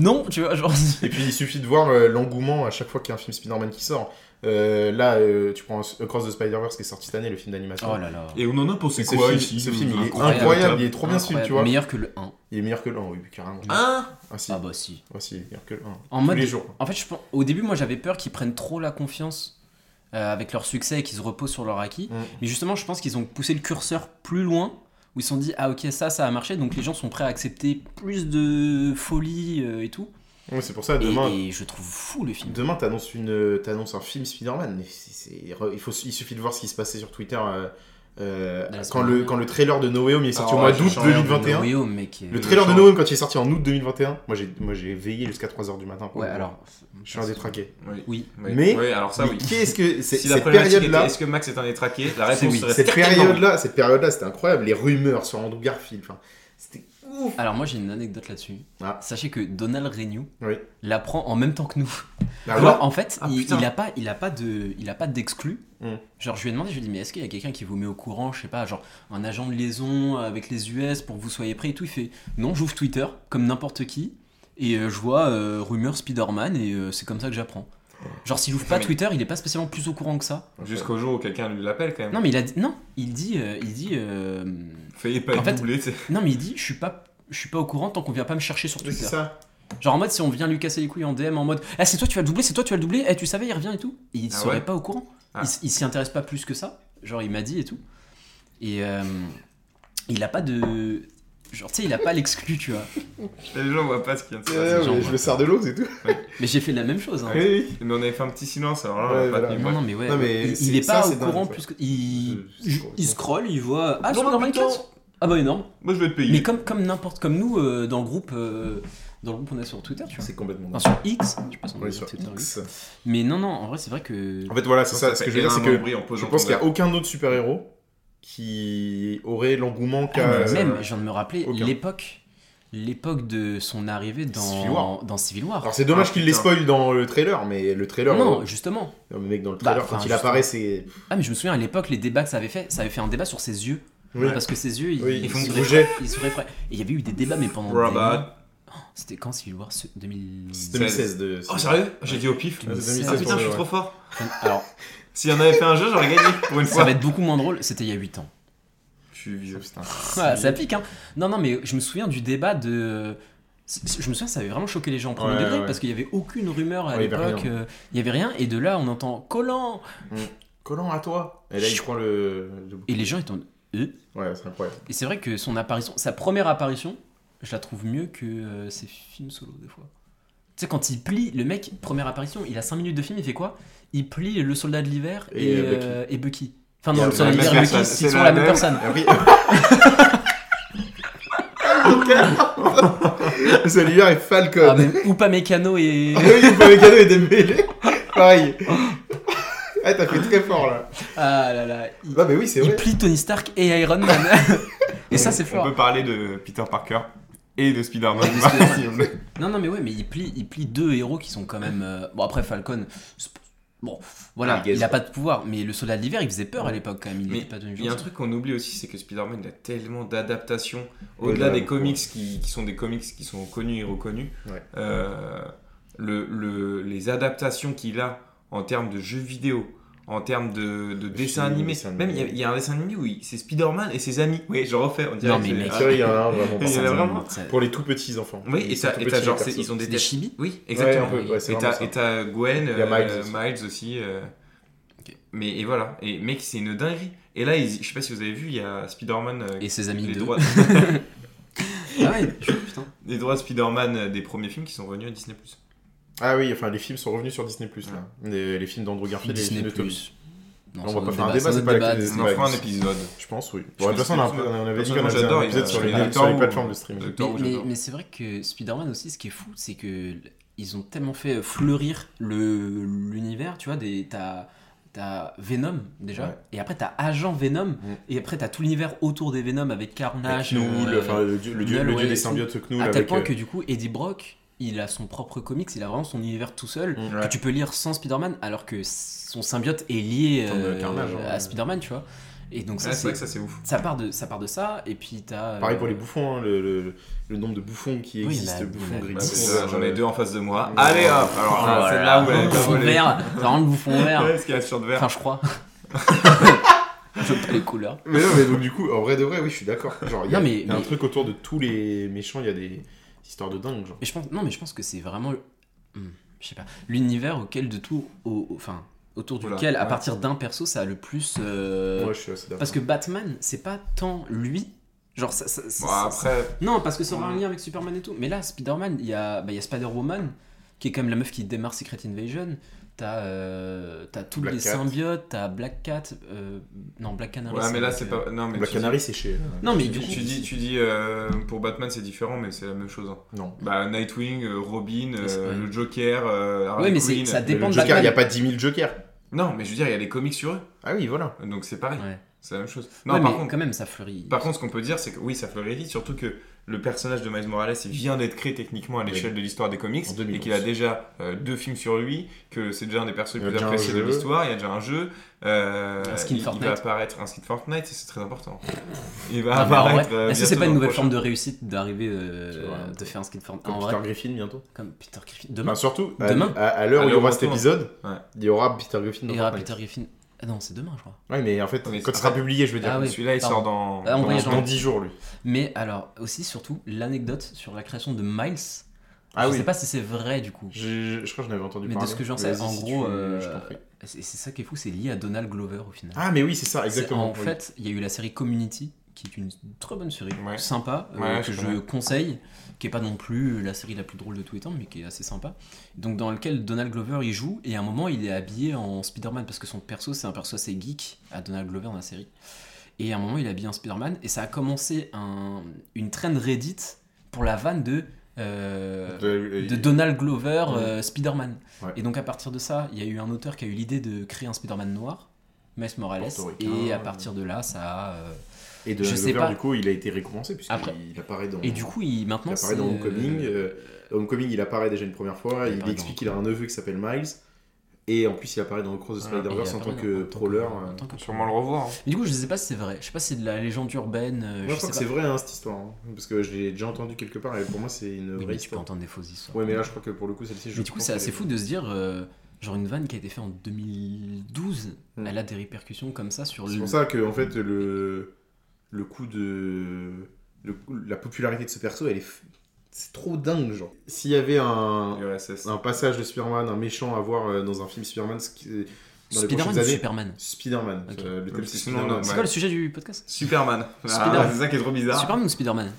[SPEAKER 3] d'accord.
[SPEAKER 4] non, tu vois, genre.
[SPEAKER 5] Et puis il suffit de voir euh, l'engouement à chaque fois qu'il y a un film Spider-Man qui sort. Euh, là, euh, tu prends Across the Spider-Verse qui est sorti cette année, le film d'animation.
[SPEAKER 4] Oh là là.
[SPEAKER 3] Et on en a pensé
[SPEAKER 5] Et ce
[SPEAKER 3] quoi
[SPEAKER 5] film,
[SPEAKER 3] ici
[SPEAKER 5] ce film, il est
[SPEAKER 4] Incroyable.
[SPEAKER 5] incroyable, il est trop bien ce film, tu vois.
[SPEAKER 4] Meilleur que le 1.
[SPEAKER 5] Il est meilleur que le 1, oui, carrément.
[SPEAKER 3] Hein
[SPEAKER 5] Ah si,
[SPEAKER 4] Ah bah si.
[SPEAKER 5] Ah, si, il est meilleur que le 1.
[SPEAKER 4] En
[SPEAKER 5] Tous
[SPEAKER 4] mode.
[SPEAKER 5] les jours.
[SPEAKER 4] En fait, je pense- au début, moi, j'avais peur qu'ils prennent trop la confiance euh, avec leur succès et qu'ils se reposent sur leur acquis.
[SPEAKER 5] Mm.
[SPEAKER 4] Mais justement, je pense qu'ils ont poussé le curseur plus loin, où ils se sont dit, ah ok, ça, ça a marché, donc les gens sont prêts à accepter plus de folie euh, et tout.
[SPEAKER 5] Ouais, c'est pour ça,
[SPEAKER 4] Et,
[SPEAKER 5] demain,
[SPEAKER 4] et je trouve fou le film.
[SPEAKER 5] demain t'annonces, une, euh, t'annonces un film Spider-Man. mais c'est- c'est- re- Il, faut, il suffit de voir ce qui se passait sur Twitter euh, euh,
[SPEAKER 4] Dans la
[SPEAKER 5] quand,
[SPEAKER 4] semaine
[SPEAKER 5] le,
[SPEAKER 4] dernière.
[SPEAKER 5] quand le trailer de No Way Home il est sorti
[SPEAKER 3] Ah
[SPEAKER 5] au mois
[SPEAKER 3] ouais,
[SPEAKER 5] d'août
[SPEAKER 3] je change rien de
[SPEAKER 5] 2021.
[SPEAKER 4] No Way Home, mec.
[SPEAKER 5] Le
[SPEAKER 3] Je
[SPEAKER 5] trailer de
[SPEAKER 3] change.
[SPEAKER 5] No Way Home quand il est sorti en août 2021, moi j'ai, moi, j'ai veillé jusqu'à 3h du matin. pour
[SPEAKER 4] Ouais,
[SPEAKER 5] le voir.
[SPEAKER 4] alors.
[SPEAKER 5] Je suis un détraqué.
[SPEAKER 3] Oui.
[SPEAKER 4] Oui.
[SPEAKER 3] Oui.
[SPEAKER 5] Mais-
[SPEAKER 3] Oui, alors ça,
[SPEAKER 5] Mais
[SPEAKER 3] oui.
[SPEAKER 5] qu'est-ce que c'est,
[SPEAKER 3] Si la
[SPEAKER 5] cette
[SPEAKER 3] problématique était,
[SPEAKER 5] période-là
[SPEAKER 3] est-ce que Max est un détraqué La
[SPEAKER 4] C'est
[SPEAKER 3] réponse
[SPEAKER 4] oui.
[SPEAKER 3] serait
[SPEAKER 5] cette
[SPEAKER 3] certainement
[SPEAKER 5] période-là, cette période-là, c'était incroyable. Les rumeurs sur Andrew Garfield, enfin, c'était ouf.
[SPEAKER 4] Alors, moi, j'ai une anecdote là-dessus.
[SPEAKER 5] Ah.
[SPEAKER 4] Sachez que Donald Renew
[SPEAKER 5] Oui.
[SPEAKER 4] l'apprend en même temps que nous.
[SPEAKER 5] Ah
[SPEAKER 4] Genre,
[SPEAKER 5] ouais
[SPEAKER 4] en fait,
[SPEAKER 3] Ah,
[SPEAKER 4] il,
[SPEAKER 3] putain.
[SPEAKER 4] il a pas, il a pas de, il a pas d'exclus.
[SPEAKER 5] Mm.
[SPEAKER 4] Genre, je lui ai demandé, je lui ai dit, mais est-ce qu'il y a quelqu'un qui vous met au courant, je sais pas, genre un agent de liaison avec les US pour que vous soyez prêts et tout. Il fait, non, j'ouvre Twitter comme n'importe qui et euh, je vois euh, rumeur Spider-Man et euh, c'est comme ça que j'apprends. Genre, s'il ouvre pas
[SPEAKER 3] Mais-
[SPEAKER 4] Twitter, il est pas spécialement plus au courant que ça.
[SPEAKER 3] Jusqu'au jour où quelqu'un lui l'appelle quand même.
[SPEAKER 4] Non, mais il a dit, non, il dit, euh, il dit, euh,
[SPEAKER 3] Fallait pas
[SPEAKER 4] En
[SPEAKER 3] être
[SPEAKER 4] fait-
[SPEAKER 3] doublé, tu sais.
[SPEAKER 4] non, mais il dit, je suis pas. Je suis pas au courant tant qu'on vient pas me chercher sur
[SPEAKER 5] Oui,
[SPEAKER 4] Twitter.
[SPEAKER 5] c'est ça.
[SPEAKER 4] Genre en mode si on vient lui casser les couilles en DM en mode Ah c'est toi tu vas le doubler, c'est toi tu vas le doubler, eh, tu savais il revient et tout. Et il
[SPEAKER 3] Ah
[SPEAKER 4] serait
[SPEAKER 3] ouais
[SPEAKER 4] pas au courant.
[SPEAKER 3] Ah.
[SPEAKER 4] Il, s- il s'y intéresse pas plus que ça. Genre il m'a dit et tout. Et euh, il a pas de. Genre tu sais il a pas l'exclu tu vois.
[SPEAKER 3] Les gens voient pas ce qu'il y a de se
[SPEAKER 5] Ouais,
[SPEAKER 3] passer.
[SPEAKER 5] ouais,
[SPEAKER 4] gens,
[SPEAKER 5] mais
[SPEAKER 4] ouais.
[SPEAKER 5] je le sers de l'eau, c'est tout.
[SPEAKER 4] Mais j'ai fait la même chose. hein.
[SPEAKER 3] Mais on avait fait un petit silence, alors là, on
[SPEAKER 5] Ouais,
[SPEAKER 3] a pas
[SPEAKER 5] voilà.
[SPEAKER 3] tenu.
[SPEAKER 4] Non
[SPEAKER 3] bref.
[SPEAKER 4] non mais ouais.
[SPEAKER 5] Non, mais
[SPEAKER 4] il- il,
[SPEAKER 5] c'est-
[SPEAKER 4] est pas
[SPEAKER 5] ça,
[SPEAKER 4] au
[SPEAKER 5] c'est dingue,
[SPEAKER 4] courant
[SPEAKER 5] ça.
[SPEAKER 4] plus que. Il,
[SPEAKER 5] Je- je-
[SPEAKER 4] il scroll, il voit Ah
[SPEAKER 3] Non,
[SPEAKER 4] Spider-Man
[SPEAKER 3] putain.
[SPEAKER 4] 4 Ah bah énorme.
[SPEAKER 3] Moi, je vais te
[SPEAKER 4] Mais
[SPEAKER 3] payer.
[SPEAKER 4] comme, comme n'importe comme nous euh, dans le groupe euh, dans le groupe on est sur Twitter tu vois.
[SPEAKER 5] C'est complètement
[SPEAKER 4] Enfin, sur X, je sais pas si on
[SPEAKER 5] Ouais,
[SPEAKER 4] est
[SPEAKER 5] sur
[SPEAKER 4] sur Twitter.
[SPEAKER 5] X.
[SPEAKER 4] Mais non non en vrai c'est vrai que.
[SPEAKER 5] En fait, voilà, c'est ça. Ce que je veux dire, c'est que je pense qu'il n'y a aucun autre super-héros qui aurait l'engouement
[SPEAKER 4] Ah,
[SPEAKER 5] qu'a.
[SPEAKER 4] mais
[SPEAKER 5] euh,
[SPEAKER 4] même, je viens de me rappeler,
[SPEAKER 5] aucun.
[SPEAKER 4] l'époque l'époque de son arrivée dans
[SPEAKER 5] Civil War.
[SPEAKER 4] dans Civil War.
[SPEAKER 5] Alors, c'est dommage
[SPEAKER 3] Ah,
[SPEAKER 5] qu'il les
[SPEAKER 3] putain.
[SPEAKER 5] spoil dans le trailer, mais le trailer.
[SPEAKER 4] non,
[SPEAKER 5] euh,
[SPEAKER 4] justement.
[SPEAKER 5] non, mais mec, dans le
[SPEAKER 4] Bah,
[SPEAKER 5] trailer, quand
[SPEAKER 4] enfin,
[SPEAKER 5] il
[SPEAKER 4] juste-
[SPEAKER 5] apparaît, c'est.
[SPEAKER 4] Ah mais je me souviens à l'époque les débats que ça avait fait, ça avait fait un débat sur ses yeux
[SPEAKER 5] Oui.
[SPEAKER 4] parce que ses yeux ils,
[SPEAKER 5] Oui, ils
[SPEAKER 4] ils
[SPEAKER 5] font
[SPEAKER 4] se
[SPEAKER 5] bouger.
[SPEAKER 4] ré- ils se réfra- Et il y avait eu des débats mais pendant des mois. Oh,
[SPEAKER 3] Robot.
[SPEAKER 4] C'était quand Civil War ce- 2000
[SPEAKER 5] c'est 2016 de.
[SPEAKER 3] Oh, sérieux J'ai dit au pif.
[SPEAKER 5] Ah, c'est
[SPEAKER 3] Ah
[SPEAKER 5] 2016,
[SPEAKER 3] putain, je suis
[SPEAKER 5] ouais.
[SPEAKER 3] trop fort.
[SPEAKER 4] Alors,
[SPEAKER 3] Si on avait fait un jeu, j'aurais gagné pour une
[SPEAKER 4] ça
[SPEAKER 3] fois.
[SPEAKER 4] va être beaucoup moins drôle, c'était il y a 8 ans.
[SPEAKER 3] Je suis vieux.
[SPEAKER 5] Putain.
[SPEAKER 4] Ah, ça pique hein. Non non mais je me souviens du débat de c'est- c'est- je me souviens, ça avait vraiment choqué les gens en premier
[SPEAKER 5] Ouais,
[SPEAKER 4] degré
[SPEAKER 5] ouais.
[SPEAKER 4] parce qu'il y avait aucune rumeur à
[SPEAKER 5] Ouais, il y avait
[SPEAKER 4] l'époque, euh, il y avait rien, et de là on entend collant,
[SPEAKER 5] Collant à toi. Et là, il prend le. le-
[SPEAKER 4] Et les gens étaient en- Euh
[SPEAKER 5] Ouais, c'est incroyable.
[SPEAKER 4] Et c'est vrai que son apparition, sa première apparition, je la trouve mieux que euh, ses films solo des fois. Tu sais, quand il plie, le mec, première apparition, il a 5 minutes de film, il fait quoi Il plie le soldat de l'hiver et,
[SPEAKER 5] Et, euh,
[SPEAKER 4] euh, et Bucky. Enfin,
[SPEAKER 5] Et
[SPEAKER 4] non, le
[SPEAKER 5] la
[SPEAKER 4] soldat de
[SPEAKER 5] même
[SPEAKER 4] l'hiver et Bucky,
[SPEAKER 3] personne,
[SPEAKER 4] ils
[SPEAKER 3] c'est
[SPEAKER 4] sont
[SPEAKER 3] la
[SPEAKER 4] la même
[SPEAKER 3] même.
[SPEAKER 4] personne.
[SPEAKER 5] Et [LAUGHS] après- Le Soliver est Falcon.
[SPEAKER 4] Ah, mais, ou pas Mécano et.
[SPEAKER 5] [LAUGHS] Ah oui, vous pouvez cadeau et Dembélé. Pareil. Ah, t'as fait très fort là.
[SPEAKER 4] Ah là là. Il,
[SPEAKER 5] Non, mais oui, c'est
[SPEAKER 4] il
[SPEAKER 5] vrai.
[SPEAKER 4] plie Tony Stark et Iron Man.
[SPEAKER 5] [LAUGHS]
[SPEAKER 4] et ça, c'est
[SPEAKER 3] On
[SPEAKER 4] fort.
[SPEAKER 3] peut parler de Peter Parker et de Spider-Man.
[SPEAKER 4] Et de Spider-Man. Non, non, mais ouais, mais il plie, il plie deux héros qui sont quand même. euh, Bon, après, Falcon. c'est- Bon, voilà,
[SPEAKER 5] Alligator.
[SPEAKER 4] il a pas de pouvoir, mais le soldat de l'hiver, il faisait peur à l'époque quand même. Il
[SPEAKER 3] Mais
[SPEAKER 4] était pas devenu
[SPEAKER 3] Il y a un
[SPEAKER 4] gentil.
[SPEAKER 3] truc qu'on oublie aussi, c'est que Spider-Man il a tellement d'adaptations au-delà
[SPEAKER 5] Ouais,
[SPEAKER 3] des
[SPEAKER 5] ouais.
[SPEAKER 3] comics qui, qui sont des comics qui sont connus et reconnus.
[SPEAKER 5] Ouais.
[SPEAKER 3] Euh, le, le- les adaptations qu'il a en termes de jeux vidéo, en termes de, de dessin
[SPEAKER 5] film,
[SPEAKER 3] animé.
[SPEAKER 5] dessin
[SPEAKER 3] Même il y, a-
[SPEAKER 5] animé.
[SPEAKER 3] il y a un dessin animé où il- c'est Spider-Man et ses amis. Oui, je refais. On dirait
[SPEAKER 4] Non,
[SPEAKER 3] que
[SPEAKER 4] mais
[SPEAKER 3] c'est- hein.
[SPEAKER 4] mec.
[SPEAKER 5] C'est vrai, il y en a un hein, vraiment.
[SPEAKER 3] Il y en a
[SPEAKER 5] parfait.
[SPEAKER 3] vraiment.
[SPEAKER 4] Ça-
[SPEAKER 5] Pour les tout petits enfants.
[SPEAKER 3] Oui, et
[SPEAKER 5] Ils sont
[SPEAKER 3] ça,
[SPEAKER 5] tout
[SPEAKER 3] et
[SPEAKER 5] petits,
[SPEAKER 3] t'as
[SPEAKER 5] les
[SPEAKER 3] genre,
[SPEAKER 5] persos.
[SPEAKER 3] c'est- ils ont des
[SPEAKER 4] C'est des
[SPEAKER 3] têtes.
[SPEAKER 4] chibis
[SPEAKER 3] Oui,
[SPEAKER 5] Ouais, un
[SPEAKER 3] exactement.
[SPEAKER 5] peu, ouais, c'est
[SPEAKER 3] et
[SPEAKER 5] vraiment
[SPEAKER 3] t'as-
[SPEAKER 5] ça.
[SPEAKER 3] et t'as Gwen,
[SPEAKER 5] Il y
[SPEAKER 3] euh,
[SPEAKER 5] a Miles aussi.
[SPEAKER 3] Miles aussi. euh,
[SPEAKER 4] Ok.
[SPEAKER 3] Mais et voilà, et mec, c'est une dinguerie. Et là, ils- je sais pas si vous avez vu, il y a Spider-Man. euh,
[SPEAKER 4] Et ses amis
[SPEAKER 3] les
[SPEAKER 4] de.
[SPEAKER 3] droits,
[SPEAKER 4] Ah ouais,
[SPEAKER 5] [LAUGHS]
[SPEAKER 4] putain.
[SPEAKER 3] [LAUGHS] les droits Spider-Man euh, des premiers films qui sont revenus à Disney.
[SPEAKER 5] Ah oui, enfin les films sont revenus sur Disney Plus là. Les, les films d'Andrew Garfield et les
[SPEAKER 4] Disney
[SPEAKER 5] films de Toby.
[SPEAKER 4] Plus. Non,
[SPEAKER 5] On
[SPEAKER 4] c'est
[SPEAKER 5] va
[SPEAKER 4] un
[SPEAKER 5] pas
[SPEAKER 4] autre
[SPEAKER 5] faire un débat, c'est
[SPEAKER 4] un
[SPEAKER 5] pas
[SPEAKER 4] autre
[SPEAKER 5] la
[SPEAKER 4] débat.
[SPEAKER 5] clé
[SPEAKER 3] On en fera un
[SPEAKER 5] Max.
[SPEAKER 3] épisode.
[SPEAKER 5] Je pense, oui.
[SPEAKER 3] Je
[SPEAKER 5] Bon, de toute
[SPEAKER 3] pense
[SPEAKER 5] façon, on a un
[SPEAKER 3] que-
[SPEAKER 5] peu- on avait dit qu'on
[SPEAKER 3] personnellement,
[SPEAKER 5] avait un
[SPEAKER 3] j'adore, il
[SPEAKER 5] épisode
[SPEAKER 3] y a-
[SPEAKER 5] sur les,
[SPEAKER 3] il y a
[SPEAKER 5] sur les
[SPEAKER 3] Thor ou-
[SPEAKER 5] plateformes de streaming.
[SPEAKER 3] Doctor
[SPEAKER 4] Mais,
[SPEAKER 3] Who,
[SPEAKER 4] mais-
[SPEAKER 3] j'adore.
[SPEAKER 4] mais c'est vrai que Spider-Man aussi, ce qui est fou, c'est que ils ont tellement fait fleurir le l'univers, tu vois, des t'as t'as Venom déjà,
[SPEAKER 5] Ouais. Mm.
[SPEAKER 4] et après t'as Agent Venom, et après t'as tout l'univers autour des Venom avec Carnage,
[SPEAKER 5] Knoll,
[SPEAKER 4] euh,
[SPEAKER 5] enfin, le dieu, le dieu-
[SPEAKER 4] Null,
[SPEAKER 5] le dieu
[SPEAKER 4] ouais,
[SPEAKER 5] des
[SPEAKER 4] et
[SPEAKER 5] symbiotes Knoll.
[SPEAKER 4] à tel
[SPEAKER 5] avec,
[SPEAKER 4] point
[SPEAKER 5] euh,
[SPEAKER 4] que du coup Eddie Brock, il a son propre comics, il a vraiment son univers tout seul
[SPEAKER 5] Mm.
[SPEAKER 4] que tu peux lire sans Spider-Man, alors que son symbiote est lié
[SPEAKER 5] Comme, euh,
[SPEAKER 4] euh,
[SPEAKER 5] Carnage, hein.
[SPEAKER 4] à Spider-Man, tu vois. Et donc
[SPEAKER 3] Ouais,
[SPEAKER 4] ça,
[SPEAKER 3] c'est vrai
[SPEAKER 4] c'est
[SPEAKER 3] que ça, c'est ouf.
[SPEAKER 4] ça part de ça part de ça, et puis t'as
[SPEAKER 5] Pareil
[SPEAKER 4] euh,
[SPEAKER 5] pour les bouffons, hein, le, le- le nombre de bouffons qui
[SPEAKER 4] Oui, il y en a-
[SPEAKER 5] existent, bouffons
[SPEAKER 4] ouais,
[SPEAKER 5] gris,
[SPEAKER 4] bah,
[SPEAKER 3] C'est
[SPEAKER 5] bouffons,
[SPEAKER 3] ça, J'en ai
[SPEAKER 5] euh,
[SPEAKER 3] deux en face de moi.
[SPEAKER 5] Ouais.
[SPEAKER 3] Allez hop Alors
[SPEAKER 4] Oh
[SPEAKER 3] là,
[SPEAKER 4] là
[SPEAKER 3] c'est
[SPEAKER 4] là,
[SPEAKER 3] là Ah, où elle
[SPEAKER 4] le
[SPEAKER 3] est pas [LAUGHS]
[SPEAKER 4] bouffon
[SPEAKER 3] volée.
[SPEAKER 4] vert, c'est vraiment le bouffon vert.
[SPEAKER 3] Ouais, ce qu'il y a sur le
[SPEAKER 4] Enfin,
[SPEAKER 3] vert.
[SPEAKER 4] je crois. [LAUGHS] je veux pas les couleurs.
[SPEAKER 5] Mais non, mais donc du coup, en vrai de vrai, oui, je suis d'accord. Genre, il y a,
[SPEAKER 4] Non, mais-
[SPEAKER 5] il y a un
[SPEAKER 4] mais-
[SPEAKER 5] truc autour de tous les méchants, il y a des histoires de dingue, genre.
[SPEAKER 4] Mais je pense, non, mais je pense que c'est vraiment, hmm, je sais pas, l'univers auquel de tout, au- au- enfin, autour
[SPEAKER 3] Oula,
[SPEAKER 4] duquel, à
[SPEAKER 3] ouais.
[SPEAKER 4] partir d'un perso, ça a le plus. euh,
[SPEAKER 5] Moi, je suis assez d'accord.
[SPEAKER 4] parce que Batman, c'est pas tant lui. Genre, ça, ça- ça-
[SPEAKER 3] Bon,
[SPEAKER 4] ça-
[SPEAKER 3] après,
[SPEAKER 4] Non, parce que ça aura un lien avec Superman et tout. Mais là, Spider-Man, il y a, bah, il y a Spider-Woman, qui est quand même la meuf qui démarre Secret Invasion. T'as euh, t'as tous
[SPEAKER 5] Black
[SPEAKER 4] les
[SPEAKER 5] Cat.
[SPEAKER 4] symbiotes, t'as Black Cat. euh, non, Black Canary.
[SPEAKER 3] ouais, mais là, c'est
[SPEAKER 4] avec,
[SPEAKER 3] pas. Non, mais
[SPEAKER 5] Black
[SPEAKER 3] tu dis-
[SPEAKER 5] Canary, c'est chez.
[SPEAKER 4] Non, mais
[SPEAKER 3] tu
[SPEAKER 4] du
[SPEAKER 3] dis-
[SPEAKER 4] coup-
[SPEAKER 3] tu dis, tu dis euh, pour Batman, c'est différent, mais c'est la même chose. hein.
[SPEAKER 5] Non.
[SPEAKER 3] Bah, Nightwing, euh, Robin, euh,
[SPEAKER 4] Et c'est- ouais.
[SPEAKER 3] le Joker, euh, Harley
[SPEAKER 4] Ouais, mais c'est-
[SPEAKER 3] Quinn.
[SPEAKER 4] ça
[SPEAKER 5] Mais
[SPEAKER 4] dépend
[SPEAKER 5] le
[SPEAKER 4] de
[SPEAKER 5] Joker, il
[SPEAKER 4] Batman.
[SPEAKER 5] n'y a pas 10 000 Jokers.
[SPEAKER 3] Non, mais je veux dire, il y a les comics sur eux,
[SPEAKER 5] Ah oui, voilà.
[SPEAKER 3] donc c'est pareil,
[SPEAKER 4] Ouais.
[SPEAKER 3] c'est la même chose.
[SPEAKER 4] Non,
[SPEAKER 3] Non, par,
[SPEAKER 4] mais
[SPEAKER 3] contre,
[SPEAKER 4] quand même, ça fleurit.
[SPEAKER 3] par contre, ce qu'on peut dire, c'est que oui, ça fleurit vite, surtout que le personnage de Miles Morales il vient d'être créé techniquement à l'échelle de l'histoire des comics,
[SPEAKER 5] En
[SPEAKER 3] et
[SPEAKER 5] 2011.
[SPEAKER 3] qu'il a déjà euh, deux films sur lui, que c'est déjà un des persos
[SPEAKER 5] Il y
[SPEAKER 3] les
[SPEAKER 5] a
[SPEAKER 3] plus
[SPEAKER 5] déjà un
[SPEAKER 3] appréciés de
[SPEAKER 5] jeu.
[SPEAKER 3] l'histoire, il y a déjà un jeu, euh,
[SPEAKER 4] Un skin
[SPEAKER 3] il, il
[SPEAKER 4] Fortnite.
[SPEAKER 3] va apparaître un skin Fortnite, et c'est très important. Il va
[SPEAKER 4] Ah, mais en vrai,
[SPEAKER 3] apparaître. euh,
[SPEAKER 4] Est-ce que c'est
[SPEAKER 3] bientôt
[SPEAKER 4] pas
[SPEAKER 3] dans
[SPEAKER 4] une
[SPEAKER 3] le
[SPEAKER 4] nouvelle
[SPEAKER 3] prochain.
[SPEAKER 4] forme de réussite d'arriver euh,
[SPEAKER 5] Tu vois.
[SPEAKER 4] de faire un skin form
[SPEAKER 5] Comme
[SPEAKER 4] En
[SPEAKER 5] Peter
[SPEAKER 4] vrai,
[SPEAKER 5] Griffin bientôt.
[SPEAKER 4] comme Peter Griffin.
[SPEAKER 5] Enfin,
[SPEAKER 4] Demain,
[SPEAKER 3] Ah,
[SPEAKER 5] surtout, à-
[SPEAKER 4] Demain.
[SPEAKER 5] à, à l'heure
[SPEAKER 3] À
[SPEAKER 5] où il y
[SPEAKER 3] l'heure où
[SPEAKER 5] aura
[SPEAKER 3] on
[SPEAKER 5] cet
[SPEAKER 3] tourne.
[SPEAKER 5] épisode,
[SPEAKER 3] Ouais.
[SPEAKER 5] il y aura Peter Griffin.
[SPEAKER 4] il
[SPEAKER 5] dans
[SPEAKER 4] y aura
[SPEAKER 5] Fortnite.
[SPEAKER 4] Peter Griffin. Ah non, c'est demain, je crois.
[SPEAKER 5] Ouais, mais en fait,
[SPEAKER 3] Mais
[SPEAKER 5] quand il
[SPEAKER 3] c'est-
[SPEAKER 5] sera publié, je veux dire.
[SPEAKER 4] Ah oui.
[SPEAKER 3] Celui-là, il sort dans.
[SPEAKER 4] Ah, on
[SPEAKER 5] Dans,
[SPEAKER 4] voyage
[SPEAKER 5] dans
[SPEAKER 4] en-
[SPEAKER 5] 10 jours, lui.
[SPEAKER 4] Mais alors, aussi, surtout, l'anecdote sur la création de Miles.
[SPEAKER 3] Ah
[SPEAKER 4] je sais pas si c'est vrai du coup.
[SPEAKER 5] Je, je crois que j'en avais entendu
[SPEAKER 4] Ah Mais de
[SPEAKER 5] parler.
[SPEAKER 4] ce que j'en
[SPEAKER 5] Mais
[SPEAKER 4] sais,
[SPEAKER 5] vas-y,
[SPEAKER 4] en
[SPEAKER 5] si
[SPEAKER 4] gros,
[SPEAKER 5] tu-
[SPEAKER 4] euh,
[SPEAKER 5] je t'en prie.
[SPEAKER 4] Et c'est ça qui est fou, c'est lié à Donald Glover au final.
[SPEAKER 5] Ah, mais oui, c'est ça,
[SPEAKER 4] C'est-
[SPEAKER 5] exactement.
[SPEAKER 4] En
[SPEAKER 5] oui.
[SPEAKER 4] fait, il y a eu la série Community, qui est une très bonne série,
[SPEAKER 3] Ouais.
[SPEAKER 4] sympa, euh,
[SPEAKER 3] Ouais,
[SPEAKER 4] que
[SPEAKER 3] je
[SPEAKER 4] je
[SPEAKER 3] connais.
[SPEAKER 4] conseille, qui est pas non plus la série la plus drôle de tous les temps, mais qui est assez sympa. Donc dans lequel Donald Glover il joue, et à un moment il est habillé en Spider-Man, parce que son perso c'est un perso assez geek à Donald Glover dans la série. Et à un moment il est habillé en Spider-Man, et ça a commencé un- une traîne Reddit pour la vanne de... euh,
[SPEAKER 5] De-
[SPEAKER 4] de Donald Glover, euh, Spider-Man.
[SPEAKER 5] Ouais.
[SPEAKER 4] Et donc à partir de ça, il y a eu un auteur qui a eu l'idée de créer un Spider-Man noir, Miles Morales,
[SPEAKER 5] Portoricain, euh,
[SPEAKER 4] et à
[SPEAKER 5] ouais.
[SPEAKER 4] partir de là, ça a... euh,
[SPEAKER 5] Et de
[SPEAKER 4] Je sais
[SPEAKER 5] Glover,
[SPEAKER 4] pas.
[SPEAKER 5] du coup, il a été récompensé puisqu'il
[SPEAKER 4] Après-
[SPEAKER 5] il apparaît dans.
[SPEAKER 4] Et du coup, il, maintenant...
[SPEAKER 5] il apparaît dans
[SPEAKER 4] c'est,
[SPEAKER 5] Homecoming.
[SPEAKER 4] euh,
[SPEAKER 5] euh, Homecoming, il apparaît déjà une première fois.
[SPEAKER 4] il
[SPEAKER 5] Il,
[SPEAKER 4] apparaît
[SPEAKER 5] explique
[SPEAKER 4] dans-
[SPEAKER 5] qu'il a un neveu qui s'appelle Miles. Et en plus, il apparaît dans le Cross de
[SPEAKER 3] Voilà.
[SPEAKER 4] et il
[SPEAKER 5] Spider-Verse en tant
[SPEAKER 4] apparaît dans-
[SPEAKER 5] que
[SPEAKER 4] en tant
[SPEAKER 5] troller.
[SPEAKER 4] en
[SPEAKER 5] euh.
[SPEAKER 4] tant que-
[SPEAKER 3] Sûrement le revoir. hein.
[SPEAKER 4] Mais du coup, je sais pas si c'est vrai. Je sais pas si c'est de la légende urbaine.
[SPEAKER 5] Moi,
[SPEAKER 4] euh, je
[SPEAKER 5] je crois
[SPEAKER 4] sais
[SPEAKER 5] que
[SPEAKER 4] pas.
[SPEAKER 5] c'est vrai, hein, cette histoire. hein, Parce que je l'ai déjà entendu quelque part. Et pour moi, c'est une vraie
[SPEAKER 4] Oui, mais tu peux
[SPEAKER 5] histoire.
[SPEAKER 4] entendre des fausses histoires.
[SPEAKER 5] Ouais, mais là, je crois que pour le coup, celle-ci, je.
[SPEAKER 4] Mais du coup,
[SPEAKER 5] pense
[SPEAKER 4] c'est
[SPEAKER 5] qu'elle
[SPEAKER 4] assez
[SPEAKER 5] est-
[SPEAKER 4] fou de se dire, euh, genre une vanne qui a été faite en 2012,
[SPEAKER 5] Hmm.
[SPEAKER 4] elle a des répercussions comme ça sur
[SPEAKER 5] C'est
[SPEAKER 4] le...
[SPEAKER 5] pour ça que, en fait, le, le coup de. le- la popularité de ce perso, elle est. f- C'est trop dingue, genre. S'il y avait un,
[SPEAKER 3] URSS.
[SPEAKER 5] un passage de Spider-man, un méchant à voir euh, dans un film Spider-Man, ce qui- euh, dans les
[SPEAKER 4] Spider-Man
[SPEAKER 5] prochaines
[SPEAKER 4] ou
[SPEAKER 5] années.
[SPEAKER 4] Superman
[SPEAKER 5] Spider-Man.
[SPEAKER 4] Ok.
[SPEAKER 5] euh, le
[SPEAKER 3] Même
[SPEAKER 5] thème
[SPEAKER 3] si
[SPEAKER 5] c'est
[SPEAKER 3] sinon,
[SPEAKER 5] Spider-Man.
[SPEAKER 4] C'est
[SPEAKER 3] Ouais.
[SPEAKER 4] quoi le sujet du podcast
[SPEAKER 5] [LAUGHS]
[SPEAKER 3] Superman. Ah,
[SPEAKER 4] Spider-Man.
[SPEAKER 3] c'est ça qui est trop bizarre.
[SPEAKER 4] Superman ou Spider-Man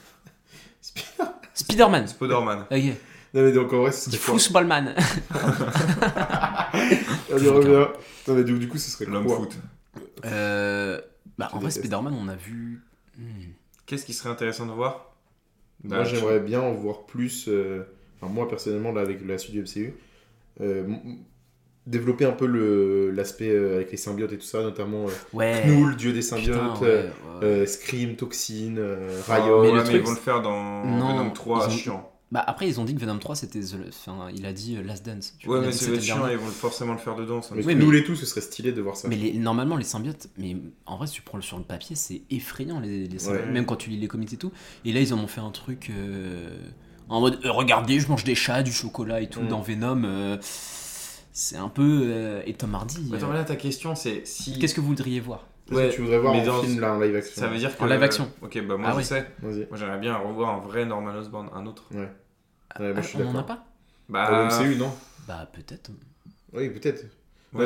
[SPEAKER 5] Spider-
[SPEAKER 4] Spider-Man
[SPEAKER 3] Spider-Man.
[SPEAKER 4] Ok.
[SPEAKER 5] Non, mais donc en vrai, ce
[SPEAKER 4] Du
[SPEAKER 5] serait quoi [LAUGHS]
[SPEAKER 4] footballman.
[SPEAKER 5] On y revient. Non, mais donc, du coup, ce serait
[SPEAKER 3] L'homme
[SPEAKER 5] quoi
[SPEAKER 3] foot.
[SPEAKER 4] Euh, bah, en
[SPEAKER 5] Je
[SPEAKER 4] vrai,
[SPEAKER 5] déteste.
[SPEAKER 4] Spider-Man, on a vu. Hmm.
[SPEAKER 3] Qu'est-ce qui serait intéressant de voir
[SPEAKER 5] Moi,
[SPEAKER 3] Bah,
[SPEAKER 5] j'aimerais bien en voir plus. euh, Enfin, moi, personnellement, là, avec la suite du MCU, euh, m- m- développer un peu le- l'aspect euh, avec les symbiotes et tout ça, notamment euh,
[SPEAKER 4] Ouais.
[SPEAKER 5] Knoll, dieu des
[SPEAKER 4] Eh, Putain,
[SPEAKER 5] symbiotes,
[SPEAKER 4] ouais,
[SPEAKER 5] euh,
[SPEAKER 4] ouais.
[SPEAKER 5] euh, Scream, Toxine, euh,
[SPEAKER 3] Ah,
[SPEAKER 5] Riot.
[SPEAKER 3] ouais,
[SPEAKER 4] le
[SPEAKER 3] mais
[SPEAKER 4] truc,
[SPEAKER 3] ils vont le faire dans
[SPEAKER 4] Non,
[SPEAKER 3] Venom 3,
[SPEAKER 4] ils ont-
[SPEAKER 3] chiant.
[SPEAKER 4] Bah, après, ils ont dit que Venom 3, c'était. The- Enfin, il a dit euh, Last Dance. Tu vois,
[SPEAKER 3] Ouais,
[SPEAKER 4] il a
[SPEAKER 3] mais
[SPEAKER 4] dit que
[SPEAKER 3] c'est
[SPEAKER 4] c'était le
[SPEAKER 3] chiant,
[SPEAKER 4] dernier.
[SPEAKER 3] ils vont le- forcément le faire dedans, ça.
[SPEAKER 5] Mais
[SPEAKER 4] Oui,
[SPEAKER 5] Knoll
[SPEAKER 4] mais-
[SPEAKER 5] et tout, ce serait stylé de voir ça.
[SPEAKER 4] Mais les- normalement, les symbiotes, mais en vrai, si tu prends le sur le papier, c'est effrayant, les, les symbiotes,
[SPEAKER 5] Ouais.
[SPEAKER 4] même quand tu lis les comics et tout. Et là, ils en ont fait un truc euh, en mode euh, Regardez, je mange des chats, du chocolat et tout
[SPEAKER 5] Mm.
[SPEAKER 4] dans Venom. euh, c'est un peu. euh, et Tom Hardy. euh,
[SPEAKER 3] Attends, mais là, ta question, c'est si.
[SPEAKER 4] Qu'est-ce que vous voudriez voir
[SPEAKER 3] Ouais,
[SPEAKER 5] tu voudrais voir
[SPEAKER 3] mais
[SPEAKER 5] un
[SPEAKER 3] dans-
[SPEAKER 5] film là en live action
[SPEAKER 3] Ça veut dire que.
[SPEAKER 4] En live action.
[SPEAKER 3] Ok, bah moi
[SPEAKER 4] Ah
[SPEAKER 3] je
[SPEAKER 4] ouais.
[SPEAKER 3] sais.
[SPEAKER 5] Vas-y.
[SPEAKER 3] Moi j'aimerais bien revoir un vrai Norman Osborn, un autre.
[SPEAKER 5] Ouais. Ah, Ouais, moi, je suis
[SPEAKER 4] Ah, On en a
[SPEAKER 5] d'accord.
[SPEAKER 4] pas
[SPEAKER 5] Dans le
[SPEAKER 3] Bah,
[SPEAKER 5] MCU, non
[SPEAKER 4] Bah peut-être.
[SPEAKER 5] Oui, peut-être.
[SPEAKER 3] ouais,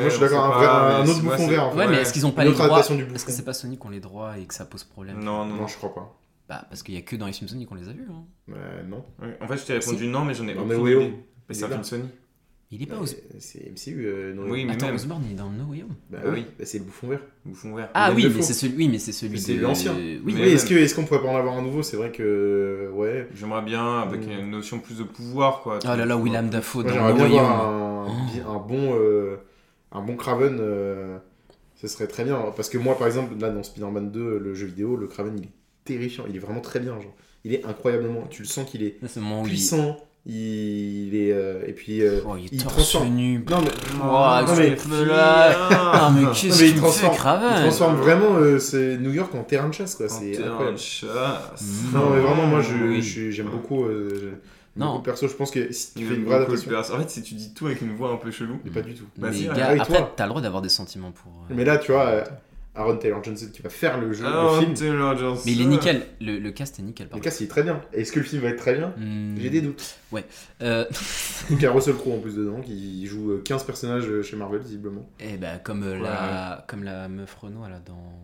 [SPEAKER 5] moi, je suis
[SPEAKER 3] on
[SPEAKER 5] d'accord,
[SPEAKER 3] sait
[SPEAKER 5] un vrai-
[SPEAKER 3] pas,
[SPEAKER 5] un
[SPEAKER 3] mais
[SPEAKER 5] autre
[SPEAKER 3] moi,
[SPEAKER 5] bouffon
[SPEAKER 3] c'est-
[SPEAKER 5] vert, en fait.
[SPEAKER 4] Ouais, mais est-ce qu'ils ont pas
[SPEAKER 5] Une
[SPEAKER 4] les
[SPEAKER 5] autre
[SPEAKER 4] droits
[SPEAKER 5] adaptation Mm. du
[SPEAKER 4] Est-ce que
[SPEAKER 5] bouffon.
[SPEAKER 4] c'est pas Sony qui ont les droits et que ça pose problème
[SPEAKER 3] Non, non,
[SPEAKER 5] Non,
[SPEAKER 3] non.
[SPEAKER 5] je crois pas.
[SPEAKER 4] Bah parce qu'il y a que dans les Simpsons qu'on les a vus. hein.
[SPEAKER 5] Euh, non.
[SPEAKER 3] Ouais, En fait, je t'ai répondu non, mais j'en ai
[SPEAKER 5] Non,
[SPEAKER 3] aucune
[SPEAKER 5] mais
[SPEAKER 3] idée.
[SPEAKER 5] oui, oui.
[SPEAKER 3] Mais c'est un
[SPEAKER 5] Il est
[SPEAKER 3] film Sony.
[SPEAKER 4] Il est pas
[SPEAKER 5] Non,
[SPEAKER 4] aux...
[SPEAKER 5] mais C'est MCU, euh, non.
[SPEAKER 3] Oui, mais
[SPEAKER 4] Attends,
[SPEAKER 3] même.
[SPEAKER 4] Osborne il est dans No Way Home.
[SPEAKER 5] Bah
[SPEAKER 3] Ah
[SPEAKER 5] oui,
[SPEAKER 3] oui.
[SPEAKER 5] bah, c'est le bouffon vert.
[SPEAKER 3] Bouffon vert.
[SPEAKER 4] Ah
[SPEAKER 5] Mais
[SPEAKER 4] oui
[SPEAKER 5] le
[SPEAKER 4] mais,
[SPEAKER 5] faux.
[SPEAKER 4] c'est celui... oui, mais c'est celui
[SPEAKER 5] Mais c'est
[SPEAKER 4] de-
[SPEAKER 5] l'ancien.
[SPEAKER 4] Oui,
[SPEAKER 5] Oui,
[SPEAKER 3] mais-
[SPEAKER 5] est-ce que est-ce qu'on pourrait pas en avoir un nouveau C'est vrai que. euh, Ouais.
[SPEAKER 3] J'aimerais bien avec
[SPEAKER 5] Mm.
[SPEAKER 3] une notion plus de pouvoir, quoi.
[SPEAKER 4] Oh là là, Willem Dafoe
[SPEAKER 5] Moi,
[SPEAKER 4] dans
[SPEAKER 5] j'aimerais
[SPEAKER 4] No
[SPEAKER 5] bien
[SPEAKER 4] Way
[SPEAKER 5] voir
[SPEAKER 4] Home.
[SPEAKER 5] un, bi- un bon. euh, un bon Craven. euh, ce serait très bien. Parce que moi, par exemple, là, dans Spider-Man 2, le jeu vidéo, le Craven, il est terrifiant. Il est vraiment très bien, genre. Il est incroyablement. Tu le sens qu'il est
[SPEAKER 4] Ça, C'est le moment où il-
[SPEAKER 5] puissant. Il est. euh, et puis. euh,
[SPEAKER 4] Oh, il est
[SPEAKER 5] il
[SPEAKER 4] torse
[SPEAKER 5] transforme. [LAUGHS]
[SPEAKER 4] nu.
[SPEAKER 5] Non, mais.
[SPEAKER 4] Ouah,
[SPEAKER 5] non,
[SPEAKER 4] ce
[SPEAKER 5] mais-
[SPEAKER 4] type-là. Ah mais
[SPEAKER 5] Non,
[SPEAKER 4] qu'est-ce
[SPEAKER 5] mais il
[SPEAKER 4] qu'il fait
[SPEAKER 5] transforme- Il
[SPEAKER 4] Craven
[SPEAKER 5] transforme vraiment euh, c'est New York en terrain de chasse, quoi. C'est
[SPEAKER 3] C'est
[SPEAKER 5] incroyable.
[SPEAKER 3] chasse.
[SPEAKER 4] Mm.
[SPEAKER 5] Non, mais vraiment, moi, je-
[SPEAKER 4] Oui.
[SPEAKER 5] je- j'aime beaucoup. euh, j'aime
[SPEAKER 4] Non.
[SPEAKER 5] beaucoup le perso, je pense que si tu
[SPEAKER 3] Il
[SPEAKER 5] fais
[SPEAKER 3] fait
[SPEAKER 5] une vraie adaptation.
[SPEAKER 3] En fait, si tu dis tout avec une voix un peu chelou.
[SPEAKER 5] Mais pas du tout.
[SPEAKER 3] Bah,
[SPEAKER 4] Mais
[SPEAKER 3] si,
[SPEAKER 4] gars,
[SPEAKER 5] ouais, et
[SPEAKER 4] après
[SPEAKER 5] toi
[SPEAKER 4] t'as le droit d'avoir des sentiments pour. euh,
[SPEAKER 5] Mais là, tu vois, euh, Aaron Taylor Johnson qui va faire le jeu,
[SPEAKER 3] Ah,
[SPEAKER 5] le film.
[SPEAKER 3] Taylor Johnson.
[SPEAKER 4] Mais il est nickel. Le, le cast est nickel.
[SPEAKER 5] Le
[SPEAKER 4] Pardon.
[SPEAKER 5] cas, il est très bien. Est-ce que le film va être très bien
[SPEAKER 4] Hmm.
[SPEAKER 5] J'ai des doutes. [LAUGHS]
[SPEAKER 4] Euh,
[SPEAKER 5] Donc, il y a Russell Crowe en plus dedans, qui joue euh, 15 personnages euh, chez Marvel, visiblement.
[SPEAKER 4] Eh ben, comme, euh,
[SPEAKER 3] Ouais.
[SPEAKER 4] la, comme la meuf Renault là, dans,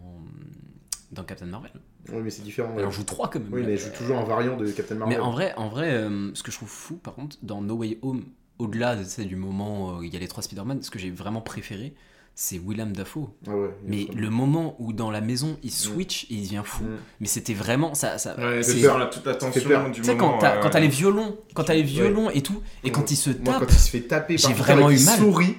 [SPEAKER 4] dans Captain Marvel.
[SPEAKER 5] Oui, mais c'est différent.
[SPEAKER 4] Elle en
[SPEAKER 5] ouais.
[SPEAKER 4] joue trois quand même.
[SPEAKER 5] Oui, mais elle joue toujours un variant de Captain
[SPEAKER 4] Mais
[SPEAKER 5] Marvel.
[SPEAKER 4] en vrai, en vrai euh, ce que je trouve fou, par contre, dans No Way Home, au-delà de, tu sais, du moment où il y a les trois Spider-Man, ce que j'ai vraiment préféré, c'est Willem Dafoe.
[SPEAKER 5] Ah ouais, il est
[SPEAKER 4] Mais
[SPEAKER 5] très bien.
[SPEAKER 4] le moment où dans la maison, il switch et il devient fou,
[SPEAKER 5] Mm.
[SPEAKER 4] mais c'était vraiment. ça, ça
[SPEAKER 3] Ouais,
[SPEAKER 4] c'est-
[SPEAKER 3] c'est peur, là, toute la
[SPEAKER 5] fait peur.
[SPEAKER 3] tension du
[SPEAKER 4] Tu sais,
[SPEAKER 3] moment. euh,
[SPEAKER 4] quand t'as
[SPEAKER 3] ouais,
[SPEAKER 4] quand t'as les
[SPEAKER 3] ouais.
[SPEAKER 4] violons, quand t'as les violons et tout, et quand il se tape,
[SPEAKER 5] Mm. Moi, quand il se fait taper par
[SPEAKER 4] j'ai
[SPEAKER 5] Peter et
[SPEAKER 4] vraiment
[SPEAKER 5] qu'il
[SPEAKER 4] eu mal. Hmm.
[SPEAKER 5] sourit.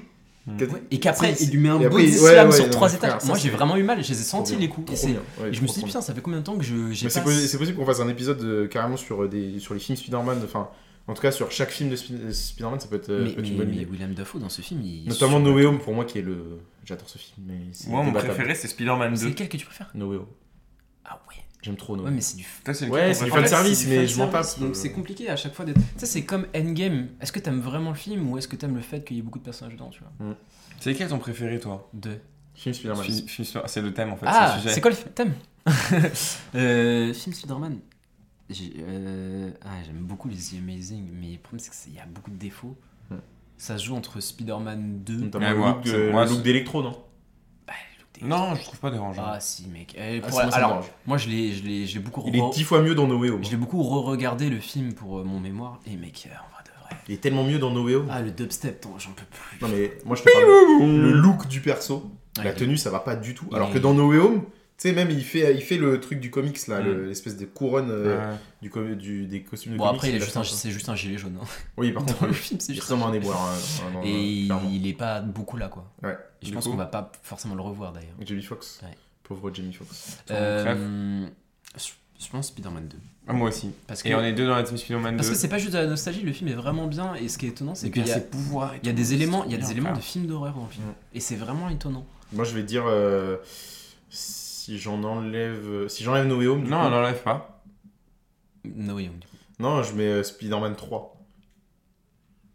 [SPEAKER 3] Mm.
[SPEAKER 5] que-
[SPEAKER 4] ouais, et qu'après,
[SPEAKER 5] c'est-
[SPEAKER 4] il lui met un
[SPEAKER 5] et
[SPEAKER 4] body
[SPEAKER 5] après, il- ouais,
[SPEAKER 4] slam
[SPEAKER 5] ouais,
[SPEAKER 4] sur
[SPEAKER 5] non,
[SPEAKER 4] trois
[SPEAKER 5] frère,
[SPEAKER 4] étages.
[SPEAKER 5] ça,
[SPEAKER 4] Moi,
[SPEAKER 5] c'est
[SPEAKER 4] j'ai vraiment eu mal, je les ai sentis
[SPEAKER 5] bien,
[SPEAKER 4] les coups.
[SPEAKER 5] trop
[SPEAKER 4] Et c'est-
[SPEAKER 5] bien. Ouais,
[SPEAKER 4] et je
[SPEAKER 5] trop,
[SPEAKER 4] me suis dit,
[SPEAKER 5] trop
[SPEAKER 4] putain, ça fait combien de temps que je. j'ai
[SPEAKER 5] Mais c'est
[SPEAKER 4] pas-
[SPEAKER 5] possi- c'est possible qu'on fasse un épisode euh, carrément sur, euh, des, sur les films Spider-Man, enfin, en tout cas sur chaque film de Spi- euh, Spider-Man, ça peut être, euh,
[SPEAKER 4] Mais,
[SPEAKER 5] peut être
[SPEAKER 4] mais-
[SPEAKER 5] une bonne
[SPEAKER 4] mais
[SPEAKER 5] idée.
[SPEAKER 4] William Dafoe dans ce film, il.
[SPEAKER 5] Notamment
[SPEAKER 4] sur-
[SPEAKER 5] No Way Home pour moi qui est le. J'adore ce film, mais c'est.
[SPEAKER 3] Moi, mon
[SPEAKER 5] débattable.
[SPEAKER 3] préféré, c'est Spider-Man 2.
[SPEAKER 4] C'est lequel que tu préfères
[SPEAKER 5] No Way Home.
[SPEAKER 4] Ah ouais.
[SPEAKER 5] J'aime trop No
[SPEAKER 4] Ouais,
[SPEAKER 5] Way
[SPEAKER 4] mais c'est du. f-
[SPEAKER 3] Toi, c'est
[SPEAKER 5] Ouais,
[SPEAKER 3] lequel
[SPEAKER 5] c'est
[SPEAKER 3] ton
[SPEAKER 5] du
[SPEAKER 4] En
[SPEAKER 5] fan
[SPEAKER 4] fait,
[SPEAKER 3] préféré
[SPEAKER 5] service,
[SPEAKER 4] c'est du
[SPEAKER 5] mais
[SPEAKER 4] fan
[SPEAKER 5] je m'en
[SPEAKER 4] service,
[SPEAKER 5] tape. euh.
[SPEAKER 4] Donc c'est compliqué à chaque fois d'être. Tu sais, c'est comme Endgame. Est-ce que t'aimes vraiment le film ou est-ce que t'aimes le fait qu'il y ait beaucoup de personnages dedans, tu vois
[SPEAKER 3] C'est lequel ton préféré, toi
[SPEAKER 4] Deux.
[SPEAKER 5] Film Spider-Man.
[SPEAKER 3] Film- film sur- C'est le thème, en fait.
[SPEAKER 4] Ah,
[SPEAKER 3] le sujet.
[SPEAKER 4] c'est quoi le f-
[SPEAKER 5] [LAUGHS]
[SPEAKER 4] thème euh, Film Spider-Man. J'ai, euh, ah, j'aime beaucoup les The Amazing, mais le problème c'est qu'il y a beaucoup de défauts.
[SPEAKER 5] Hmm.
[SPEAKER 4] Ça se joue entre Spider-Man 2.
[SPEAKER 5] Notamment
[SPEAKER 3] Ouais,
[SPEAKER 5] le
[SPEAKER 3] moi,
[SPEAKER 5] look,
[SPEAKER 3] c'est-
[SPEAKER 5] euh,
[SPEAKER 3] moi,
[SPEAKER 5] le look
[SPEAKER 3] c'est-
[SPEAKER 5] d'électro, non
[SPEAKER 4] Bah, le look des-
[SPEAKER 3] Non, je trouve pas dérangeant.
[SPEAKER 4] Ah si mec. Euh,
[SPEAKER 5] Ah,
[SPEAKER 4] pour-
[SPEAKER 5] c'est moi, ça me
[SPEAKER 4] alors
[SPEAKER 5] dérange.
[SPEAKER 4] moi je l'ai je l'ai je l'ai beaucoup
[SPEAKER 5] Il est
[SPEAKER 4] re-
[SPEAKER 5] dix fois mieux dans hein. No Way Home.
[SPEAKER 4] je l'ai beaucoup re-regardé le film pour euh, mon mémoire et mec euh, en vrai de vrai.
[SPEAKER 5] Il est tellement mieux dans No Way Home.
[SPEAKER 4] Ah le dubstep attends, j'en peux plus.
[SPEAKER 5] Non, mais moi je te parle. Le look du perso,
[SPEAKER 4] Ah,
[SPEAKER 5] la
[SPEAKER 4] il-
[SPEAKER 5] tenue, ça va pas du tout.
[SPEAKER 4] il
[SPEAKER 5] Alors
[SPEAKER 4] est-
[SPEAKER 5] que dans No Way Home, tu sais, même il fait, il fait le truc du comics, là,
[SPEAKER 3] Mm.
[SPEAKER 5] le- l'espèce de couronne euh,
[SPEAKER 3] Ouais.
[SPEAKER 5] du, co- du- des costumes de
[SPEAKER 4] Bon
[SPEAKER 5] comics.
[SPEAKER 4] après il est
[SPEAKER 5] a
[SPEAKER 4] juste un-
[SPEAKER 5] ça.
[SPEAKER 4] c'est juste un gilet jaune. hein.
[SPEAKER 5] Oui, par contre,
[SPEAKER 4] [LAUGHS] Dans le film c'est
[SPEAKER 5] il
[SPEAKER 4] juste.
[SPEAKER 5] ressemble à un éboire. hein, vraiment,
[SPEAKER 4] Et
[SPEAKER 5] euh,
[SPEAKER 4] il,
[SPEAKER 5] clairement.
[SPEAKER 4] il est pas beaucoup là quoi.
[SPEAKER 5] Ouais.
[SPEAKER 4] Et Je
[SPEAKER 3] Du
[SPEAKER 4] pense
[SPEAKER 3] coup-
[SPEAKER 4] qu'on va pas forcément le revoir d'ailleurs.
[SPEAKER 5] Jamie Foxx.
[SPEAKER 4] Ouais.
[SPEAKER 5] Pauvre Jamie Foxx.
[SPEAKER 4] Euh, je je pense Spider-Man 2.
[SPEAKER 3] Ah, moi aussi.
[SPEAKER 4] Parce que
[SPEAKER 3] Et on est deux dans la team Spider-Man 2.
[SPEAKER 4] parce que c'est pas juste de la nostalgie, le film est vraiment bien et ce qui est étonnant c'est
[SPEAKER 3] Mais
[SPEAKER 4] qu'il y
[SPEAKER 3] bien,
[SPEAKER 4] a,
[SPEAKER 3] ses pouvoirs et
[SPEAKER 4] il y a
[SPEAKER 3] tout,
[SPEAKER 4] des
[SPEAKER 3] c'est
[SPEAKER 4] éléments,
[SPEAKER 3] trop
[SPEAKER 4] il y a
[SPEAKER 3] bien,
[SPEAKER 4] des éléments
[SPEAKER 3] frère.
[SPEAKER 4] de films d'horreur dans le film
[SPEAKER 5] Mm.
[SPEAKER 4] et c'est vraiment étonnant.
[SPEAKER 5] Moi, je vais dire. euh, si j'en enlève. euh, Si j'enlève No Way Home. du
[SPEAKER 3] Non,
[SPEAKER 5] coup-
[SPEAKER 3] on l'enlève pas.
[SPEAKER 4] No Way Home.
[SPEAKER 5] Non, je mets euh, Spider-Man 3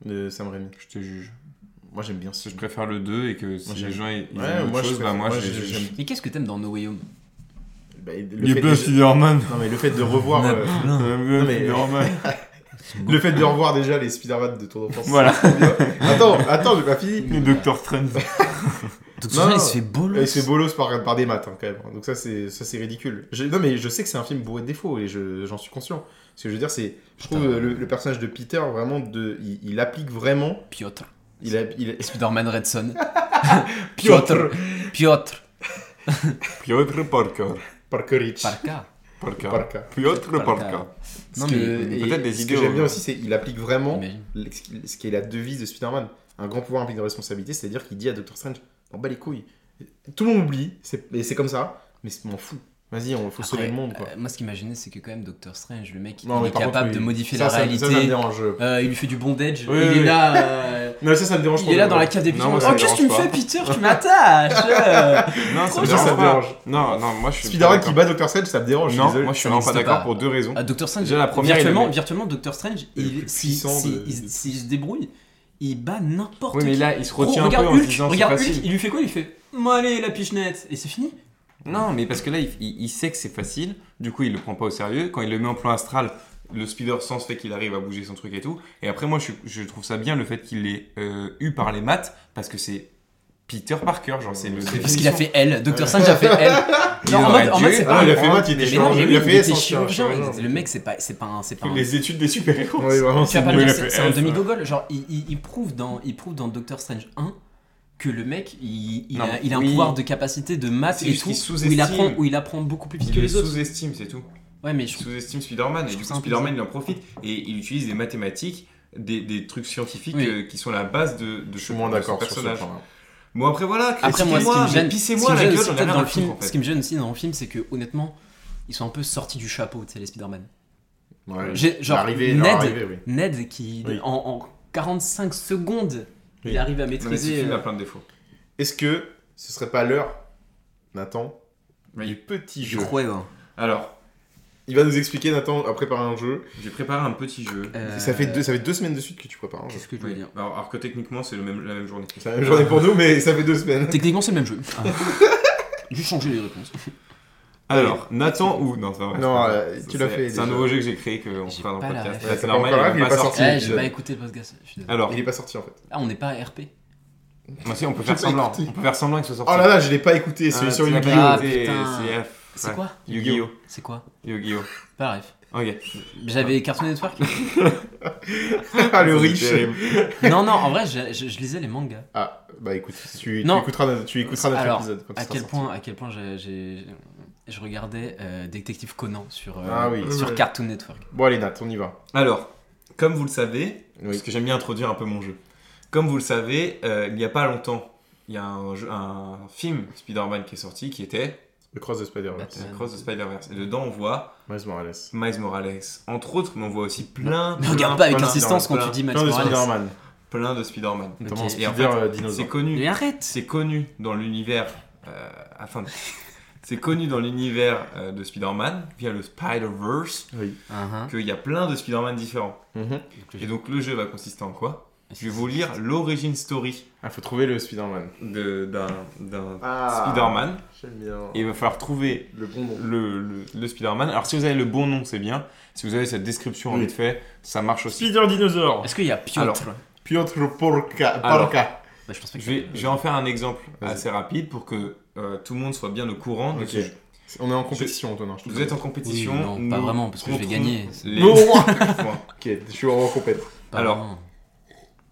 [SPEAKER 5] de Sam Raimi.
[SPEAKER 3] Je te juge.
[SPEAKER 5] Moi, j'aime bien ce
[SPEAKER 3] Je préfère le 2 et que si
[SPEAKER 5] Moi,
[SPEAKER 3] les
[SPEAKER 5] j'aime.
[SPEAKER 3] gens ils ils
[SPEAKER 5] Ouais,
[SPEAKER 3] aiment
[SPEAKER 5] moi,
[SPEAKER 3] autre
[SPEAKER 5] je
[SPEAKER 3] chose, bah
[SPEAKER 5] préfère-
[SPEAKER 3] moi
[SPEAKER 5] moi,
[SPEAKER 3] je les
[SPEAKER 5] je-
[SPEAKER 3] juge.
[SPEAKER 4] Mais qu'est-ce que t'aimes dans No Way Home
[SPEAKER 5] Bah, le
[SPEAKER 3] Il est
[SPEAKER 5] fait
[SPEAKER 3] bien
[SPEAKER 5] de-
[SPEAKER 3] Spider-Man
[SPEAKER 5] Non, mais le fait de revoir. euh,
[SPEAKER 3] [LAUGHS] Non
[SPEAKER 5] mais-
[SPEAKER 3] Spider-Man
[SPEAKER 5] Le fait de revoir déjà les Spider-Man de ton enfance.
[SPEAKER 3] Voilà,
[SPEAKER 5] Attends, attends, j'ai pas fini.
[SPEAKER 3] le Docteur Strange.
[SPEAKER 4] Donc
[SPEAKER 5] Non,
[SPEAKER 4] il
[SPEAKER 5] non.
[SPEAKER 4] se fait bolos.
[SPEAKER 5] Et Il se fait bolos par, par des maths hein, quand même. Donc ça c'est ça c'est ridicule. Je- non mais je sais que c'est un film bourré de défauts et je- j'en suis conscient. Ce que je veux dire c'est, je trouve
[SPEAKER 4] Putain.
[SPEAKER 5] euh, le, le personnage de Peter vraiment de, il, il applique vraiment.
[SPEAKER 4] Piotr.
[SPEAKER 5] Il, a, il [LAUGHS] a-
[SPEAKER 4] Spider-Man Redson.
[SPEAKER 5] Piotr
[SPEAKER 4] Piotr.
[SPEAKER 3] Piotr Parker.
[SPEAKER 5] Parkerich.
[SPEAKER 4] Parka.
[SPEAKER 3] Parker.
[SPEAKER 5] Parker.
[SPEAKER 3] Piotr Parker.
[SPEAKER 4] Non
[SPEAKER 5] Ce que-
[SPEAKER 4] mais
[SPEAKER 5] et
[SPEAKER 3] peut-être des
[SPEAKER 5] ce
[SPEAKER 3] idées
[SPEAKER 5] que j'aime
[SPEAKER 3] au-
[SPEAKER 5] bien aussi c'est il applique vraiment
[SPEAKER 4] euh, imagine.
[SPEAKER 5] le- ce qui est la devise de Spider-Man. Un grand pouvoir implique une responsabilité, c'est-à-dire qu'il dit à Doctor Strange, on bat les couilles. Tout le monde oublie, c'est- et c'est comme ça, mais je m'en fous. Vas-y, on faut sauver
[SPEAKER 4] Après,
[SPEAKER 5] le monde quoi.
[SPEAKER 4] euh, moi, ce qui m'imaginait, c'est que quand même Doctor Strange, le mec,
[SPEAKER 5] Non,
[SPEAKER 4] il
[SPEAKER 5] mais
[SPEAKER 4] est
[SPEAKER 5] par contre,
[SPEAKER 4] capable
[SPEAKER 5] oui.
[SPEAKER 4] de modifier
[SPEAKER 5] Ça,
[SPEAKER 4] la
[SPEAKER 5] ça-
[SPEAKER 4] réalité.
[SPEAKER 5] Ça, ça me dérange.
[SPEAKER 4] Euh, il lui fait du bondage.
[SPEAKER 3] Oui,
[SPEAKER 4] il
[SPEAKER 3] oui,
[SPEAKER 4] est
[SPEAKER 3] oui.
[SPEAKER 4] là. euh,
[SPEAKER 5] Non, ça, ça me dérange
[SPEAKER 4] il est là dans la cave des
[SPEAKER 3] Non,
[SPEAKER 4] pigeons.
[SPEAKER 3] moi, ça
[SPEAKER 4] oh,
[SPEAKER 3] me
[SPEAKER 4] qu'est-ce que tu me
[SPEAKER 3] dérange
[SPEAKER 4] fais, Peter Tu m'attaches euh.
[SPEAKER 3] Non,
[SPEAKER 4] Trop
[SPEAKER 3] me
[SPEAKER 5] bien, ça me
[SPEAKER 3] pas.
[SPEAKER 5] dérange.
[SPEAKER 3] Non, non, moi je suis.
[SPEAKER 5] Spider-Man
[SPEAKER 3] pas
[SPEAKER 5] qui bat Doctor Strange, ça me dérange. je suis
[SPEAKER 3] Non,
[SPEAKER 5] désolé.
[SPEAKER 3] moi je suis
[SPEAKER 4] Ça
[SPEAKER 3] vraiment pas
[SPEAKER 4] n'existe
[SPEAKER 3] d'accord
[SPEAKER 4] pas.
[SPEAKER 3] pour deux raisons.
[SPEAKER 4] Ah, Doctor Strange,
[SPEAKER 3] Déjà, la première, il
[SPEAKER 4] virtuellement,
[SPEAKER 3] est-
[SPEAKER 4] virtuellement, Doctor Strange,
[SPEAKER 5] le
[SPEAKER 4] il,
[SPEAKER 5] plus
[SPEAKER 4] si,
[SPEAKER 5] puissant
[SPEAKER 4] si-
[SPEAKER 5] de-
[SPEAKER 4] il- s'il se débrouille,
[SPEAKER 6] il bat n'importe
[SPEAKER 3] Oui, mais
[SPEAKER 6] qui.
[SPEAKER 3] là, il se
[SPEAKER 6] Gros,
[SPEAKER 3] retient un
[SPEAKER 6] regarde
[SPEAKER 3] peu en se
[SPEAKER 6] Hulk,
[SPEAKER 3] disant c'est
[SPEAKER 6] regarde Hulk,
[SPEAKER 3] facile.
[SPEAKER 6] il lui fait quoi Il lui fait Bon, allez, la pichenette Et c'est fini
[SPEAKER 3] Non, mais parce que là, il, il- il sait que c'est facile, du coup, il le prend pas au sérieux. Quand il le met en plan astral, le speeder sense fait qu'il arrive à bouger son truc et tout. Et après, moi, je, je trouve ça bien le fait qu'il l'ait euh, eu par les maths, parce que c'est Peter Parker, genre, c'est le.
[SPEAKER 4] Parce qu'il a fait L, Docteur Strange a fait [LAUGHS] L.
[SPEAKER 3] Il
[SPEAKER 4] Non, en
[SPEAKER 3] aurait
[SPEAKER 4] mode- en
[SPEAKER 3] dû-
[SPEAKER 4] mode, c'est
[SPEAKER 5] Ah,
[SPEAKER 4] pas.
[SPEAKER 5] il a fait maths, il était
[SPEAKER 4] Mais non,
[SPEAKER 5] chirurgien. Il
[SPEAKER 4] mais
[SPEAKER 5] a
[SPEAKER 4] oui,
[SPEAKER 5] fait
[SPEAKER 4] il était
[SPEAKER 5] essence,
[SPEAKER 4] chirurgien.
[SPEAKER 5] chirurgien.
[SPEAKER 4] Le mec, c'est pas, c'est pas un, c'est pas un.
[SPEAKER 3] Les études des super-héros.
[SPEAKER 5] Oui, vraiment,
[SPEAKER 4] Tu vas
[SPEAKER 5] c'est
[SPEAKER 4] pas
[SPEAKER 5] nul.
[SPEAKER 4] le dire,
[SPEAKER 3] il a
[SPEAKER 4] c'est
[SPEAKER 3] fait
[SPEAKER 4] c'est un
[SPEAKER 3] F,
[SPEAKER 4] demi-gogol. Genre, il, il- il prouve dans, il prouve dans Doctor Strange 1 que le mec, il, il
[SPEAKER 3] Non,
[SPEAKER 4] a, il a un
[SPEAKER 3] oui.
[SPEAKER 4] pouvoir de capacité de maths
[SPEAKER 3] C'est
[SPEAKER 4] et
[SPEAKER 3] juste
[SPEAKER 4] tout,
[SPEAKER 3] qu'il
[SPEAKER 4] où
[SPEAKER 3] sous-estime.
[SPEAKER 4] il, apprend, où il apprend beaucoup plus vite que
[SPEAKER 3] Il le
[SPEAKER 4] les autres.
[SPEAKER 3] sous-estime, c'est tout.
[SPEAKER 4] Ouais, mais je
[SPEAKER 3] Il
[SPEAKER 4] trouve.
[SPEAKER 3] sous-estime Spider-Man, et
[SPEAKER 4] trouve
[SPEAKER 3] du
[SPEAKER 4] ça
[SPEAKER 3] coup, Spider-Man, il en profite, et il utilise des mathématiques. Des, des trucs scientifiques
[SPEAKER 4] Oui.
[SPEAKER 3] euh, qui sont la base de, de
[SPEAKER 5] Je
[SPEAKER 3] ce-
[SPEAKER 5] suis moins
[SPEAKER 3] de ce
[SPEAKER 5] d'accord sur ce
[SPEAKER 3] personnage.
[SPEAKER 5] point.
[SPEAKER 3] Bon, après, voilà,
[SPEAKER 4] Après, moi, ce qui me gêne, ce qui
[SPEAKER 3] pissez-moi
[SPEAKER 4] me
[SPEAKER 3] la
[SPEAKER 4] gêne
[SPEAKER 3] gueule,
[SPEAKER 4] aussi
[SPEAKER 3] j'en ai
[SPEAKER 4] peut-être
[SPEAKER 3] rien
[SPEAKER 4] dans
[SPEAKER 3] à
[SPEAKER 4] le film,
[SPEAKER 3] foutre, en fait.
[SPEAKER 4] ce qui me gêne aussi dans le film, c'est que honnêtement, ils sont un peu sortis du chapeau, tu sais, les Spider-Man.
[SPEAKER 5] Ouais.
[SPEAKER 4] J'ai- Genre,
[SPEAKER 5] L'arrivée- leur
[SPEAKER 4] Ned,
[SPEAKER 5] arrivée, oui.
[SPEAKER 4] Ned qui,
[SPEAKER 5] Oui.
[SPEAKER 4] en, en 45 secondes, il
[SPEAKER 5] Oui.
[SPEAKER 4] arrive à
[SPEAKER 3] Non, mais ce
[SPEAKER 4] maîtriser.
[SPEAKER 3] film a
[SPEAKER 4] euh,
[SPEAKER 3] plein de défauts.
[SPEAKER 5] Est-ce que ce serait pas l'heure, Nathan,
[SPEAKER 3] Oui.
[SPEAKER 5] du petit
[SPEAKER 4] Je
[SPEAKER 5] jeu
[SPEAKER 4] crois, ouais.
[SPEAKER 3] Alors,
[SPEAKER 5] Il va nous expliquer, Nathan a préparé un jeu.
[SPEAKER 3] j'ai préparé un petit jeu.
[SPEAKER 4] Euh,
[SPEAKER 5] Ça, fait deux, ça fait deux semaines de suite que tu prépares hein, un jeu.
[SPEAKER 4] Qu'est-ce que je voulais
[SPEAKER 3] Oui.
[SPEAKER 4] dire
[SPEAKER 3] Alors, alors que techniquement, c'est le même, la même journée.
[SPEAKER 5] C'est la même journée pour nous, mais ça fait deux semaines.
[SPEAKER 4] Techniquement, c'est le même jeu. [LAUGHS] Juste changer les réponses.
[SPEAKER 3] Alors, Nathan ou Non, ça va.
[SPEAKER 5] Non, euh, tu l'as fait.
[SPEAKER 3] C'est un
[SPEAKER 5] déjà.
[SPEAKER 3] nouveau jeu que j'ai créé qu'on
[SPEAKER 4] J'ai
[SPEAKER 3] fera dans
[SPEAKER 4] pas
[SPEAKER 3] le
[SPEAKER 4] la
[SPEAKER 3] podcast.
[SPEAKER 4] ref.
[SPEAKER 3] Là,
[SPEAKER 5] T'as
[SPEAKER 3] c'est
[SPEAKER 5] pas encore
[SPEAKER 3] normal, il est pas sorti.
[SPEAKER 4] Eh, j'ai
[SPEAKER 5] je-
[SPEAKER 4] pas écouté le podcast. je suis désolé.
[SPEAKER 3] Alors,
[SPEAKER 5] Il est pas sorti en fait.
[SPEAKER 4] Ah, on n'est pas RP.
[SPEAKER 3] moi aussi, on peut
[SPEAKER 5] J'ai
[SPEAKER 3] faire
[SPEAKER 5] pas
[SPEAKER 3] semblant.
[SPEAKER 5] écouté.
[SPEAKER 3] On peut faire semblant que ce soit
[SPEAKER 5] Oh
[SPEAKER 3] sorti.
[SPEAKER 5] là là, je l'ai pas écouté,
[SPEAKER 3] Ah,
[SPEAKER 5] celui sur
[SPEAKER 3] tu l'as
[SPEAKER 5] YouTube.
[SPEAKER 4] Ah,
[SPEAKER 3] pas écouté,
[SPEAKER 4] putain.
[SPEAKER 3] c'est F.
[SPEAKER 4] C'est
[SPEAKER 3] Ouais.
[SPEAKER 4] quoi
[SPEAKER 3] Yu-Gi-Oh!
[SPEAKER 4] C'est quoi
[SPEAKER 3] Yu-Gi-Oh!
[SPEAKER 4] Pas bref.
[SPEAKER 3] Ok.
[SPEAKER 4] J'avais
[SPEAKER 5] [LAUGHS]
[SPEAKER 4] Cartoon Network.
[SPEAKER 5] Ah, le riche.
[SPEAKER 3] C'est terrible.
[SPEAKER 4] non, non, en vrai, je, je- je lisais les mangas.
[SPEAKER 5] Ah, bah écoute, tu, tu
[SPEAKER 4] Non.
[SPEAKER 5] écouteras, notre- tu écouteras notre
[SPEAKER 4] Alors,
[SPEAKER 5] épisode. quand il
[SPEAKER 4] À
[SPEAKER 5] sera
[SPEAKER 4] quel,
[SPEAKER 5] sorti.
[SPEAKER 4] point, à quel point j'ai- j'ai- je regardais euh, Détective Conan sur, euh,
[SPEAKER 5] Ah oui.
[SPEAKER 4] sur
[SPEAKER 5] Ouais.
[SPEAKER 4] Cartoon Network.
[SPEAKER 5] Bon, allez, Nat, on y va.
[SPEAKER 3] Alors, comme vous le savez,
[SPEAKER 5] Oui.
[SPEAKER 3] parce que j'aime bien introduire un peu mon jeu. Comme vous le savez, euh, il n'y a pas longtemps, il y a un, jeu- un film Spider-Man qui est sorti qui était
[SPEAKER 5] Le Cross de Spider-Verse.
[SPEAKER 4] Batman.
[SPEAKER 3] The Cross de Spider-Verse. Et dedans, on voit
[SPEAKER 5] Miles Morales.
[SPEAKER 3] Miles Morales, entre autres, mais on voit aussi plein,
[SPEAKER 4] Ne
[SPEAKER 3] plein,
[SPEAKER 4] regarde pas avec
[SPEAKER 3] plein,
[SPEAKER 4] insistance quand
[SPEAKER 3] plein,
[SPEAKER 4] tu dis Miles
[SPEAKER 5] Plein de
[SPEAKER 4] Morales.
[SPEAKER 5] Spider-Man.
[SPEAKER 3] plein de Spider-Man.
[SPEAKER 4] Ok.
[SPEAKER 5] Notamment
[SPEAKER 3] Et en fait, C'est
[SPEAKER 4] euh,
[SPEAKER 5] Spider-Dinosaur.
[SPEAKER 3] connu,
[SPEAKER 4] Mais arrête
[SPEAKER 3] c'est connu dans l'univers. euh, enfin, [LAUGHS] c'est connu dans l'univers euh, de Spider-Man via le Spider-Verse
[SPEAKER 5] Oui.
[SPEAKER 4] Ah,
[SPEAKER 3] qu'il y a plein de Spider-Man différents.
[SPEAKER 5] Mhm.
[SPEAKER 4] ah.
[SPEAKER 3] Et donc le jeu va consister en quoi Je vais vous lire l'origin story
[SPEAKER 5] Ah, faut trouver le Spider-Man.
[SPEAKER 3] de- d'un d'un
[SPEAKER 5] Ah.
[SPEAKER 3] Spider-Man.
[SPEAKER 5] J'aime bien.
[SPEAKER 3] Et il va falloir trouver
[SPEAKER 5] Le bon nom.
[SPEAKER 3] le, le, le Spider-Man. Alors si vous avez le bon nom, c'est bien. Si vous avez cette description en
[SPEAKER 5] Oui.
[SPEAKER 3] vite fait, ça marche aussi.
[SPEAKER 5] Spider-Dinosaur.
[SPEAKER 4] Est-ce qu'il y a Piotr
[SPEAKER 3] Alors,
[SPEAKER 5] Piotr Porca.
[SPEAKER 3] Alors.
[SPEAKER 5] Porca.
[SPEAKER 4] Bah, Je pense pas
[SPEAKER 3] Je vais,
[SPEAKER 4] que-
[SPEAKER 3] je vais en faire un exemple
[SPEAKER 5] Vas-y.
[SPEAKER 3] assez rapide pour que euh, tout le monde soit bien au courant. de
[SPEAKER 5] Ok.
[SPEAKER 3] ce jeu.
[SPEAKER 5] On est en compétition, Antonin. Je te
[SPEAKER 3] Vous êtes en
[SPEAKER 4] Oui,
[SPEAKER 3] compétition.
[SPEAKER 4] non, pas
[SPEAKER 3] nous
[SPEAKER 4] vraiment, parce que je vais
[SPEAKER 3] comptons
[SPEAKER 4] gagner.
[SPEAKER 3] les- [LAUGHS]
[SPEAKER 5] Non.
[SPEAKER 3] Points.
[SPEAKER 5] [LAUGHS] Ok, je suis en compète.
[SPEAKER 4] Pas
[SPEAKER 3] alors,
[SPEAKER 4] vraiment.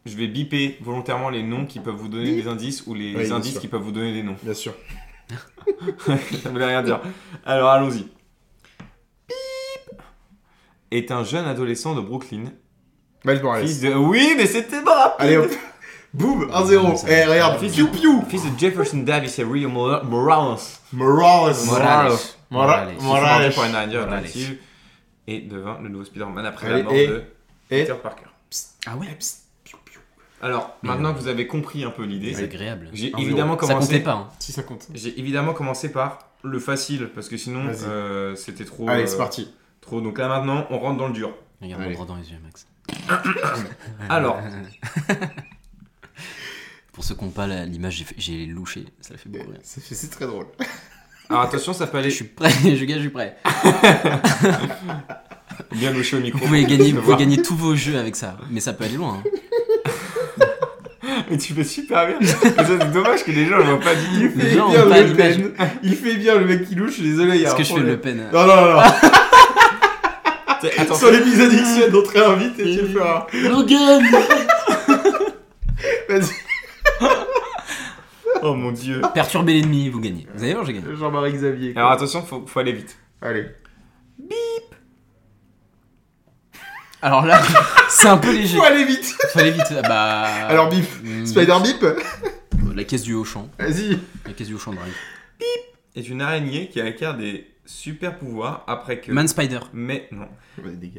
[SPEAKER 3] Je vais biper volontairement les noms qui peuvent vous donner des indices ou les
[SPEAKER 5] Oui, bien
[SPEAKER 3] indices
[SPEAKER 5] sûr.
[SPEAKER 3] qui peuvent vous donner des noms. [LAUGHS]
[SPEAKER 5] Bien sûr.
[SPEAKER 3] Ça voulait rien dire. Alors allons-y. Pip est un jeune adolescent de Brooklyn.
[SPEAKER 5] Miles Morales.
[SPEAKER 3] Fils de... Oui, mais c'était bon
[SPEAKER 5] Allez hop. [LAUGHS] Boum,
[SPEAKER 4] Non,
[SPEAKER 5] 1-0.
[SPEAKER 4] ça
[SPEAKER 5] Eh,
[SPEAKER 4] va.
[SPEAKER 5] regarde.
[SPEAKER 3] Fils
[SPEAKER 5] Piu
[SPEAKER 3] de,
[SPEAKER 5] piu.
[SPEAKER 3] fils de Jefferson Davis et Rio Mora- Morales.
[SPEAKER 5] Morales. Morales.
[SPEAKER 4] Morales. Morales.
[SPEAKER 3] Morales.
[SPEAKER 5] Morales.
[SPEAKER 3] pour une année
[SPEAKER 4] Morales.
[SPEAKER 3] alternative et devint le nouveau Spider-Man après
[SPEAKER 5] Allez,
[SPEAKER 3] la mort
[SPEAKER 5] et-
[SPEAKER 3] de
[SPEAKER 5] et-
[SPEAKER 3] Peter Parker.
[SPEAKER 4] Ah ouais
[SPEAKER 3] Alors,
[SPEAKER 4] Mais
[SPEAKER 3] maintenant que vous avez compris un peu l'idée,
[SPEAKER 4] C'est agréable.
[SPEAKER 3] j'ai
[SPEAKER 5] Un
[SPEAKER 3] évidemment
[SPEAKER 4] Ça comptait
[SPEAKER 3] commencé...
[SPEAKER 4] pas. hein.
[SPEAKER 5] Si ça compte.
[SPEAKER 3] J'ai évidemment commencé par le facile, parce que sinon,
[SPEAKER 5] Vas-y.
[SPEAKER 3] euh, c'était trop...
[SPEAKER 5] Allez,
[SPEAKER 3] euh,
[SPEAKER 5] c'est parti.
[SPEAKER 3] Trop. Donc là, maintenant, on rentre dans le dur.
[SPEAKER 4] Regarde-moi
[SPEAKER 5] Allez.
[SPEAKER 4] droit dans les yeux, Max.
[SPEAKER 3] Alors,
[SPEAKER 4] [LAUGHS] Pour ceux qui n'ont pas la- l'image, j'ai fait- j'ai louché. Ça fait beaucoup rire.
[SPEAKER 5] C'est c'est très drôle.
[SPEAKER 3] alors attention, ça peut
[SPEAKER 4] Je
[SPEAKER 3] aller
[SPEAKER 4] suis prêt, [LAUGHS] je gars, je suis prêt.
[SPEAKER 3] bien loucher au micro.
[SPEAKER 4] Vous
[SPEAKER 5] [LAUGHS]
[SPEAKER 4] pouvez gagner,
[SPEAKER 3] Je
[SPEAKER 4] vous
[SPEAKER 3] vois.
[SPEAKER 4] pouvez gagner tous vos jeux avec ça, mais ça peut aller loin. hein.
[SPEAKER 3] Mais tu fais super bien. Mais ça, C'est dommage que les gens ne voient pas du tout.
[SPEAKER 4] Les gens ont pas l'image.
[SPEAKER 5] Il fait bien le mec qui louche, je suis désolé. il y a
[SPEAKER 4] Est-ce
[SPEAKER 5] un
[SPEAKER 4] que je fais
[SPEAKER 5] problème.
[SPEAKER 4] Le Ah, Pen
[SPEAKER 5] Non, non, non, non.
[SPEAKER 3] T'sais, Attends,
[SPEAKER 5] Sur l'épisode X, notre invité, tu le
[SPEAKER 4] Mmh.
[SPEAKER 5] feras.
[SPEAKER 4] Logan
[SPEAKER 5] Vas-y,
[SPEAKER 3] oh mon dieu.
[SPEAKER 4] Perturber l'ennemi, vous gagnez. Vous allez voir, j'ai gagné.
[SPEAKER 5] Jean-Marie Xavier.
[SPEAKER 3] Alors attention, faut, faut aller vite.
[SPEAKER 5] Allez.
[SPEAKER 4] Alors là, [LAUGHS] c'est un peu léger.
[SPEAKER 5] Faut aller vite.
[SPEAKER 4] Fallait vite. ah Bah.
[SPEAKER 5] Alors, bip.
[SPEAKER 4] hmm,
[SPEAKER 5] Spider Bip
[SPEAKER 4] La caisse du Auchan.
[SPEAKER 5] Vas-y.
[SPEAKER 4] La caisse du Auchan drive.
[SPEAKER 3] Est une araignée qui acquiert des super pouvoirs après que.
[SPEAKER 4] Man Spider.
[SPEAKER 3] Mais non.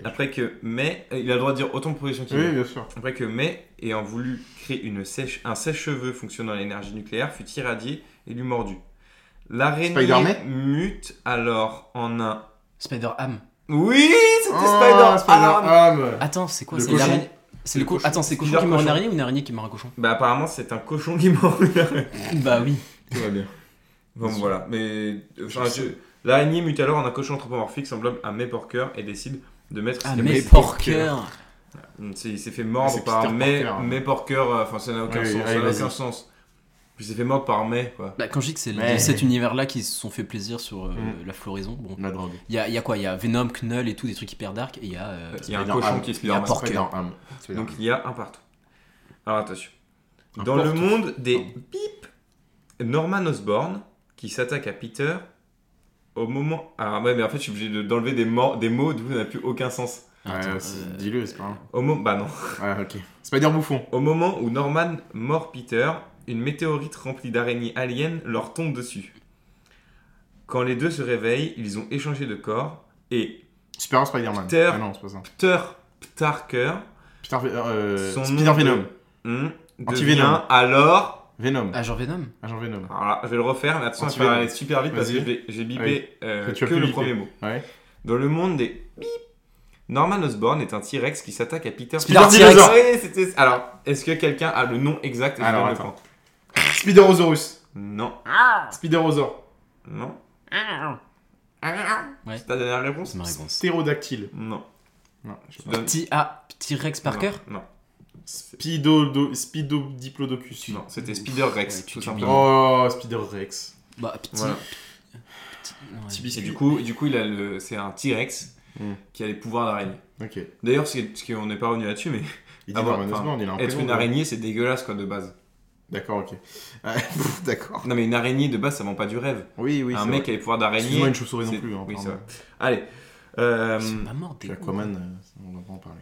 [SPEAKER 4] Ah,
[SPEAKER 3] Après que mais il a le droit de dire autant de professions qu'il
[SPEAKER 5] Oui,
[SPEAKER 3] veut.
[SPEAKER 5] bien sûr.
[SPEAKER 3] Après que mais ayant voulu créer une sèche, un sèche-cheveux fonctionnant à l'énergie nucléaire fut irradié et lui mordu. L'araignée
[SPEAKER 5] Spider-Man
[SPEAKER 3] mute alors en un.
[SPEAKER 4] Spider Ham.
[SPEAKER 3] Oui, c'était Ah,
[SPEAKER 5] Ah,
[SPEAKER 3] Spider.
[SPEAKER 5] Spider-Ham.
[SPEAKER 4] Attends, c'est quoi
[SPEAKER 5] Le
[SPEAKER 4] C'est
[SPEAKER 5] cochon.
[SPEAKER 4] l'araignée- C'est
[SPEAKER 3] Le
[SPEAKER 4] le co-
[SPEAKER 3] cochon.
[SPEAKER 4] Attends, c'est le cochon
[SPEAKER 3] Spider
[SPEAKER 4] qui mord une
[SPEAKER 3] cochon.
[SPEAKER 4] araignée ou une araignée qui mord un cochon
[SPEAKER 3] Bah apparemment c'est un cochon qui
[SPEAKER 5] [LAUGHS]
[SPEAKER 3] mord une araignée.
[SPEAKER 5] Ah,
[SPEAKER 4] Bah oui.
[SPEAKER 5] Tout va bien.
[SPEAKER 3] Bon voilà, mais euh, enfin, je- l'araignée mute alors en un cochon anthropomorphique semblable à May Porker et décide de mettre
[SPEAKER 4] Ah,
[SPEAKER 3] ses-
[SPEAKER 4] mais
[SPEAKER 3] May
[SPEAKER 4] porker
[SPEAKER 3] Il s'est Mm, il s'est fait
[SPEAKER 5] Ah,
[SPEAKER 3] mordre
[SPEAKER 5] c'est
[SPEAKER 3] par
[SPEAKER 5] Peter
[SPEAKER 3] May,
[SPEAKER 5] Porker.
[SPEAKER 3] May Porker, euh, enfin ça n'a aucun
[SPEAKER 5] Oui,
[SPEAKER 3] sens,
[SPEAKER 5] oui,
[SPEAKER 3] ça
[SPEAKER 5] allez,
[SPEAKER 3] n'a aucun
[SPEAKER 5] vas-y.
[SPEAKER 3] sens. Puis il s'est fait mordre par May quoi.
[SPEAKER 4] Bah, quand je dis que c'est
[SPEAKER 5] Ouais.
[SPEAKER 4] de cet univers-là qui se sont fait plaisir sur euh,
[SPEAKER 5] Mm.
[SPEAKER 4] la floraison, bon.
[SPEAKER 5] La drogue.
[SPEAKER 4] Il y a, il y a quoi Il y a Venom, Knull et tout, des trucs hyper dark, et il y a. euh,
[SPEAKER 3] Il y a un
[SPEAKER 5] Spider-Man.
[SPEAKER 3] cochon qui est
[SPEAKER 4] Il y a
[SPEAKER 3] Spider-Man.
[SPEAKER 4] Porker.
[SPEAKER 5] Spider-Man.
[SPEAKER 3] Donc il y a un partout. Alors attention.
[SPEAKER 5] Un
[SPEAKER 3] Dans le
[SPEAKER 5] partout.
[SPEAKER 3] monde des
[SPEAKER 5] Pardon.
[SPEAKER 3] pipes, Norman Osborn qui s'attaque à Peter au moment. Ah ouais, mais en fait, je suis obligé de- d'enlever des, mor- des mots, d'où ça n'a plus aucun sens.
[SPEAKER 5] Ouais,
[SPEAKER 4] Attends,
[SPEAKER 5] c'est-
[SPEAKER 4] euh,
[SPEAKER 5] Ah, Dis-le, c'est pas grave.
[SPEAKER 3] Au moment. Bah non.
[SPEAKER 5] Ouais, ok. Spider-Bouffon.
[SPEAKER 3] Au moment où Norman mord Peter, une météorite remplie d'araignées aliens leur tombe dessus. Quand les deux se réveillent, ils ont échangé de corps et
[SPEAKER 5] Super Spider-Man.
[SPEAKER 3] Peter.
[SPEAKER 5] Ah non, c'est pas ça.
[SPEAKER 3] Peter Parker,
[SPEAKER 5] Peter, euh,
[SPEAKER 3] Son
[SPEAKER 5] Spider
[SPEAKER 3] nom de-
[SPEAKER 5] Venom.
[SPEAKER 3] hmm, devient
[SPEAKER 5] Anti-Venom.
[SPEAKER 3] alors
[SPEAKER 5] Venom.
[SPEAKER 4] Agent Ah, Venom
[SPEAKER 5] Agent Venom.
[SPEAKER 3] Alors là, je vais le refaire, mais attention, il
[SPEAKER 5] Antivenom.
[SPEAKER 3] va aller super vite parce que
[SPEAKER 5] Vas-y.
[SPEAKER 3] je l'ai- j'ai bipé
[SPEAKER 5] Oui.
[SPEAKER 3] euh,
[SPEAKER 5] Que tu
[SPEAKER 3] que
[SPEAKER 5] as pu
[SPEAKER 3] le
[SPEAKER 5] biper.
[SPEAKER 3] premier mot.
[SPEAKER 5] Ouais.
[SPEAKER 3] Dans le monde des bip, Norman Osborn est un T-Rex qui s'attaque à Peter
[SPEAKER 4] Spider
[SPEAKER 3] T-Rex.
[SPEAKER 4] T-Rex.
[SPEAKER 3] Ouais, c'était- Alors, est-ce que quelqu'un a le nom exact et je
[SPEAKER 5] Alors,
[SPEAKER 3] donne le
[SPEAKER 5] attends.
[SPEAKER 3] point
[SPEAKER 5] Spiderosaurus.
[SPEAKER 3] Non,
[SPEAKER 5] Ah. Spiderosaur.
[SPEAKER 3] non.
[SPEAKER 4] Ouais.
[SPEAKER 3] C'est ta dernière réponse
[SPEAKER 4] C'est ma réponse.
[SPEAKER 5] Ptérodactyle.
[SPEAKER 3] Non.
[SPEAKER 5] Non,
[SPEAKER 3] Je te donne-
[SPEAKER 4] Petit A, petit Rex Parker
[SPEAKER 3] Non,
[SPEAKER 5] Spido, Spido Diplodocus.
[SPEAKER 3] non, c'était Spider Rex,
[SPEAKER 4] Ouais, tu-
[SPEAKER 3] tout
[SPEAKER 4] tu
[SPEAKER 3] simplement.
[SPEAKER 5] Oh, Spider Rex.
[SPEAKER 4] Bah, petit.
[SPEAKER 3] Voilà.
[SPEAKER 4] petit- ouais.
[SPEAKER 5] Petit
[SPEAKER 3] Et
[SPEAKER 5] biscuit.
[SPEAKER 3] du coup, du coup il a le- c'est un T-Rex
[SPEAKER 5] Mm.
[SPEAKER 3] qui a les pouvoirs d'araignée.
[SPEAKER 5] Ok.
[SPEAKER 3] D'ailleurs, c'est- ce qu'on n'est pas revenu là-dessus, mais
[SPEAKER 5] Il dit
[SPEAKER 3] Avoir-
[SPEAKER 5] Norman
[SPEAKER 3] Ah bah, enfin,
[SPEAKER 5] Osborn, il a un
[SPEAKER 3] être
[SPEAKER 5] prénom,
[SPEAKER 3] une
[SPEAKER 5] quoi.
[SPEAKER 3] araignée, c'est dégueulasse quoi de base.
[SPEAKER 5] D'accord, ok. [LAUGHS] Ah, pff, D'accord.
[SPEAKER 3] Non mais une araignée de base ça vend pas du rêve.
[SPEAKER 5] Oui, oui.
[SPEAKER 3] un
[SPEAKER 5] c'est
[SPEAKER 3] mec
[SPEAKER 5] vrai.
[SPEAKER 3] qui a les pouvoirs d'araignée.
[SPEAKER 5] Excuse-moi, une chauve-souris non
[SPEAKER 3] c'est-
[SPEAKER 5] plus. hein,
[SPEAKER 3] oui, c'est
[SPEAKER 5] pardon.
[SPEAKER 3] vrai. Allez. Euh,
[SPEAKER 4] Ils sont pas morts, des
[SPEAKER 5] Puis Aquaman, euh, on va pas en parler.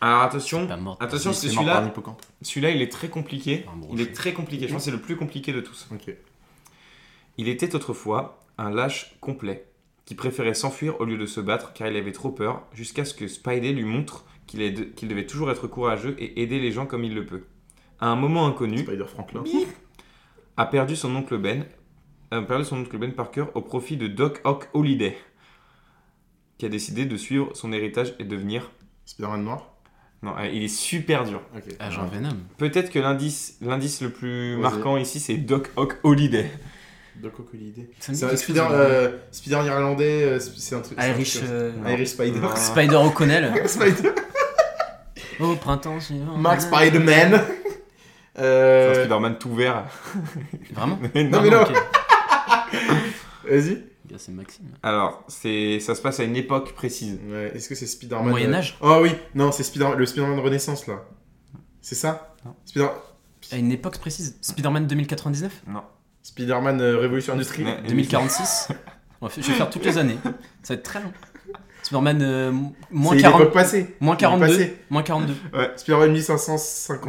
[SPEAKER 3] alors
[SPEAKER 4] Ils sont
[SPEAKER 3] attention,
[SPEAKER 4] pas morts.
[SPEAKER 3] attention parce
[SPEAKER 5] c'est
[SPEAKER 3] que
[SPEAKER 5] mort Ah, par un
[SPEAKER 3] celui-là,
[SPEAKER 5] hippocampe.
[SPEAKER 3] celui-là il est très compliqué.
[SPEAKER 4] Un
[SPEAKER 3] Il
[SPEAKER 4] brochet.
[SPEAKER 3] est très compliqué. Je pense que c'est le plus compliqué de tous.
[SPEAKER 5] Ok.
[SPEAKER 3] Il était autrefois un lâche complet qui préférait s'enfuir au lieu de se battre car il avait trop peur jusqu'à ce que Spidey lui montre qu'il est de- qu'il devait toujours être courageux et aider les gens comme il le peut. À un moment inconnu,
[SPEAKER 5] Spider Franklin.
[SPEAKER 3] a perdu son oncle Ben, a perdu son oncle Ben Parker au profit de Doc Ock Holliday, qui a décidé de suivre son héritage et devenir.
[SPEAKER 5] Spider-Man noir. Ah,
[SPEAKER 3] Non, euh, il est super dur.
[SPEAKER 5] Ok.
[SPEAKER 4] Agent Ah, Venom.
[SPEAKER 3] Peut-être que l'indice, l'indice le plus
[SPEAKER 5] Vas-y.
[SPEAKER 3] marquant ici, c'est Doc Ock Holiday.
[SPEAKER 5] Doc Ock Holliday.
[SPEAKER 4] Ça me dit
[SPEAKER 5] C'est un
[SPEAKER 4] quelque
[SPEAKER 5] Spider,
[SPEAKER 4] chose,
[SPEAKER 5] euh, Spider irlandais. euh, c'est c'est un truc. c'est un
[SPEAKER 4] Irish.
[SPEAKER 5] truc-
[SPEAKER 4] euh,
[SPEAKER 3] Non.
[SPEAKER 5] Irish Spider. [LAUGHS]
[SPEAKER 3] Non.
[SPEAKER 4] Spider O'Connell. [LAUGHS]
[SPEAKER 5] Spider.
[SPEAKER 4] Au printemps suivant. Ah.
[SPEAKER 5] Mark Spider-Man.
[SPEAKER 3] C'est un
[SPEAKER 5] [LAUGHS] Euh,
[SPEAKER 3] Spider-Man tout vert.
[SPEAKER 4] Vraiment
[SPEAKER 5] Non, mais non.
[SPEAKER 4] ok.
[SPEAKER 5] Vas-y.
[SPEAKER 4] Le gars, C'est Maxime.
[SPEAKER 3] Alors, c'est, ça se passe à une époque précise.
[SPEAKER 5] Ouais, Est-ce que c'est Spider-Man
[SPEAKER 4] Moyen Âge
[SPEAKER 5] euh, Oh oui, non, c'est Spider le Spider-Man Renaissance là. C'est ça
[SPEAKER 3] Non.
[SPEAKER 5] Spider-
[SPEAKER 4] À une époque précise. Spider-Man 2099
[SPEAKER 5] Spider-Man euh, Révolution Industrielle.
[SPEAKER 3] Mais-
[SPEAKER 5] [LAUGHS]
[SPEAKER 4] 2046 On va faire- Je vais faire toutes les années. Ça va être très long. Spider-Man euh, m- moins,
[SPEAKER 5] C'est
[SPEAKER 4] 40,
[SPEAKER 5] l'époque passée.
[SPEAKER 4] moins
[SPEAKER 5] Il est
[SPEAKER 4] 42.
[SPEAKER 5] passé.
[SPEAKER 4] Moins 42.
[SPEAKER 5] Spider-Man 1550.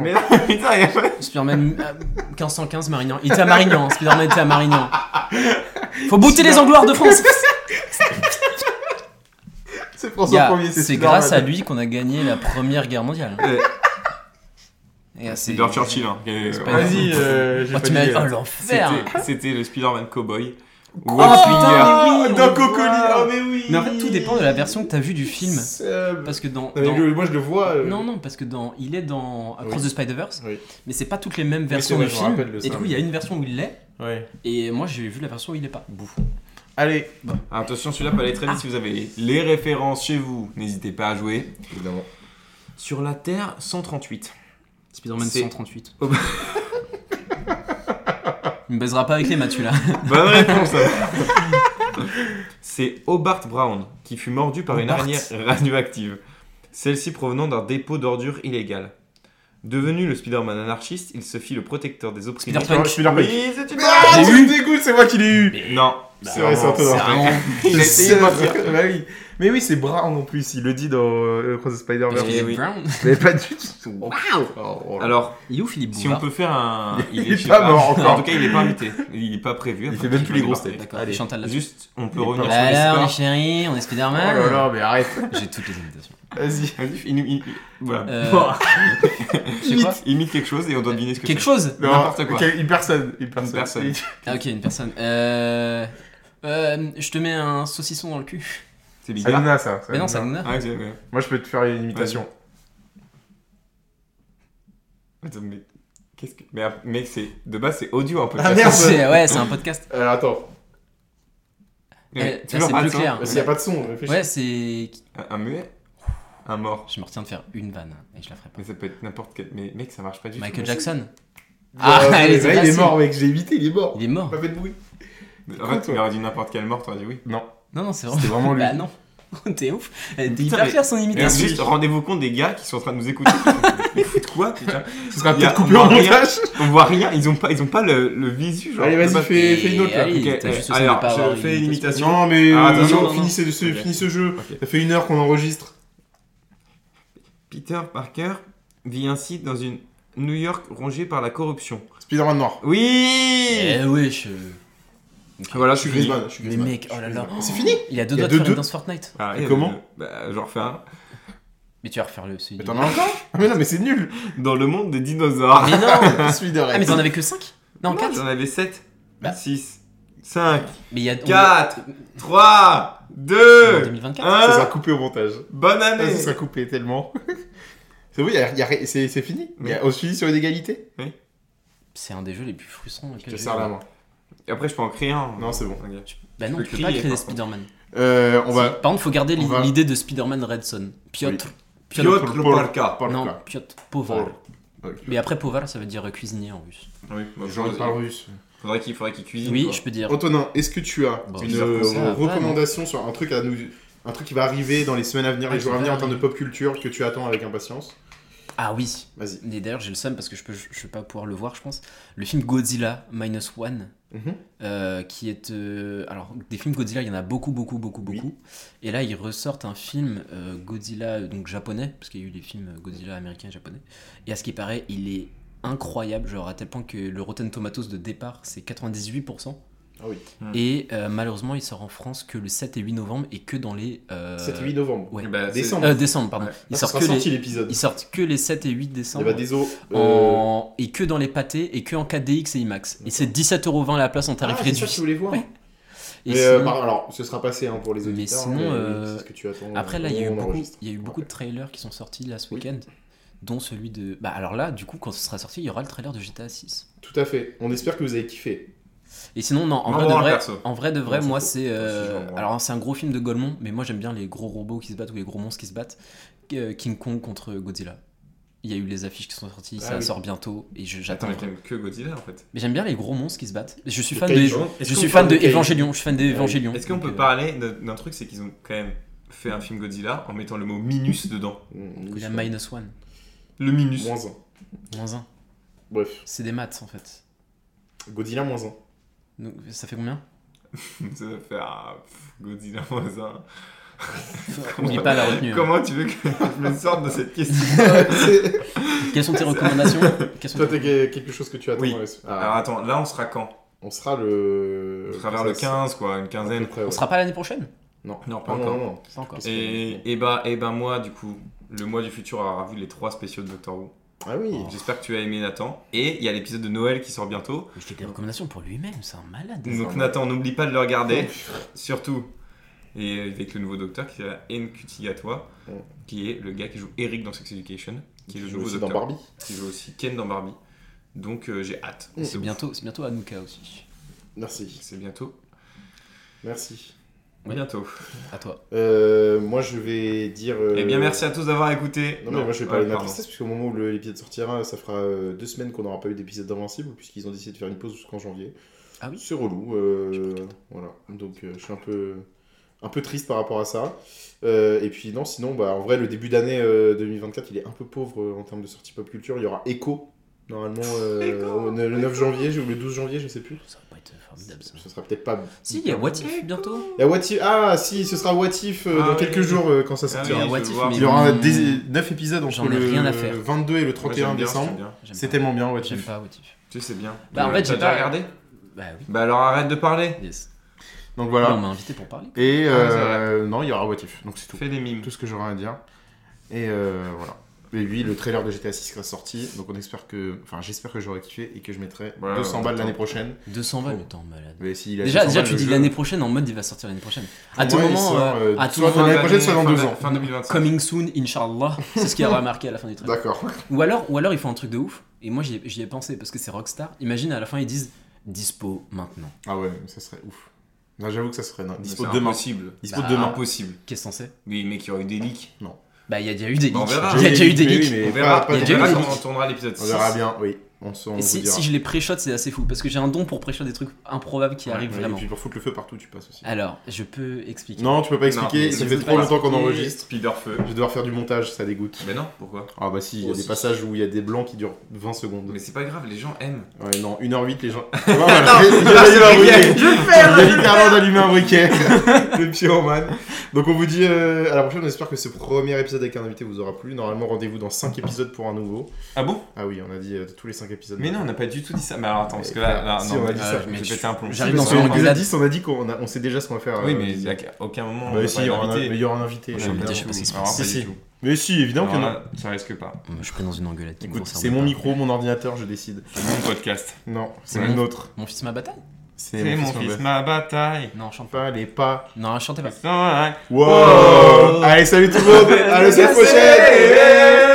[SPEAKER 3] [LAUGHS] Mais [LAUGHS] putain, y a pas-
[SPEAKER 4] Spider-Man euh, 1515 Marignan. Il était à Marignan. hein. Spider-Man était à Marignan. Faut bouter les angloires
[SPEAKER 5] [LAUGHS]
[SPEAKER 4] de France
[SPEAKER 5] C'est François
[SPEAKER 4] Gars,
[SPEAKER 5] Ier, c'est
[SPEAKER 4] C'est
[SPEAKER 5] Spider-Man.
[SPEAKER 4] grâce à lui qu'on a gagné la première guerre mondiale.
[SPEAKER 3] Ouais.
[SPEAKER 4] Et, euh,
[SPEAKER 3] Spider Churchill. hein. Et-
[SPEAKER 4] C'est pas
[SPEAKER 3] voilà.
[SPEAKER 5] Vas-y, euh, j'ai
[SPEAKER 4] Oh,
[SPEAKER 5] pas
[SPEAKER 4] tu m'as-
[SPEAKER 5] dit, euh,
[SPEAKER 4] oh, l'enfer
[SPEAKER 3] c'était, c'était le Spider-Man Cowboy. Oh,
[SPEAKER 5] Ah,
[SPEAKER 4] putain, mais oui, on
[SPEAKER 5] Doc
[SPEAKER 4] le
[SPEAKER 5] Ock Holliday,
[SPEAKER 4] voit.
[SPEAKER 5] oh mais oui.
[SPEAKER 4] Mais en fait, tout dépend de la version que t'as vue du film.
[SPEAKER 5] Seb.
[SPEAKER 4] Parce que dans.
[SPEAKER 5] Non, mais
[SPEAKER 4] dans-
[SPEAKER 5] le- moi je le vois. euh,
[SPEAKER 4] Non, non, parce que dans. Il est dans.
[SPEAKER 5] Oui.
[SPEAKER 4] Across the Spider-Verse.
[SPEAKER 5] Oui.
[SPEAKER 4] Mais c'est pas toutes les mêmes versions
[SPEAKER 5] vrai,
[SPEAKER 4] du
[SPEAKER 5] je me
[SPEAKER 4] film.
[SPEAKER 5] rappelle de
[SPEAKER 4] Et
[SPEAKER 5] ça.
[SPEAKER 4] du coup, il y a une version où il l'est.
[SPEAKER 5] Ouais.
[SPEAKER 4] Et moi, j'ai vu la version où il est pas.
[SPEAKER 5] Allez.
[SPEAKER 3] Ah, Attention, celui-là peut aller très vite si vous avez les références chez vous. N'hésitez pas à jouer.
[SPEAKER 5] Évidemment.
[SPEAKER 3] Sur la Terre 138.
[SPEAKER 4] Spider-Man
[SPEAKER 3] C'est-
[SPEAKER 4] 138.
[SPEAKER 5] bah.
[SPEAKER 3] Oh,
[SPEAKER 4] [LAUGHS] Il me baisera pas avec les maths, là.
[SPEAKER 3] Bonne réponse. C'est Hobart Brown qui fut mordu par une
[SPEAKER 4] Hobart.
[SPEAKER 3] araignée radioactive. Celle-ci provenant d'un dépôt d'ordures illégales. Devenu le Spider-Man anarchiste, il se fit le protecteur des opprimés.
[SPEAKER 4] Spider-Punk. Punk.
[SPEAKER 5] Spider-Punk.
[SPEAKER 3] Oui, c'est une
[SPEAKER 5] Ah,
[SPEAKER 3] bonne
[SPEAKER 5] tu me dégoûtes, c'est moi qui l'ai eu.
[SPEAKER 3] Non,
[SPEAKER 5] C'est vrai, c'est un
[SPEAKER 4] bah, C'est
[SPEAKER 5] tonnerre.
[SPEAKER 4] vraiment-
[SPEAKER 5] Il
[SPEAKER 3] J'ai
[SPEAKER 5] essaie
[SPEAKER 3] essayé
[SPEAKER 5] de
[SPEAKER 3] de
[SPEAKER 5] faire- [LAUGHS] Bah oui. Mais oui, c'est Brown en plus, il le dit dans euh, Cross the Spider-Verse.
[SPEAKER 3] Et- oui.
[SPEAKER 4] Brown.
[SPEAKER 5] Mais pas du tout. Oh, oh là.
[SPEAKER 3] Alors,
[SPEAKER 4] Il est où Philippe
[SPEAKER 3] si on
[SPEAKER 4] Bouvard
[SPEAKER 3] peut faire un.
[SPEAKER 5] Il est
[SPEAKER 3] je sais
[SPEAKER 5] pas mort encore.
[SPEAKER 3] En tout cas, il est pas invité. Il est pas prévu.
[SPEAKER 5] Il
[SPEAKER 3] Enfin,
[SPEAKER 5] fait même
[SPEAKER 3] je
[SPEAKER 5] plus
[SPEAKER 3] vais
[SPEAKER 5] les grosses
[SPEAKER 3] débarquer.
[SPEAKER 5] têtes.
[SPEAKER 4] D'accord,
[SPEAKER 5] Allez.
[SPEAKER 4] Chantal là-dessus.
[SPEAKER 3] Juste, on peut
[SPEAKER 5] Il est
[SPEAKER 3] revenir
[SPEAKER 5] pas
[SPEAKER 3] sur
[SPEAKER 4] Alors, mes
[SPEAKER 3] l'histoire.
[SPEAKER 4] chéris, on est
[SPEAKER 5] oh
[SPEAKER 4] Spider-Man.
[SPEAKER 5] là là, mais arrête. [LAUGHS]
[SPEAKER 4] J'ai toutes les imitations.
[SPEAKER 5] Vas-y.
[SPEAKER 3] Vas-y, il- il- il- Voilà.
[SPEAKER 4] Euh, [LAUGHS]
[SPEAKER 3] Je sais pas. Imite quelque chose et on doit deviner ce que
[SPEAKER 4] Quelque
[SPEAKER 3] c'est.
[SPEAKER 4] chose
[SPEAKER 5] Non,
[SPEAKER 3] N'importe quoi.
[SPEAKER 5] ok, Une personne. Une personne.
[SPEAKER 3] personne.
[SPEAKER 4] Ah, ok, une personne. Euh... euh, je te mets un saucisson dans le cul.
[SPEAKER 3] C'est
[SPEAKER 5] Ça
[SPEAKER 3] bizarre.
[SPEAKER 5] donne à ça. ça
[SPEAKER 4] Mais
[SPEAKER 5] donne
[SPEAKER 4] non,
[SPEAKER 5] à-
[SPEAKER 4] ça me
[SPEAKER 3] Ah, c'est- ouais.
[SPEAKER 5] Moi, je peux te faire une imitation.
[SPEAKER 3] Attends, mais qu'est-ce que. Mais, mais c'est... de base, c'est audio un peu.
[SPEAKER 5] Ah, merde.
[SPEAKER 4] C'est- ouais, c'est un podcast.
[SPEAKER 5] Alors Euh, attends, euh,
[SPEAKER 4] Eh,
[SPEAKER 3] Tu
[SPEAKER 4] là,
[SPEAKER 3] veux
[SPEAKER 4] c'est
[SPEAKER 3] un
[SPEAKER 4] plus
[SPEAKER 3] son
[SPEAKER 4] clair.
[SPEAKER 5] parce qu'il n'y a pas de son, réfléchis.
[SPEAKER 4] Ouais, c'est.
[SPEAKER 3] Un, un muet Un mort
[SPEAKER 4] Je me retiens de faire une vanne et je la ferai pas.
[SPEAKER 3] Mais ça peut être n'importe quel. Mais mec, ça marche pas du
[SPEAKER 4] Michael
[SPEAKER 3] tout.
[SPEAKER 4] Jackson
[SPEAKER 5] Bah,
[SPEAKER 4] [LAUGHS] Ah, elle
[SPEAKER 5] ouais,
[SPEAKER 4] était
[SPEAKER 5] il est
[SPEAKER 4] facile.
[SPEAKER 5] mort, mec, j'ai évité, il est mort.
[SPEAKER 4] Il est mort.
[SPEAKER 5] Pas fait de bruit.
[SPEAKER 3] En fait, tu aurais dit n'importe quel mort, t'aurais dit oui.
[SPEAKER 5] Non.
[SPEAKER 4] Non, non, c'est
[SPEAKER 5] C'était vraiment lui.
[SPEAKER 4] [LAUGHS] Bah non. T'es ouf. Elle était
[SPEAKER 3] Putain,
[SPEAKER 4] hyper
[SPEAKER 3] mais-
[SPEAKER 4] fière son
[SPEAKER 3] Mais
[SPEAKER 4] imitation.
[SPEAKER 3] juste, rendez-vous compte des gars qui sont en train de nous
[SPEAKER 5] [LAUGHS]
[SPEAKER 3] écouter. qui sont- Ils foutent quoi, putain
[SPEAKER 5] Ce sera
[SPEAKER 3] Il y a-
[SPEAKER 5] peut-être
[SPEAKER 3] on
[SPEAKER 5] coupé en
[SPEAKER 3] voit rien.
[SPEAKER 5] montage.
[SPEAKER 3] On voit rien, ils ont pas, ils ont pas le, le visu, genre.
[SPEAKER 5] Allez, vas-y,
[SPEAKER 3] Bah,
[SPEAKER 5] fais, fais une autre là.
[SPEAKER 4] Allez,
[SPEAKER 3] Ok,
[SPEAKER 4] ah t'as
[SPEAKER 3] eh,
[SPEAKER 4] juste
[SPEAKER 3] alors, je
[SPEAKER 4] alors,
[SPEAKER 3] fais une imitation.
[SPEAKER 5] Non, mais
[SPEAKER 3] Ah,
[SPEAKER 5] euh,
[SPEAKER 3] attention,
[SPEAKER 5] non,
[SPEAKER 3] non,
[SPEAKER 5] finis, ce- ce,
[SPEAKER 3] Ok.
[SPEAKER 5] finis ce jeu.
[SPEAKER 3] Ok.
[SPEAKER 5] Ça fait une heure qu'on enregistre.
[SPEAKER 3] Peter Parker vit ainsi dans une New York rongée par la corruption.
[SPEAKER 5] Spider-Man noir.
[SPEAKER 3] Oui
[SPEAKER 4] Eh ouais, je.
[SPEAKER 3] Voilà, je
[SPEAKER 5] Ah, Je
[SPEAKER 3] suis
[SPEAKER 5] suis
[SPEAKER 3] fini.
[SPEAKER 5] Griezmann. Je suis
[SPEAKER 4] Mais
[SPEAKER 5] Griezmann.
[SPEAKER 4] mec, oh là là.
[SPEAKER 5] C'est fini
[SPEAKER 4] Il a deux
[SPEAKER 5] Il y a
[SPEAKER 4] doigts de faire
[SPEAKER 5] deux-
[SPEAKER 4] une danse Fortnite.
[SPEAKER 3] Ah,
[SPEAKER 5] Et
[SPEAKER 3] euh,
[SPEAKER 5] comment
[SPEAKER 3] Bah, je refais un.
[SPEAKER 4] Mais tu vas refaire le. celui
[SPEAKER 5] Mais
[SPEAKER 4] du-
[SPEAKER 5] t'en as encore Ah, mais non, mais c'est nul.
[SPEAKER 3] Dans le monde des dinosaures.
[SPEAKER 4] Mais non
[SPEAKER 5] [LAUGHS] Spider-Man.
[SPEAKER 4] Ah, mais t'en avais que 5 Non, 4
[SPEAKER 3] J'en avais 7,
[SPEAKER 4] Bah.
[SPEAKER 3] 6, 5,
[SPEAKER 4] Mais il y a. on est-
[SPEAKER 3] 4, 3,
[SPEAKER 4] en
[SPEAKER 3] 2,
[SPEAKER 4] 2024
[SPEAKER 5] Ça sera
[SPEAKER 3] 1.
[SPEAKER 5] coupé au montage.
[SPEAKER 3] Bonne
[SPEAKER 5] Ah,
[SPEAKER 3] année
[SPEAKER 5] ça sera coupé tellement. [LAUGHS] C'est bon, y a- y a- c'est c'est fini
[SPEAKER 3] Oui.
[SPEAKER 5] Y a- On se finit sur une égalité
[SPEAKER 4] C'est un des jeux les plus frustrants que
[SPEAKER 5] Je
[SPEAKER 4] j'ai.
[SPEAKER 5] sers la main.
[SPEAKER 3] Et après, je peux en créer un.
[SPEAKER 5] Non, c'est bon.
[SPEAKER 3] Ok.
[SPEAKER 4] Bah non,
[SPEAKER 3] Je
[SPEAKER 4] tu
[SPEAKER 3] peux
[SPEAKER 4] peux
[SPEAKER 3] crier,
[SPEAKER 4] pas créer des
[SPEAKER 3] par contre.
[SPEAKER 4] Spider-Man.
[SPEAKER 5] Euh, on va.
[SPEAKER 4] Si. Par contre, faut garder
[SPEAKER 5] on va-
[SPEAKER 4] l'i- l'idée de Spider-Man Redson. Piotr.
[SPEAKER 5] Piotr
[SPEAKER 3] Piotr
[SPEAKER 5] Polka.
[SPEAKER 3] Polka.
[SPEAKER 5] Polka.
[SPEAKER 4] Non, Piotr Povar.
[SPEAKER 5] Polka. Ah, Ok.
[SPEAKER 4] Mais après, Povar, ça veut dire euh, cuisinier en russe.
[SPEAKER 3] Oui, bah,
[SPEAKER 5] J'en ai
[SPEAKER 3] faudrait-
[SPEAKER 5] pas le russe.
[SPEAKER 3] Faudrait qu'il faudrait qu'il cuisine.
[SPEAKER 4] Oui,
[SPEAKER 3] quoi.
[SPEAKER 4] je peux dire.
[SPEAKER 5] Antonin, est-ce que tu as
[SPEAKER 4] Bon,
[SPEAKER 5] une
[SPEAKER 3] bizarre
[SPEAKER 5] euh,
[SPEAKER 3] comme ça,
[SPEAKER 5] re-
[SPEAKER 4] après,
[SPEAKER 5] recommandation sur un truc à nous. Un truc qui va arriver dans les semaines à venir,
[SPEAKER 4] Ah,
[SPEAKER 5] les jours à
[SPEAKER 4] qui
[SPEAKER 5] venir
[SPEAKER 4] va
[SPEAKER 5] en termes de
[SPEAKER 4] arriver.
[SPEAKER 5] pop culture que tu attends avec impatience
[SPEAKER 4] Ah oui.
[SPEAKER 5] Vas-y.
[SPEAKER 4] Et d'ailleurs, j'ai le seum parce que je peux, je, je vais pas pouvoir le voir, je pense. Le film Godzilla Minus One,
[SPEAKER 5] Mhm.
[SPEAKER 4] euh, qui est. euh, alors, des films Godzilla, il y en a beaucoup, beaucoup, beaucoup,
[SPEAKER 5] Oui.
[SPEAKER 4] beaucoup. Et là, ils ressortent un film euh, Godzilla, euh, donc japonais, parce qu'il y a eu les films euh, Godzilla américains et japonais. Et à ce qui paraît, il est incroyable, genre à tel point que le Rotten Tomatoes de départ, c'est 98%.
[SPEAKER 5] Ah oui.
[SPEAKER 3] Hmm.
[SPEAKER 4] Et euh, malheureusement, il sort en France que le 7 et 8 novembre et que dans les. euh,
[SPEAKER 5] 7 et Eh 8 novembre.
[SPEAKER 4] ouais.
[SPEAKER 3] Bah, c'est-
[SPEAKER 5] Décembre.
[SPEAKER 4] Euh, décembre, pardon.
[SPEAKER 3] Ouais.
[SPEAKER 4] Ils,
[SPEAKER 5] Là, Ah, ça
[SPEAKER 4] sortent
[SPEAKER 5] sera
[SPEAKER 4] que
[SPEAKER 5] sorti
[SPEAKER 4] les,
[SPEAKER 5] l'épisode. Eh ben,
[SPEAKER 4] ils sortent que les 7 et 8
[SPEAKER 5] Il
[SPEAKER 4] décembre.
[SPEAKER 5] va des os. euh,
[SPEAKER 4] En- et que dans les pâtés et que en KDX et IMAX. Et c'est 17,20€ la place en tarif
[SPEAKER 5] ah, c'est ça
[SPEAKER 4] réduit.
[SPEAKER 5] que tu voulais voir.
[SPEAKER 4] Ouais. Et
[SPEAKER 5] Mais, euh,
[SPEAKER 4] sinon-
[SPEAKER 5] par- alors, ce sera passé hein, pour les
[SPEAKER 4] Mais
[SPEAKER 5] auditeurs.
[SPEAKER 4] sinon,
[SPEAKER 5] oui,
[SPEAKER 4] euh,
[SPEAKER 5] c'est ce que tu attends.
[SPEAKER 4] après, là, il y a eu
[SPEAKER 5] on
[SPEAKER 4] beaucoup,
[SPEAKER 5] enregistre.
[SPEAKER 4] il y a eu beaucoup de trailers qui sont sortis là ce week-end, dont celui de. Bah, alors là, du coup, quand ce sera sorti, il y aura le trailer de GTA 6.
[SPEAKER 5] Tout à fait. On espère que vous avez kiffé.
[SPEAKER 4] Et sinon, non, en
[SPEAKER 3] Non,
[SPEAKER 4] vrai de
[SPEAKER 3] moi,
[SPEAKER 4] vrai,
[SPEAKER 3] perso.
[SPEAKER 4] en vrai de vrai,
[SPEAKER 3] Non, c'est
[SPEAKER 4] moi,
[SPEAKER 3] faux.
[SPEAKER 4] c'est. euh,
[SPEAKER 3] Moi aussi, j'en vois.
[SPEAKER 4] alors, c'est un gros film de Golemont, mais moi, j'aime bien les gros robots qui se battent ou les gros monstres qui se battent. Euh, King Kong contre Godzilla. Il y a eu les affiches qui sont sorties,
[SPEAKER 5] Ah
[SPEAKER 4] ça
[SPEAKER 5] oui.
[SPEAKER 4] sort bientôt, et je-
[SPEAKER 3] Attends,
[SPEAKER 4] j'attends.
[SPEAKER 3] mais t'aimes que Godzilla en fait.
[SPEAKER 4] Mais j'aime bien les gros monstres qui se battent. Je suis
[SPEAKER 5] Le
[SPEAKER 4] fan de.
[SPEAKER 5] kaiju.
[SPEAKER 4] Je
[SPEAKER 3] Est-ce
[SPEAKER 4] suis
[SPEAKER 3] qu'on
[SPEAKER 4] fan de
[SPEAKER 5] parle de kaiju
[SPEAKER 4] Evangelion, je suis fan d'Evangelion.
[SPEAKER 3] Ah Est-ce qu'on peut parler d'un d'un truc, c'est qu'ils ont quand même fait un film Godzilla en mettant le mot minus dedans.
[SPEAKER 4] Il y a minus one,
[SPEAKER 3] Le minus.
[SPEAKER 5] Moins 1.
[SPEAKER 4] moins un.
[SPEAKER 5] Bref.
[SPEAKER 4] C'est des maths en fait.
[SPEAKER 5] Godzilla moins 1.
[SPEAKER 4] Donc ça fait combien
[SPEAKER 3] [LAUGHS] Ça va faire ah, pff, Godzilla moins un.
[SPEAKER 4] Oublie pas la retenue. hein.
[SPEAKER 3] Comment tu veux que je me sorte de cette question
[SPEAKER 4] Quelles sont
[SPEAKER 5] [LAUGHS]
[SPEAKER 4] tes recommandations Quelles sont
[SPEAKER 5] Toi,
[SPEAKER 4] tes-
[SPEAKER 5] t'as que- quelque chose que tu attends.
[SPEAKER 3] Oui.
[SPEAKER 5] ouais.
[SPEAKER 3] Alors
[SPEAKER 5] Ah,
[SPEAKER 3] attends, là on sera quand
[SPEAKER 5] on sera le.
[SPEAKER 3] On sera vers le 15 quoi, une
[SPEAKER 5] Euh, À peu
[SPEAKER 3] quinzaine.
[SPEAKER 5] près,
[SPEAKER 4] On
[SPEAKER 5] ouais.
[SPEAKER 4] sera pas l'année prochaine
[SPEAKER 5] Non.
[SPEAKER 3] Non, pas
[SPEAKER 5] Ah,
[SPEAKER 3] encore.
[SPEAKER 5] Non, non,
[SPEAKER 4] Pas encore.
[SPEAKER 5] Qu'est-ce
[SPEAKER 3] Et, et bah, et bah moi du coup, le mois du futur aura vu les trois spéciaux de Doctor Who.
[SPEAKER 5] Ah oui.
[SPEAKER 4] Oh.
[SPEAKER 3] J'espère que tu as aimé Nathan. Et il y a l'épisode de Noël qui sort bientôt.
[SPEAKER 4] Mais J'ai des recommandations pour lui-même, c'est un malade.
[SPEAKER 3] Donc Nathan, n'oublie pas de le regarder, surtout. Et avec le nouveau docteur qui est la haine cutie à toi,
[SPEAKER 5] Ouais.
[SPEAKER 3] qui est le gars qui joue Eric dans Sex Education, qui est le
[SPEAKER 5] Je joue
[SPEAKER 3] nouveau
[SPEAKER 5] aussi
[SPEAKER 3] docteur,
[SPEAKER 5] dans Barbie.
[SPEAKER 3] qui joue aussi Ken dans Barbie. Donc euh, j'ai hâte.
[SPEAKER 5] Mm.
[SPEAKER 4] C'est bientôt, c'est bientôt Anouka aussi.
[SPEAKER 5] Merci.
[SPEAKER 3] C'est bientôt.
[SPEAKER 5] Merci.
[SPEAKER 4] Ouais.
[SPEAKER 3] Bientôt.
[SPEAKER 4] À toi.
[SPEAKER 5] Euh, moi, je vais dire. euh,
[SPEAKER 3] Eh bien merci à tous d'avoir écouté.
[SPEAKER 5] Non, mais moi je vais parler
[SPEAKER 3] ouais,
[SPEAKER 5] de ma
[SPEAKER 3] pardon.
[SPEAKER 5] tristesse, puisqu'au moment où le- l'épisode sortira, ça fera euh, deux semaines qu'on n'aura pas eu d'épisode d'Invincible, puisqu'ils ont décidé de faire une pause jusqu'en janvier.
[SPEAKER 4] Ah oui.
[SPEAKER 5] C'est relou. euh, voilà. Donc euh, je suis un peu, un peu triste par rapport à ça. Euh, et puis non, sinon, bah, en vrai, le début d'année euh, 2024, il est un peu pauvre euh, en termes de sorties pop culture. Il y aura Echo, normalement,
[SPEAKER 3] [LAUGHS]
[SPEAKER 5] euh, au- le 9 janvier, ou le 12 janvier, je sais plus.
[SPEAKER 4] Ça va pas être formidable ça.
[SPEAKER 5] Ce sera peut-être pas.
[SPEAKER 4] Si, il y a What If bientôt.
[SPEAKER 5] Il y a What If- Ah, si, ce sera What If euh,
[SPEAKER 3] Ah
[SPEAKER 5] dans
[SPEAKER 3] oui,
[SPEAKER 5] quelques
[SPEAKER 3] oui, oui.
[SPEAKER 5] jours euh, quand ça
[SPEAKER 3] Ah oui,
[SPEAKER 5] sortira.
[SPEAKER 4] Il y a
[SPEAKER 3] je
[SPEAKER 4] What
[SPEAKER 3] veux
[SPEAKER 4] If,
[SPEAKER 3] voir.
[SPEAKER 4] mais-
[SPEAKER 5] Il y aura
[SPEAKER 4] Mm.
[SPEAKER 5] 9 épisodes entre
[SPEAKER 4] J'en ai
[SPEAKER 5] le
[SPEAKER 4] rien à faire.
[SPEAKER 5] 22 et le
[SPEAKER 3] Moi,
[SPEAKER 5] 31
[SPEAKER 3] j'aime bien,
[SPEAKER 5] décembre.
[SPEAKER 3] j'aime bien.
[SPEAKER 4] J'aime
[SPEAKER 5] C'est
[SPEAKER 4] pas.
[SPEAKER 5] tellement bien, What
[SPEAKER 4] J'aime
[SPEAKER 5] If.
[SPEAKER 4] pas What If.
[SPEAKER 3] Tu sais bien.
[SPEAKER 4] Bah, en fait,
[SPEAKER 3] T'as
[SPEAKER 4] j'ai
[SPEAKER 3] déjà
[SPEAKER 4] pas-
[SPEAKER 3] regardé.
[SPEAKER 4] Bah oui.
[SPEAKER 3] Bah alors arrête de parler.
[SPEAKER 4] Yes.
[SPEAKER 5] Donc
[SPEAKER 4] Mais
[SPEAKER 5] voilà.
[SPEAKER 4] on m'a invité pour parler.
[SPEAKER 5] Et
[SPEAKER 3] Ah,
[SPEAKER 5] euh, non, il y aura What If. Donc c'est tout.
[SPEAKER 3] Fais des mimes.
[SPEAKER 5] Tout ce que j'aurai à dire. Et euh, voilà. Et oui, le trailer de GTA 6 sera sorti, donc on espère que, enfin j'espère que j'aurai kiffé et que je mettrai
[SPEAKER 3] Voilà,
[SPEAKER 5] 200
[SPEAKER 3] on
[SPEAKER 5] balles
[SPEAKER 3] attend.
[SPEAKER 5] l'année prochaine.
[SPEAKER 4] 200 balles, mais t'es en malade.
[SPEAKER 5] Mais s'il Oh. a
[SPEAKER 4] Déjà,
[SPEAKER 5] 200
[SPEAKER 4] déjà
[SPEAKER 5] balles,
[SPEAKER 4] tu
[SPEAKER 5] le
[SPEAKER 4] dis
[SPEAKER 5] jeu-
[SPEAKER 4] l'année prochaine en mode il va sortir l'année prochaine. À
[SPEAKER 5] Pour
[SPEAKER 4] tout
[SPEAKER 5] moi, il
[SPEAKER 4] moment,
[SPEAKER 5] sort,
[SPEAKER 4] euh,
[SPEAKER 5] euh,
[SPEAKER 4] à tout
[SPEAKER 5] soit
[SPEAKER 4] moment,
[SPEAKER 5] l'année prochaine, soit dans
[SPEAKER 3] fin de-
[SPEAKER 5] deux ans.
[SPEAKER 3] Fin 2025.
[SPEAKER 4] coming soon, inshallah. C'est ce qui aura marqué à la fin du trailer.
[SPEAKER 5] D'accord.
[SPEAKER 4] Ou alors, ou alors ils font un truc de ouf. Et moi j'y ai, j'y ai pensé parce que c'est Rockstar. Imagine à la fin ils disent dispo maintenant.
[SPEAKER 5] Ah ouais, mais ça serait ouf. Non, j'avoue que ça serait non.
[SPEAKER 3] Ah, Mais
[SPEAKER 5] Dispo
[SPEAKER 3] c'est
[SPEAKER 5] demain.
[SPEAKER 3] Impossible.
[SPEAKER 5] Dispo
[SPEAKER 4] Bah,
[SPEAKER 5] demain.
[SPEAKER 3] Impossible.
[SPEAKER 4] Qu'est-ce qu'on sait
[SPEAKER 3] Mais mec, il y aurait eu des leaks.
[SPEAKER 4] Bah il y a déjà eu des leaks.
[SPEAKER 3] Bah, on verra.
[SPEAKER 4] Il y a déjà eu des
[SPEAKER 5] Mais oui,
[SPEAKER 4] leaks.
[SPEAKER 5] mais
[SPEAKER 3] On
[SPEAKER 5] pas-
[SPEAKER 3] verra.
[SPEAKER 5] pas
[SPEAKER 4] il y a
[SPEAKER 5] dans
[SPEAKER 4] déjà
[SPEAKER 5] deux
[SPEAKER 4] eu
[SPEAKER 5] ans.
[SPEAKER 4] des
[SPEAKER 3] quand
[SPEAKER 4] leaks.
[SPEAKER 3] on tournera l'épisode 6.
[SPEAKER 5] On verra bien, oui. On, se- on
[SPEAKER 4] Et
[SPEAKER 5] vous
[SPEAKER 4] si,
[SPEAKER 5] dira.
[SPEAKER 4] si je les pré-shot, c'est assez fou parce que j'ai un don pour pré-shot des trucs improbables qui
[SPEAKER 5] Ouais,
[SPEAKER 4] arrivent
[SPEAKER 5] ouais,
[SPEAKER 4] vraiment. Ah,
[SPEAKER 5] Et puis pour foutre le feu partout, tu passes aussi.
[SPEAKER 4] Alors, je peux expliquer.
[SPEAKER 5] Non, tu peux pas
[SPEAKER 3] Non,
[SPEAKER 5] expliquer,
[SPEAKER 3] mais
[SPEAKER 5] ça
[SPEAKER 3] c'est
[SPEAKER 5] fait
[SPEAKER 3] tout
[SPEAKER 5] trop
[SPEAKER 3] pas
[SPEAKER 5] longtemps qu'on
[SPEAKER 3] expliqué.
[SPEAKER 5] enregistre.
[SPEAKER 3] Spider-Feu.
[SPEAKER 5] Je vais devoir faire du montage, ça dégoûte.
[SPEAKER 3] Mais non, pourquoi
[SPEAKER 5] Ah bah si, il y a
[SPEAKER 3] Aussi.
[SPEAKER 5] des passages où il y a des blancs qui durent 20 secondes.
[SPEAKER 3] Mais c'est pas grave, les gens aiment.
[SPEAKER 5] Ouais, non, 1h08, [LAUGHS] les gens. Ouais, voilà, j'ai- j'ai allumé un briquet. J'ai littéralement allumé un [LAUGHS] briquet de pyromane. Donc on vous dit euh, à la prochaine, on espère que ce premier épisode avec un invité vous aura plu. Normalement, rendez-vous dans 5 épisodes pour un nouveau.
[SPEAKER 3] Ah bon
[SPEAKER 5] Ah oui, on a dit euh, tous les 5 épisodes.
[SPEAKER 3] Mais non, on n'a pas du tout dit ça. Mais alors attends, parce que
[SPEAKER 5] Et
[SPEAKER 3] là,
[SPEAKER 5] voilà.
[SPEAKER 3] là,
[SPEAKER 5] Si,
[SPEAKER 3] non,
[SPEAKER 5] on a
[SPEAKER 3] mais-
[SPEAKER 5] dit
[SPEAKER 3] ah,
[SPEAKER 5] ça.
[SPEAKER 3] je
[SPEAKER 4] mais
[SPEAKER 3] me suis
[SPEAKER 4] je-
[SPEAKER 3] pété un plomb.
[SPEAKER 4] j'arrive
[SPEAKER 5] Parce
[SPEAKER 4] dans
[SPEAKER 5] que
[SPEAKER 4] un
[SPEAKER 5] en
[SPEAKER 4] engueulade.
[SPEAKER 5] épisode 10, on a dit qu'on a- on sait déjà ce qu'on va faire.
[SPEAKER 3] Oui,
[SPEAKER 5] euh,
[SPEAKER 3] mais
[SPEAKER 5] d'ici-
[SPEAKER 3] à aucun moment. on
[SPEAKER 5] Bah
[SPEAKER 3] va
[SPEAKER 5] si,
[SPEAKER 3] pas
[SPEAKER 5] il y aura un-
[SPEAKER 3] l'inviter.
[SPEAKER 5] mais il y aura un invité.
[SPEAKER 4] Je
[SPEAKER 5] là,
[SPEAKER 4] suis
[SPEAKER 5] là,
[SPEAKER 4] invité, je sais
[SPEAKER 5] on-
[SPEAKER 4] pas ce qui se
[SPEAKER 3] Alors,
[SPEAKER 4] passe.
[SPEAKER 3] pas
[SPEAKER 5] Si,
[SPEAKER 3] du
[SPEAKER 5] si.
[SPEAKER 3] tout.
[SPEAKER 5] Mais si, évidemment
[SPEAKER 3] Alors
[SPEAKER 5] qu'il y en a.
[SPEAKER 3] là, ça risque pas.
[SPEAKER 4] Euh, Je suis dans une engueulade qui me
[SPEAKER 5] Écoute,
[SPEAKER 4] concerne
[SPEAKER 5] c'est mon
[SPEAKER 4] pas.
[SPEAKER 5] micro, mon ordinateur, je décide.
[SPEAKER 3] C'est mon podcast.
[SPEAKER 5] Non, c'est
[SPEAKER 4] Ouais.
[SPEAKER 5] le nôtre.
[SPEAKER 4] Mon fils ma bataille
[SPEAKER 3] C'est mon fils, ma bataille.
[SPEAKER 4] Non, chante pas.
[SPEAKER 5] Pas les pas.
[SPEAKER 4] Non, chantez pas.
[SPEAKER 3] Sans- [LAUGHS]
[SPEAKER 5] Wow Allez, salut tout le monde À la semaine prochaine